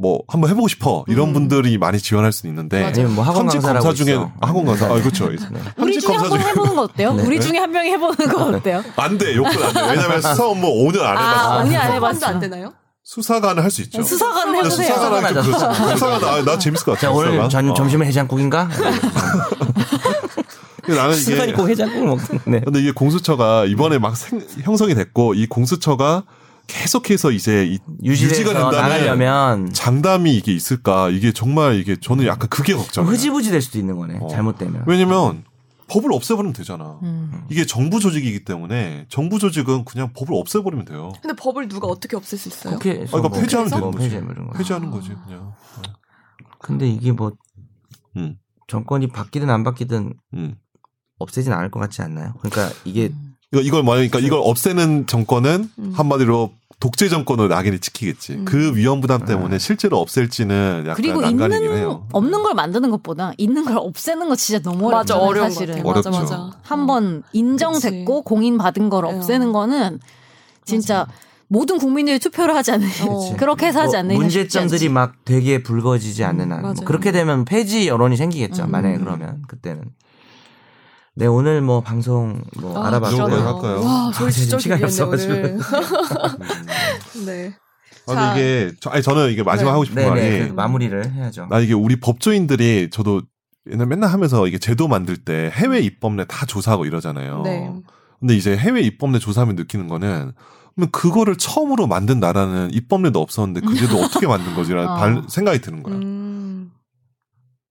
C: 뭐 한번 해보고 싶어 이런
A: 음.
C: 분들이 많이 지원할 수는 있는데
D: 아니면 뭐 학원
C: 현직
D: 강사라고
C: 검사 중에
D: 있어.
C: 아, 학원 강사 아 그렇죠
B: 우리
C: 현직 아,
B: 중에 한
C: 검사
B: 번
C: 중에
B: 해보는 거 어때요?
D: 네.
B: 우리 중에 한 명이 해보는
C: 네.
B: 거 어때요?
C: 안돼 욕은 안돼
D: (laughs)
C: 왜냐면 수사 업무 뭐 5년 안 해봤어
B: 아, 언니 안 해봤어.
A: 수사관도 안 되나요?
C: 수사관은 할 수 있죠
B: 수사관
C: 근데
B: 해보세요.
C: 수사관은 좀
D: 아, 수사관 하자. (laughs)
C: 그렇지. 수사관 나, 나 재밌을 것 같아
D: 자 오늘
C: 수사관.
D: 전
C: 어. (laughs)
D: 점심에 해장국인가?
C: 근데 나는
D: 순간이
C: 이게
D: 꼭 해장국을 먹네.
C: 근데 이게 공수처가 이번에 막 생- 형성이 됐고 이 공수처가 계속해서 이제 이
D: 유지가
C: 유지가 된다면
D: 나가려면
C: 장담이 이게 있을까 이게 정말 이게 저는 약간 그게 걱정이에요.
D: 흐지부지 될 수도 있는 거네.
C: 어.
D: 잘못되면.
C: 왜냐면 법을 없애버리면 되잖아.
B: 음.
C: 이게 정부 조직이기 때문에 정부 조직은 그냥 법을 없애버리면 돼요.
A: 근데 법을 누가 어떻게 없앨 수 있어요?
D: 국회
C: 아, 그러니까 폐지하면 되는 거지.
D: 폐지하면 되는 거지.
C: 폐지하는 거지 그냥.
D: 근데 이게 뭐
C: 음.
D: 정권이 바뀌든 안 바뀌든
C: 음.
D: 없애진 않을 것 같지 않나요? 그러니까 이게
C: 이거 이걸 뭐니까 이걸
B: 그렇죠.
C: 없애는 정권은
A: 음.
C: 한마디로 독재 정권으로 낙인이 찍히겠지.
A: 음.
C: 그 위험 부담 때문에 실제로 없앨지는 약간
B: 그리고
C: 네, 난관이긴
B: 있는
C: 해요.
B: 없는 걸 만드는 것보다 있는 걸 없애는 거 진짜 너무
A: 맞아
B: 어렵잖아요,
A: 어려운 것
B: 사실은. 음.
A: 같아요.
C: 어렵죠.
A: 맞아 맞아.
B: 한번 인정됐고 공인받은 걸 없애는
A: 네.
B: 거는 진짜 모든 국민들이 투표를 하지 않는
C: 어.
A: 그치.
B: 어, (laughs) 그렇게 해서 하지
D: 뭐
B: 않는 이상 쉽지
D: 문제점들이
B: 않지.
D: 막 되게 불거지지 않는 한. 뭐
A: 맞아요.
D: 그렇게 되면 폐지 여론이 생기겠죠.
B: 음.
D: 만약에 그러면 그때는. 네 오늘 뭐 방송 뭐
C: 이 정도까지
D: 알아봤고요.
C: 그러네요. 할까요?
A: 와 저희
D: 아,
A: 진짜
D: 지금 시간이
A: 길었네 오늘.
B: (laughs)
A: (laughs)
C: 음.
A: 네.
C: 아, 근데 이게 저, 아니 저는 이게 마지막
A: 네.
C: 하고 싶은 말이
D: 네네 그 마무리를 해야죠. 그러니까
C: 나 이게 우리 법조인들이 저도 옛날 맨날 하면서 이게 제도 만들 때
B: 음.
C: 해외 입법례 다 조사하고 이러잖아요.
A: 네.
C: 근데 이제 해외 입법례 조사하면 느끼는 거는 근데 그거를 처음으로 만든 나라는 입법률도 없었는데
B: (laughs)
C: 그제도 어떻게 만든 거지라는
B: 어.
C: 발- 생각이 드는 거야.
A: 음.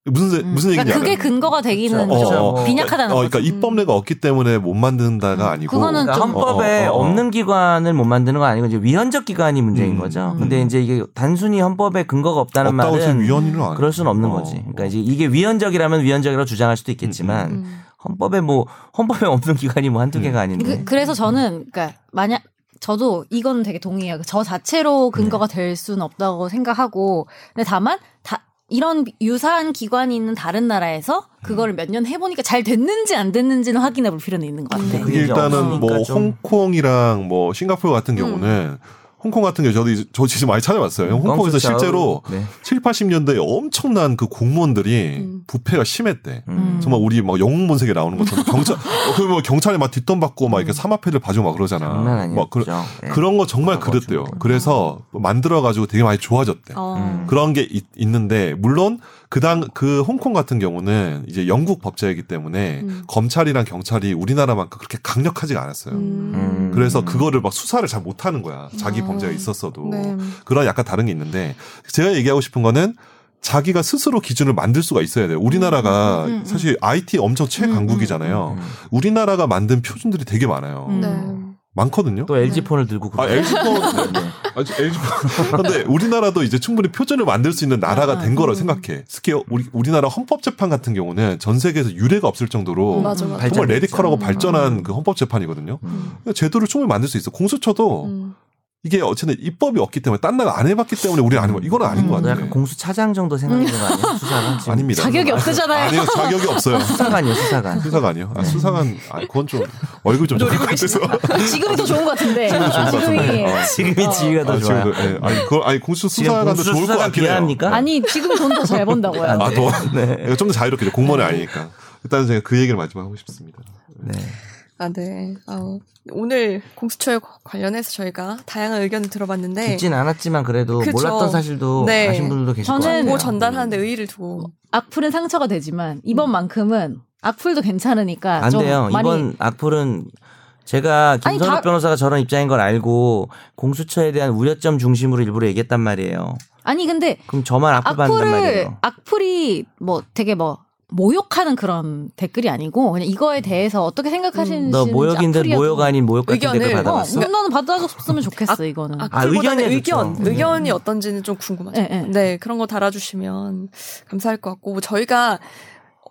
C: 무슨 세-
B: 음.
C: 무슨 얘기인지
B: 그러니까 그게
C: 알아요?
B: 근거가 되기는
C: 그렇죠.
B: 좀
C: 어, 어.
B: 빈약하다는
C: 어,
B: 거죠.
C: 그러니까 입법례가 없기 때문에 못 만든다가
B: 음.
C: 아니고
B: 그거는
D: 그러니까
B: 좀-
D: 헌법에
C: 어, 어, 어, 어.
D: 없는 기관을 못 만드는 건 아니고 이제 위헌적 기관이 문제인
C: 음.
D: 거죠.
B: 음.
D: 근데 이제 이게 단순히 헌법에 근거가 없다는
C: 없다고 해서
D: 말은
C: 위헌이는 어. 아니
D: 그럴 수는 없는 거지. 그러니까 이제 이게 위헌적이라면 위헌적이라고 주장할 수도 있겠지만
A: 음.
D: 헌법에 뭐 헌법에 (laughs) 없는 기관이 뭐
C: 음.
D: 한두 개가 아닌데.
B: 그, 래서 저는 그러니까 만약 저도 이거는 되게 동의해요. 저 자체로 근거가 될 수는 없다고 생각하고 근데 다만 다 이런 유사한 기관이 있는 다른 나라에서 그거를 몇 년 해보니까 잘 됐는지 안 됐는지는 확인해 볼 필요는 있는 것 같아요.
D: 음. 그게
C: 이게
D: 이제
C: 일단은 뭐
D: 없으니까 좀-
C: 홍콩이랑 뭐 싱가포르 같은
B: 음.
C: 경우는 홍콩 같은 경우 저도 이제- 저 진짜 많이
A: 그
C: 찾아봤어요. 홍콩에서
D: 엉뚱
C: 예, 실제로
D: 좌우. 네.
C: 7, 80년대에 엄청난 그 공무원들이
A: 음.
C: 부패가 심했대.
D: 음.
C: 정말 우리 막 영웅본 세계 나오는
B: (laughs)
C: 것처럼 경찰 어, 그뭐 경찰에 막 뒷돈 받고
B: 음.
C: 막 이렇게 사마패를 봐주고 막 그러잖아.
D: 장난 아니었죠.
C: 막 그,
D: 네.
C: 그런 거 정말
D: 그런 거
C: 그랬대요.
D: 정말.
C: 그래서
B: 음.
C: 만들어 가지고 되게 많이 좋아졌대.
B: 어.
D: 음.
C: 그런 게 있, 는데 물론 그당 그 홍콩 같은 경우는 이제 영국 법제이기 때문에
A: 음.
C: 검찰이랑 경찰이 우리나라만큼 그렇게 강력하지가 않았어요.
A: 음.
C: 그래서 그거를 막 수사를 잘 못하는 거야. 자기
A: 아.
C: 범죄가 있었어도
A: 네.
C: 그런 약간 다른 게 있는데 제가 얘기하고 싶은 거는 자기가 스스로 기준을 만들 수가 있어야 돼요. 우리나라가
B: 음, 음, 음.
C: 사실 IT 엄청 최강국이잖아요.
D: 음.
C: 우리나라가 만든 표준들이 되게 많아요.
B: 음.
A: 네.
C: 많거든요.
D: 또
A: 음.
D: 네. LG 폰을 들고
C: 아, LG 폰. 아, 저 LG 폰. (laughs) 근데 우리나라도 이제 충분히 표준을 만들 수 있는 나라가 된 거라고 생각해. 특히 우리, 우리나라 헌법재판 같은 경우는 전 세계에서 유례가 없을 정도로
A: 음, 맞아, 맞아.
C: 정말
D: 발전됐죠.
C: 레디컬하고
A: 음.
C: 발전한 그 헌법재판이거든요.
A: 음.
C: 그러니까 제도를 충분히 만들 수 있어. 공수처도
A: 음.
C: 이게 어쨌든 입법이 없기 때문에 딴 나라 안 해봤기 때문에 우리 아닌 거 이건 아닌
B: 음.
C: 것
D: 너
C: 같아요.
D: 뭐 약간 공수 차장 정도 생각하는 거
A: 음.
D: 아니야? 수사관 지금.
C: 아닙니다.
B: 자격이 없으잖아요.
C: 아니요, 자격이 없어요.
D: 수사관이요, 수사관.
C: 수사가 아니요. 아, 수사관, 아, 그건 좀 월급 좀 적을 것 같아서.
B: 지금이 더 좋은 것 같은데. 지금이
A: 예. 어.
D: 지금이 지위가 더
C: 아,
D: 좋아요.
C: 지금도, 예. 아니, 그건, 아니, 공수
D: 지금
C: 수사관도
D: 공수
C: 좋을 것
D: 수사관
C: 같긴 해요.
D: 비하합니까?
B: 아니 지금 돈 더 잘 번다고요.
C: 아, 더.
D: 네.
C: 좀 더 자유롭게 공무원이 아니니까. 일단은 제가 그 얘기를 마지막 하고 싶습니다.
D: 네.
A: 아, 네. 어, 오늘 공수처에 관련해서 저희가 다양한 의견을 들어봤는데
D: 듣진 않았지만 그래도
A: 네. 그쵸.
D: 몰랐던 사실도
A: 네.
D: 아신 분들도 계실
B: 저는
D: 것 같아요.
A: 정보 전달하는데 의의를 두고
B: 악플은 상처가 되지만 이번만큼은 악플도 괜찮으니까
D: 안
B: 아, 좀
D: 돼요.
B: 많이
D: 이번 악플은 제가
B: 아니,
D: 김선욱
B: 다-
D: 변호사가 저런 입장인 걸 알고 공수처에 대한 우려점 중심으로 일부러 얘기했단 말이에요.
B: 아니 근데
D: 그럼 저만 악플 받는단
B: 악플을
D: 말이에요.
B: 악플이 뭐 되게 뭐 모욕하는 그런 댓글이 아니고 그냥 이거에 대해서 어떻게 생각하시는지
D: 음. 너 모욕인 듯 모욕 아닌 모욕 같은
A: 의견을-
D: 댓글
B: 어,
D: 받아봤어?
B: 나는 받아줬으면 좋겠어 이거는.
A: 아,
D: 아,
A: 그보다는
D: 의견이야, 좋죠.
A: 의견,
D: 음.
A: 의견이 어떤지는 좀 궁금하죠.
B: 네. 예,
A: 네,
B: 예.
A: 그런 거 달아주시면 감사할 것 같고 뭐 저희가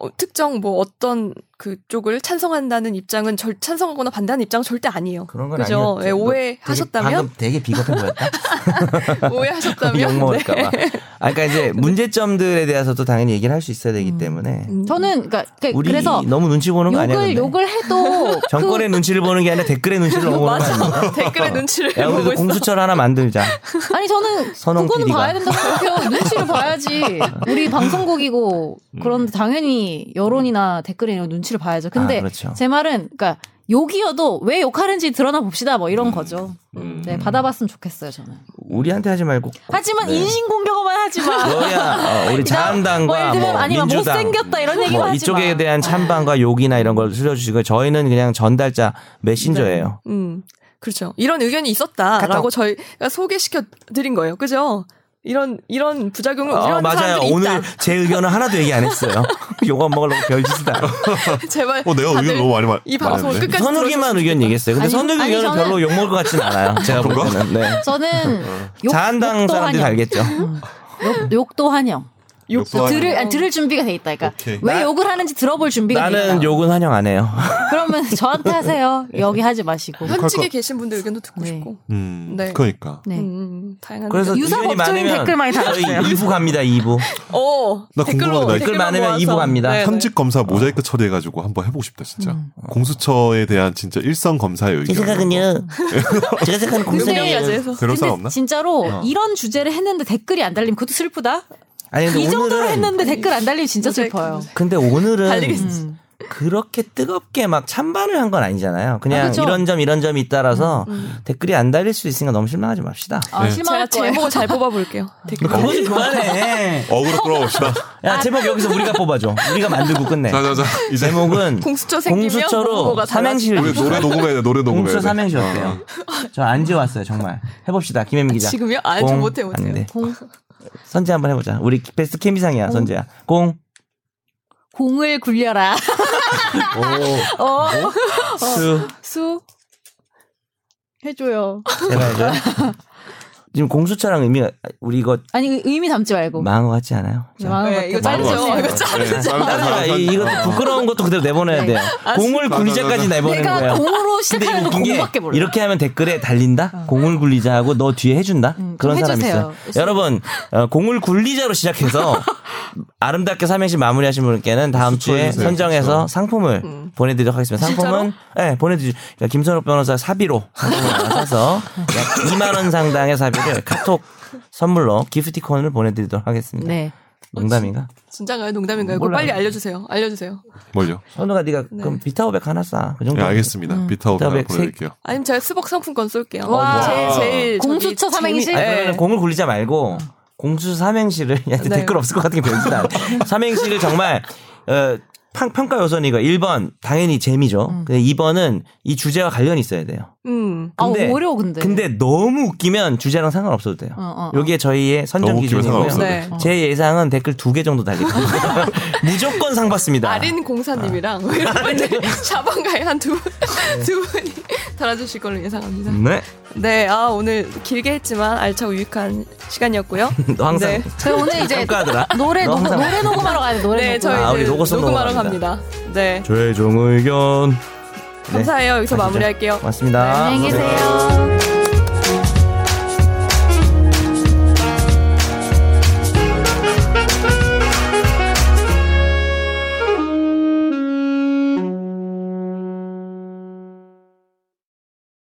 A: 어, 특정 뭐 어떤 그쪽을 찬성한다는 입장은 절 찬성하거나 반대하는 입장은 절대 아니에요.
D: 그런 건
A: 그죠?
D: 아니었죠.
A: 예,
D: 너 되게,
A: 오해하셨다면
D: 방금 되게 비겁해 보였다. (laughs)
A: 오해하셨다면 네.
D: 욕먹을까봐. 아, 그러니까 이제 문제점들에 대해서도 당연히 얘기를 할 수 있어야 되기 때문에
A: 음.
B: 저는 그러니까 그-
D: 우리
B: 그래서
D: 너무 눈치 보는 거 아니야?
B: 욕을
D: 근데?
B: 욕을 그 해도
D: (laughs) 정권의 눈치를 보는 게 아니라 댓글의
A: (laughs)
D: 눈치를 너무 보는 거 아니야?
A: 맞아. 댓글에 눈치를 보고
D: 야,
A: (laughs)
D: 우리도
A: 있어.
D: 공수처를 하나 만들자.
B: 그, 아니 저는
D: 선홍
B: 그거는
D: PD가.
B: 봐야 된다고
D: (laughs)
B: 생각해요. 눈치를 봐야지. 우리 방송국이고 그런데 당연히 여론이나 댓글이나 눈치를 봐야죠. 근데
D: 음. 아, 그렇죠.
B: 제 말은 그러니까 욕이어도 왜 욕하는지 드러나 봅시다 뭐 이런 거죠.
C: 음.
B: 네 받아봤으면 좋겠어요 저는.
D: 우리한테 하지 말고.
B: 하지만
D: 네.
B: 인신 공격만 하지 마.
D: 뭐야 어, 우리
B: 뭐 예를
D: 자한당과
B: 들면
D: 뭐
B: 아니 막
D: 민주당
B: 못생겼다 이런 얘기만 네.
D: 뭐
B: 하지
D: 이쪽에
B: 마.
D: 대한 찬반과 욕이나 이런 걸 실어주시고 저희는 그냥 전달자
B: 네.
D: 메신저예요.
A: 음, 그렇죠. 이런 의견이 있었다라고
D: 카톡.
A: 저희가 소개시켜 드린 거예요. 그죠? 이런 이런 부작용을
D: 어,
A: 이런
D: 맞아요.
A: 사람들이
D: 오늘
A: 있다.
D: 제 의견은 하나도 얘기 안
B: (laughs)
D: 했어요. 욕 안 먹으려고 별짓이다.
A: (laughs)
D: (laughs)
A: 제발
C: 어, 내가 의견
A: 다들
C: 너무 많이 말.
A: 이 방송
C: 말했네.
A: 끝까지
D: 선욱이만 의견 얘기했어요. 근데
B: 그러니까 아니,
D: 선욱이
B: 아니,
D: 의견은
B: 저는-
D: 별로 욕 먹을 것
B: (laughs)
D: 같진 않아요. 제가 볼
C: 그런가?
D: 때는. 네.
B: 저는 욕,
D: 자한당
B: 욕도
D: 사람들이
B: 환영. (laughs)
D: 알겠죠.
B: 욕, 욕도 환영.
C: 욕도
A: 들-
B: 들을 아니, 들을 준비가 돼 있다. 그러니까
C: 오케이.
B: 왜
D: 나-
B: 욕을 하는지 아, 들어볼 준비가 돼
D: 나는
B: 있다.
D: 욕은 환영 안 해요.
B: 그러면 (laughs) 저한테 하세요. 여기 하지 마시고.
A: 현직에 계신 분들 의견도 듣고
B: 네.
A: 싶고
C: 음,
A: 네.
C: 그러니까.
B: 네.
A: 음, 다양한
D: 그래서
A: 의견.
B: 유사
D: 의견이
B: 법조인
D: 많으면
B: 댓글 많이
D: 저희
B: 달아주세요.
D: 2부 갑니다. 2부.
A: 어,
C: 나
A: 댓글로
C: 궁금한 거
D: 댓글 많으면 이부 갑니다.
A: 네,
C: 현직
D: 아.
C: 검사 모자이크 처리해가지고 한번 해보고 싶다 진짜.
A: 음.
C: 공수처에 대한 진짜 일선 검사의 의견.
D: (laughs) 제가
A: 그
D: 생각하는
A: 공생해야지 해서
C: 그럴 사람 없나?
B: 진짜로
D: 어.
B: 이런 주제를 했는데 댓글이 안 달리면 그것도 슬프다.
D: 아니 근데
B: 이 정도로
D: 오늘은
B: 했는데 댓글 안 달리면 진짜
A: 모자이크,
B: 슬퍼요.
A: 모자이크.
D: 근데 오늘은
A: 달리겠어.
B: 음.
D: 그렇게 뜨겁게 막 찬반을 한 건 아니잖아요. 그냥
B: 그쵸.
D: 이런 점 이런 점이 있다라서
A: 음.
D: 댓글이 안 달릴 수 있으니까 너무 실망하지 맙시다. 뭐
B: 아,
C: 네.
A: 제가
B: 실망할 거예요.
A: 제목을 잘 뽑아볼게요. 댓글. 아,
D: 그거 좀 그만해.
A: (laughs)
C: 어그로 끌어봅시다.
D: 야 제목 여기서 우리가 뽑아줘. 우리가 만들고
A: 네.
D: 끝내.
C: 자자자 이제
A: (laughs)
D: 제목은
A: 공수처 생기면 뭐
D: 공수처로
A: 모국어가
D: 삼행시를
C: 우리 노래
D: 줍시다.
C: 녹음해야 돼. 노래 아. 녹음해야 돼.
D: 공수처 삼행시 어때요? 저 안 지어왔어요 정말. 해봅시다 김혜민 기자.
A: 지금요? 아, 저
D: 공.
A: 못해
D: 안
A: 못해.
D: 돼.
B: 공,
D: 선재 한번 해보자. 우리 베스트
A: 어.
D: 캠비상이야 선재야. 공.
B: 공을 굴려라.
A: (laughs)
D: 오.
B: 어,
D: 수.
B: 수. (laughs) 해줘요.
D: 제가 해줘. 지금 공수처랑 의미 가 우리 이거
B: 아니, 의미 담지 말고.
D: 망한 것 같지 않아요? 자.
B: 마음
A: 네,
B: 같아.
A: 이거
B: 마음
A: 자르죠. 이거
B: 같아. (laughs)
C: 네,
D: 아,
C: 자르자.
D: 이, 이것도 부끄러운 것도 그대로 내보내야 돼요. 공을
C: 맞아,
D: 굴리자까지
C: 맞아.
D: 내보내는
B: 내가
D: 거야.
B: 공으로
D: 근데
B: 시작하는
D: 이거
B: 거
D: 웃긴 게
B: 공밖에 몰라.
D: 이렇게 하면 댓글에 달린다. 공을 굴리자하고 너 뒤에 해준다.
B: 음,
D: 그런
B: 좀
D: 사람
B: 해주세요.
D: 있어요. 여러분 어, 공을
B: (laughs)
D: 굴리자로 시작해서 아름답게 삼행시 마무리하신 분께는 다음 주에
C: 네, 추천해주세요.
D: 선정해서
C: 그렇죠.
D: 상품을 보내드리도록 하겠습니다. 상품은 네, 보내드리죠. 그러니까 김선욱 변호사 사비로 상품을 하나 사서 약 2만 원 상당의 사비를 카톡 선물로 기프티콘을 보내드리도록 하겠습니다.
B: 네.
D: 농담인가?
A: 진짜가요? 농담인가요? 그거
D: 몰라요.
A: 빨리 알려주세요. 알려주세요.
C: 뭘요?
D: 선우가 네가 그럼 비타오백 하나 싸. 그 정도.
C: 예, 알겠습니다.
A: 음.
C: 비타오브 하나
D: 비타오백 세-
C: 보내드릴게요.
A: 아니면 제가 스벅 상품권 쏠게요.
B: 와.
A: 제일, 제일 저기
B: 공수처 삼행시?
A: 재미-
D: 아니,
A: 네.
D: 그러면 공을 굴리자
B: 어.
D: 말고 공수 삼행시를 (laughs) 얘한테
A: 네.
D: 댓글 없을 것 같은 게
B: (laughs)
D: 별로다. 삼행시를 정말 어, 판- 평가 요소는 이거 1번 당연히 재미죠.
B: 음.
D: 근데 2번은 이 주제와 관련이 있어야 돼요.
A: 음.
B: 아,
D: 근데-
B: 어려워, 근데.
D: 근데 너무 웃기면 주제랑 상관없어도 돼요.
B: 어, 어, 어.
D: 여기에 저희의 선정
C: 너무 웃기면
D: 기준이고요.
C: 상관없어요.
A: 네.
D: 제 예상은 댓글 두 개 정도 달릴
B: (laughs)
D: 겁니다. (laughs) 무조건 상 받습니다.
A: 아린 공사님이랑 (laughs) 샤방가의 한두분두 분이 달아주실 걸로 예상합니다.
D: 네.
A: 네, 아 오늘 길게 했지만 알차고 유익한 시간이었고요.
D: 너 항상 (laughs)
A: 네.
B: 저희 오늘 이제
D: 평가하더라.
B: 노래
D: 너
B: 녹음,
D: 항상-
B: 노래 녹음하러 가야 돼, 노래
A: 네,
B: 녹음.
A: 저희
D: 아, 우리
A: 이제
D: 로고송
A: 녹음하러
D: 넘어갑니다.
A: 갑니다. 네,
D: 최종 의견. 네.
A: 감사해요. 여기서
D: 가시죠.
A: 마무리할게요. 네,
D: 고맙습니다.
B: 안녕히 계세요.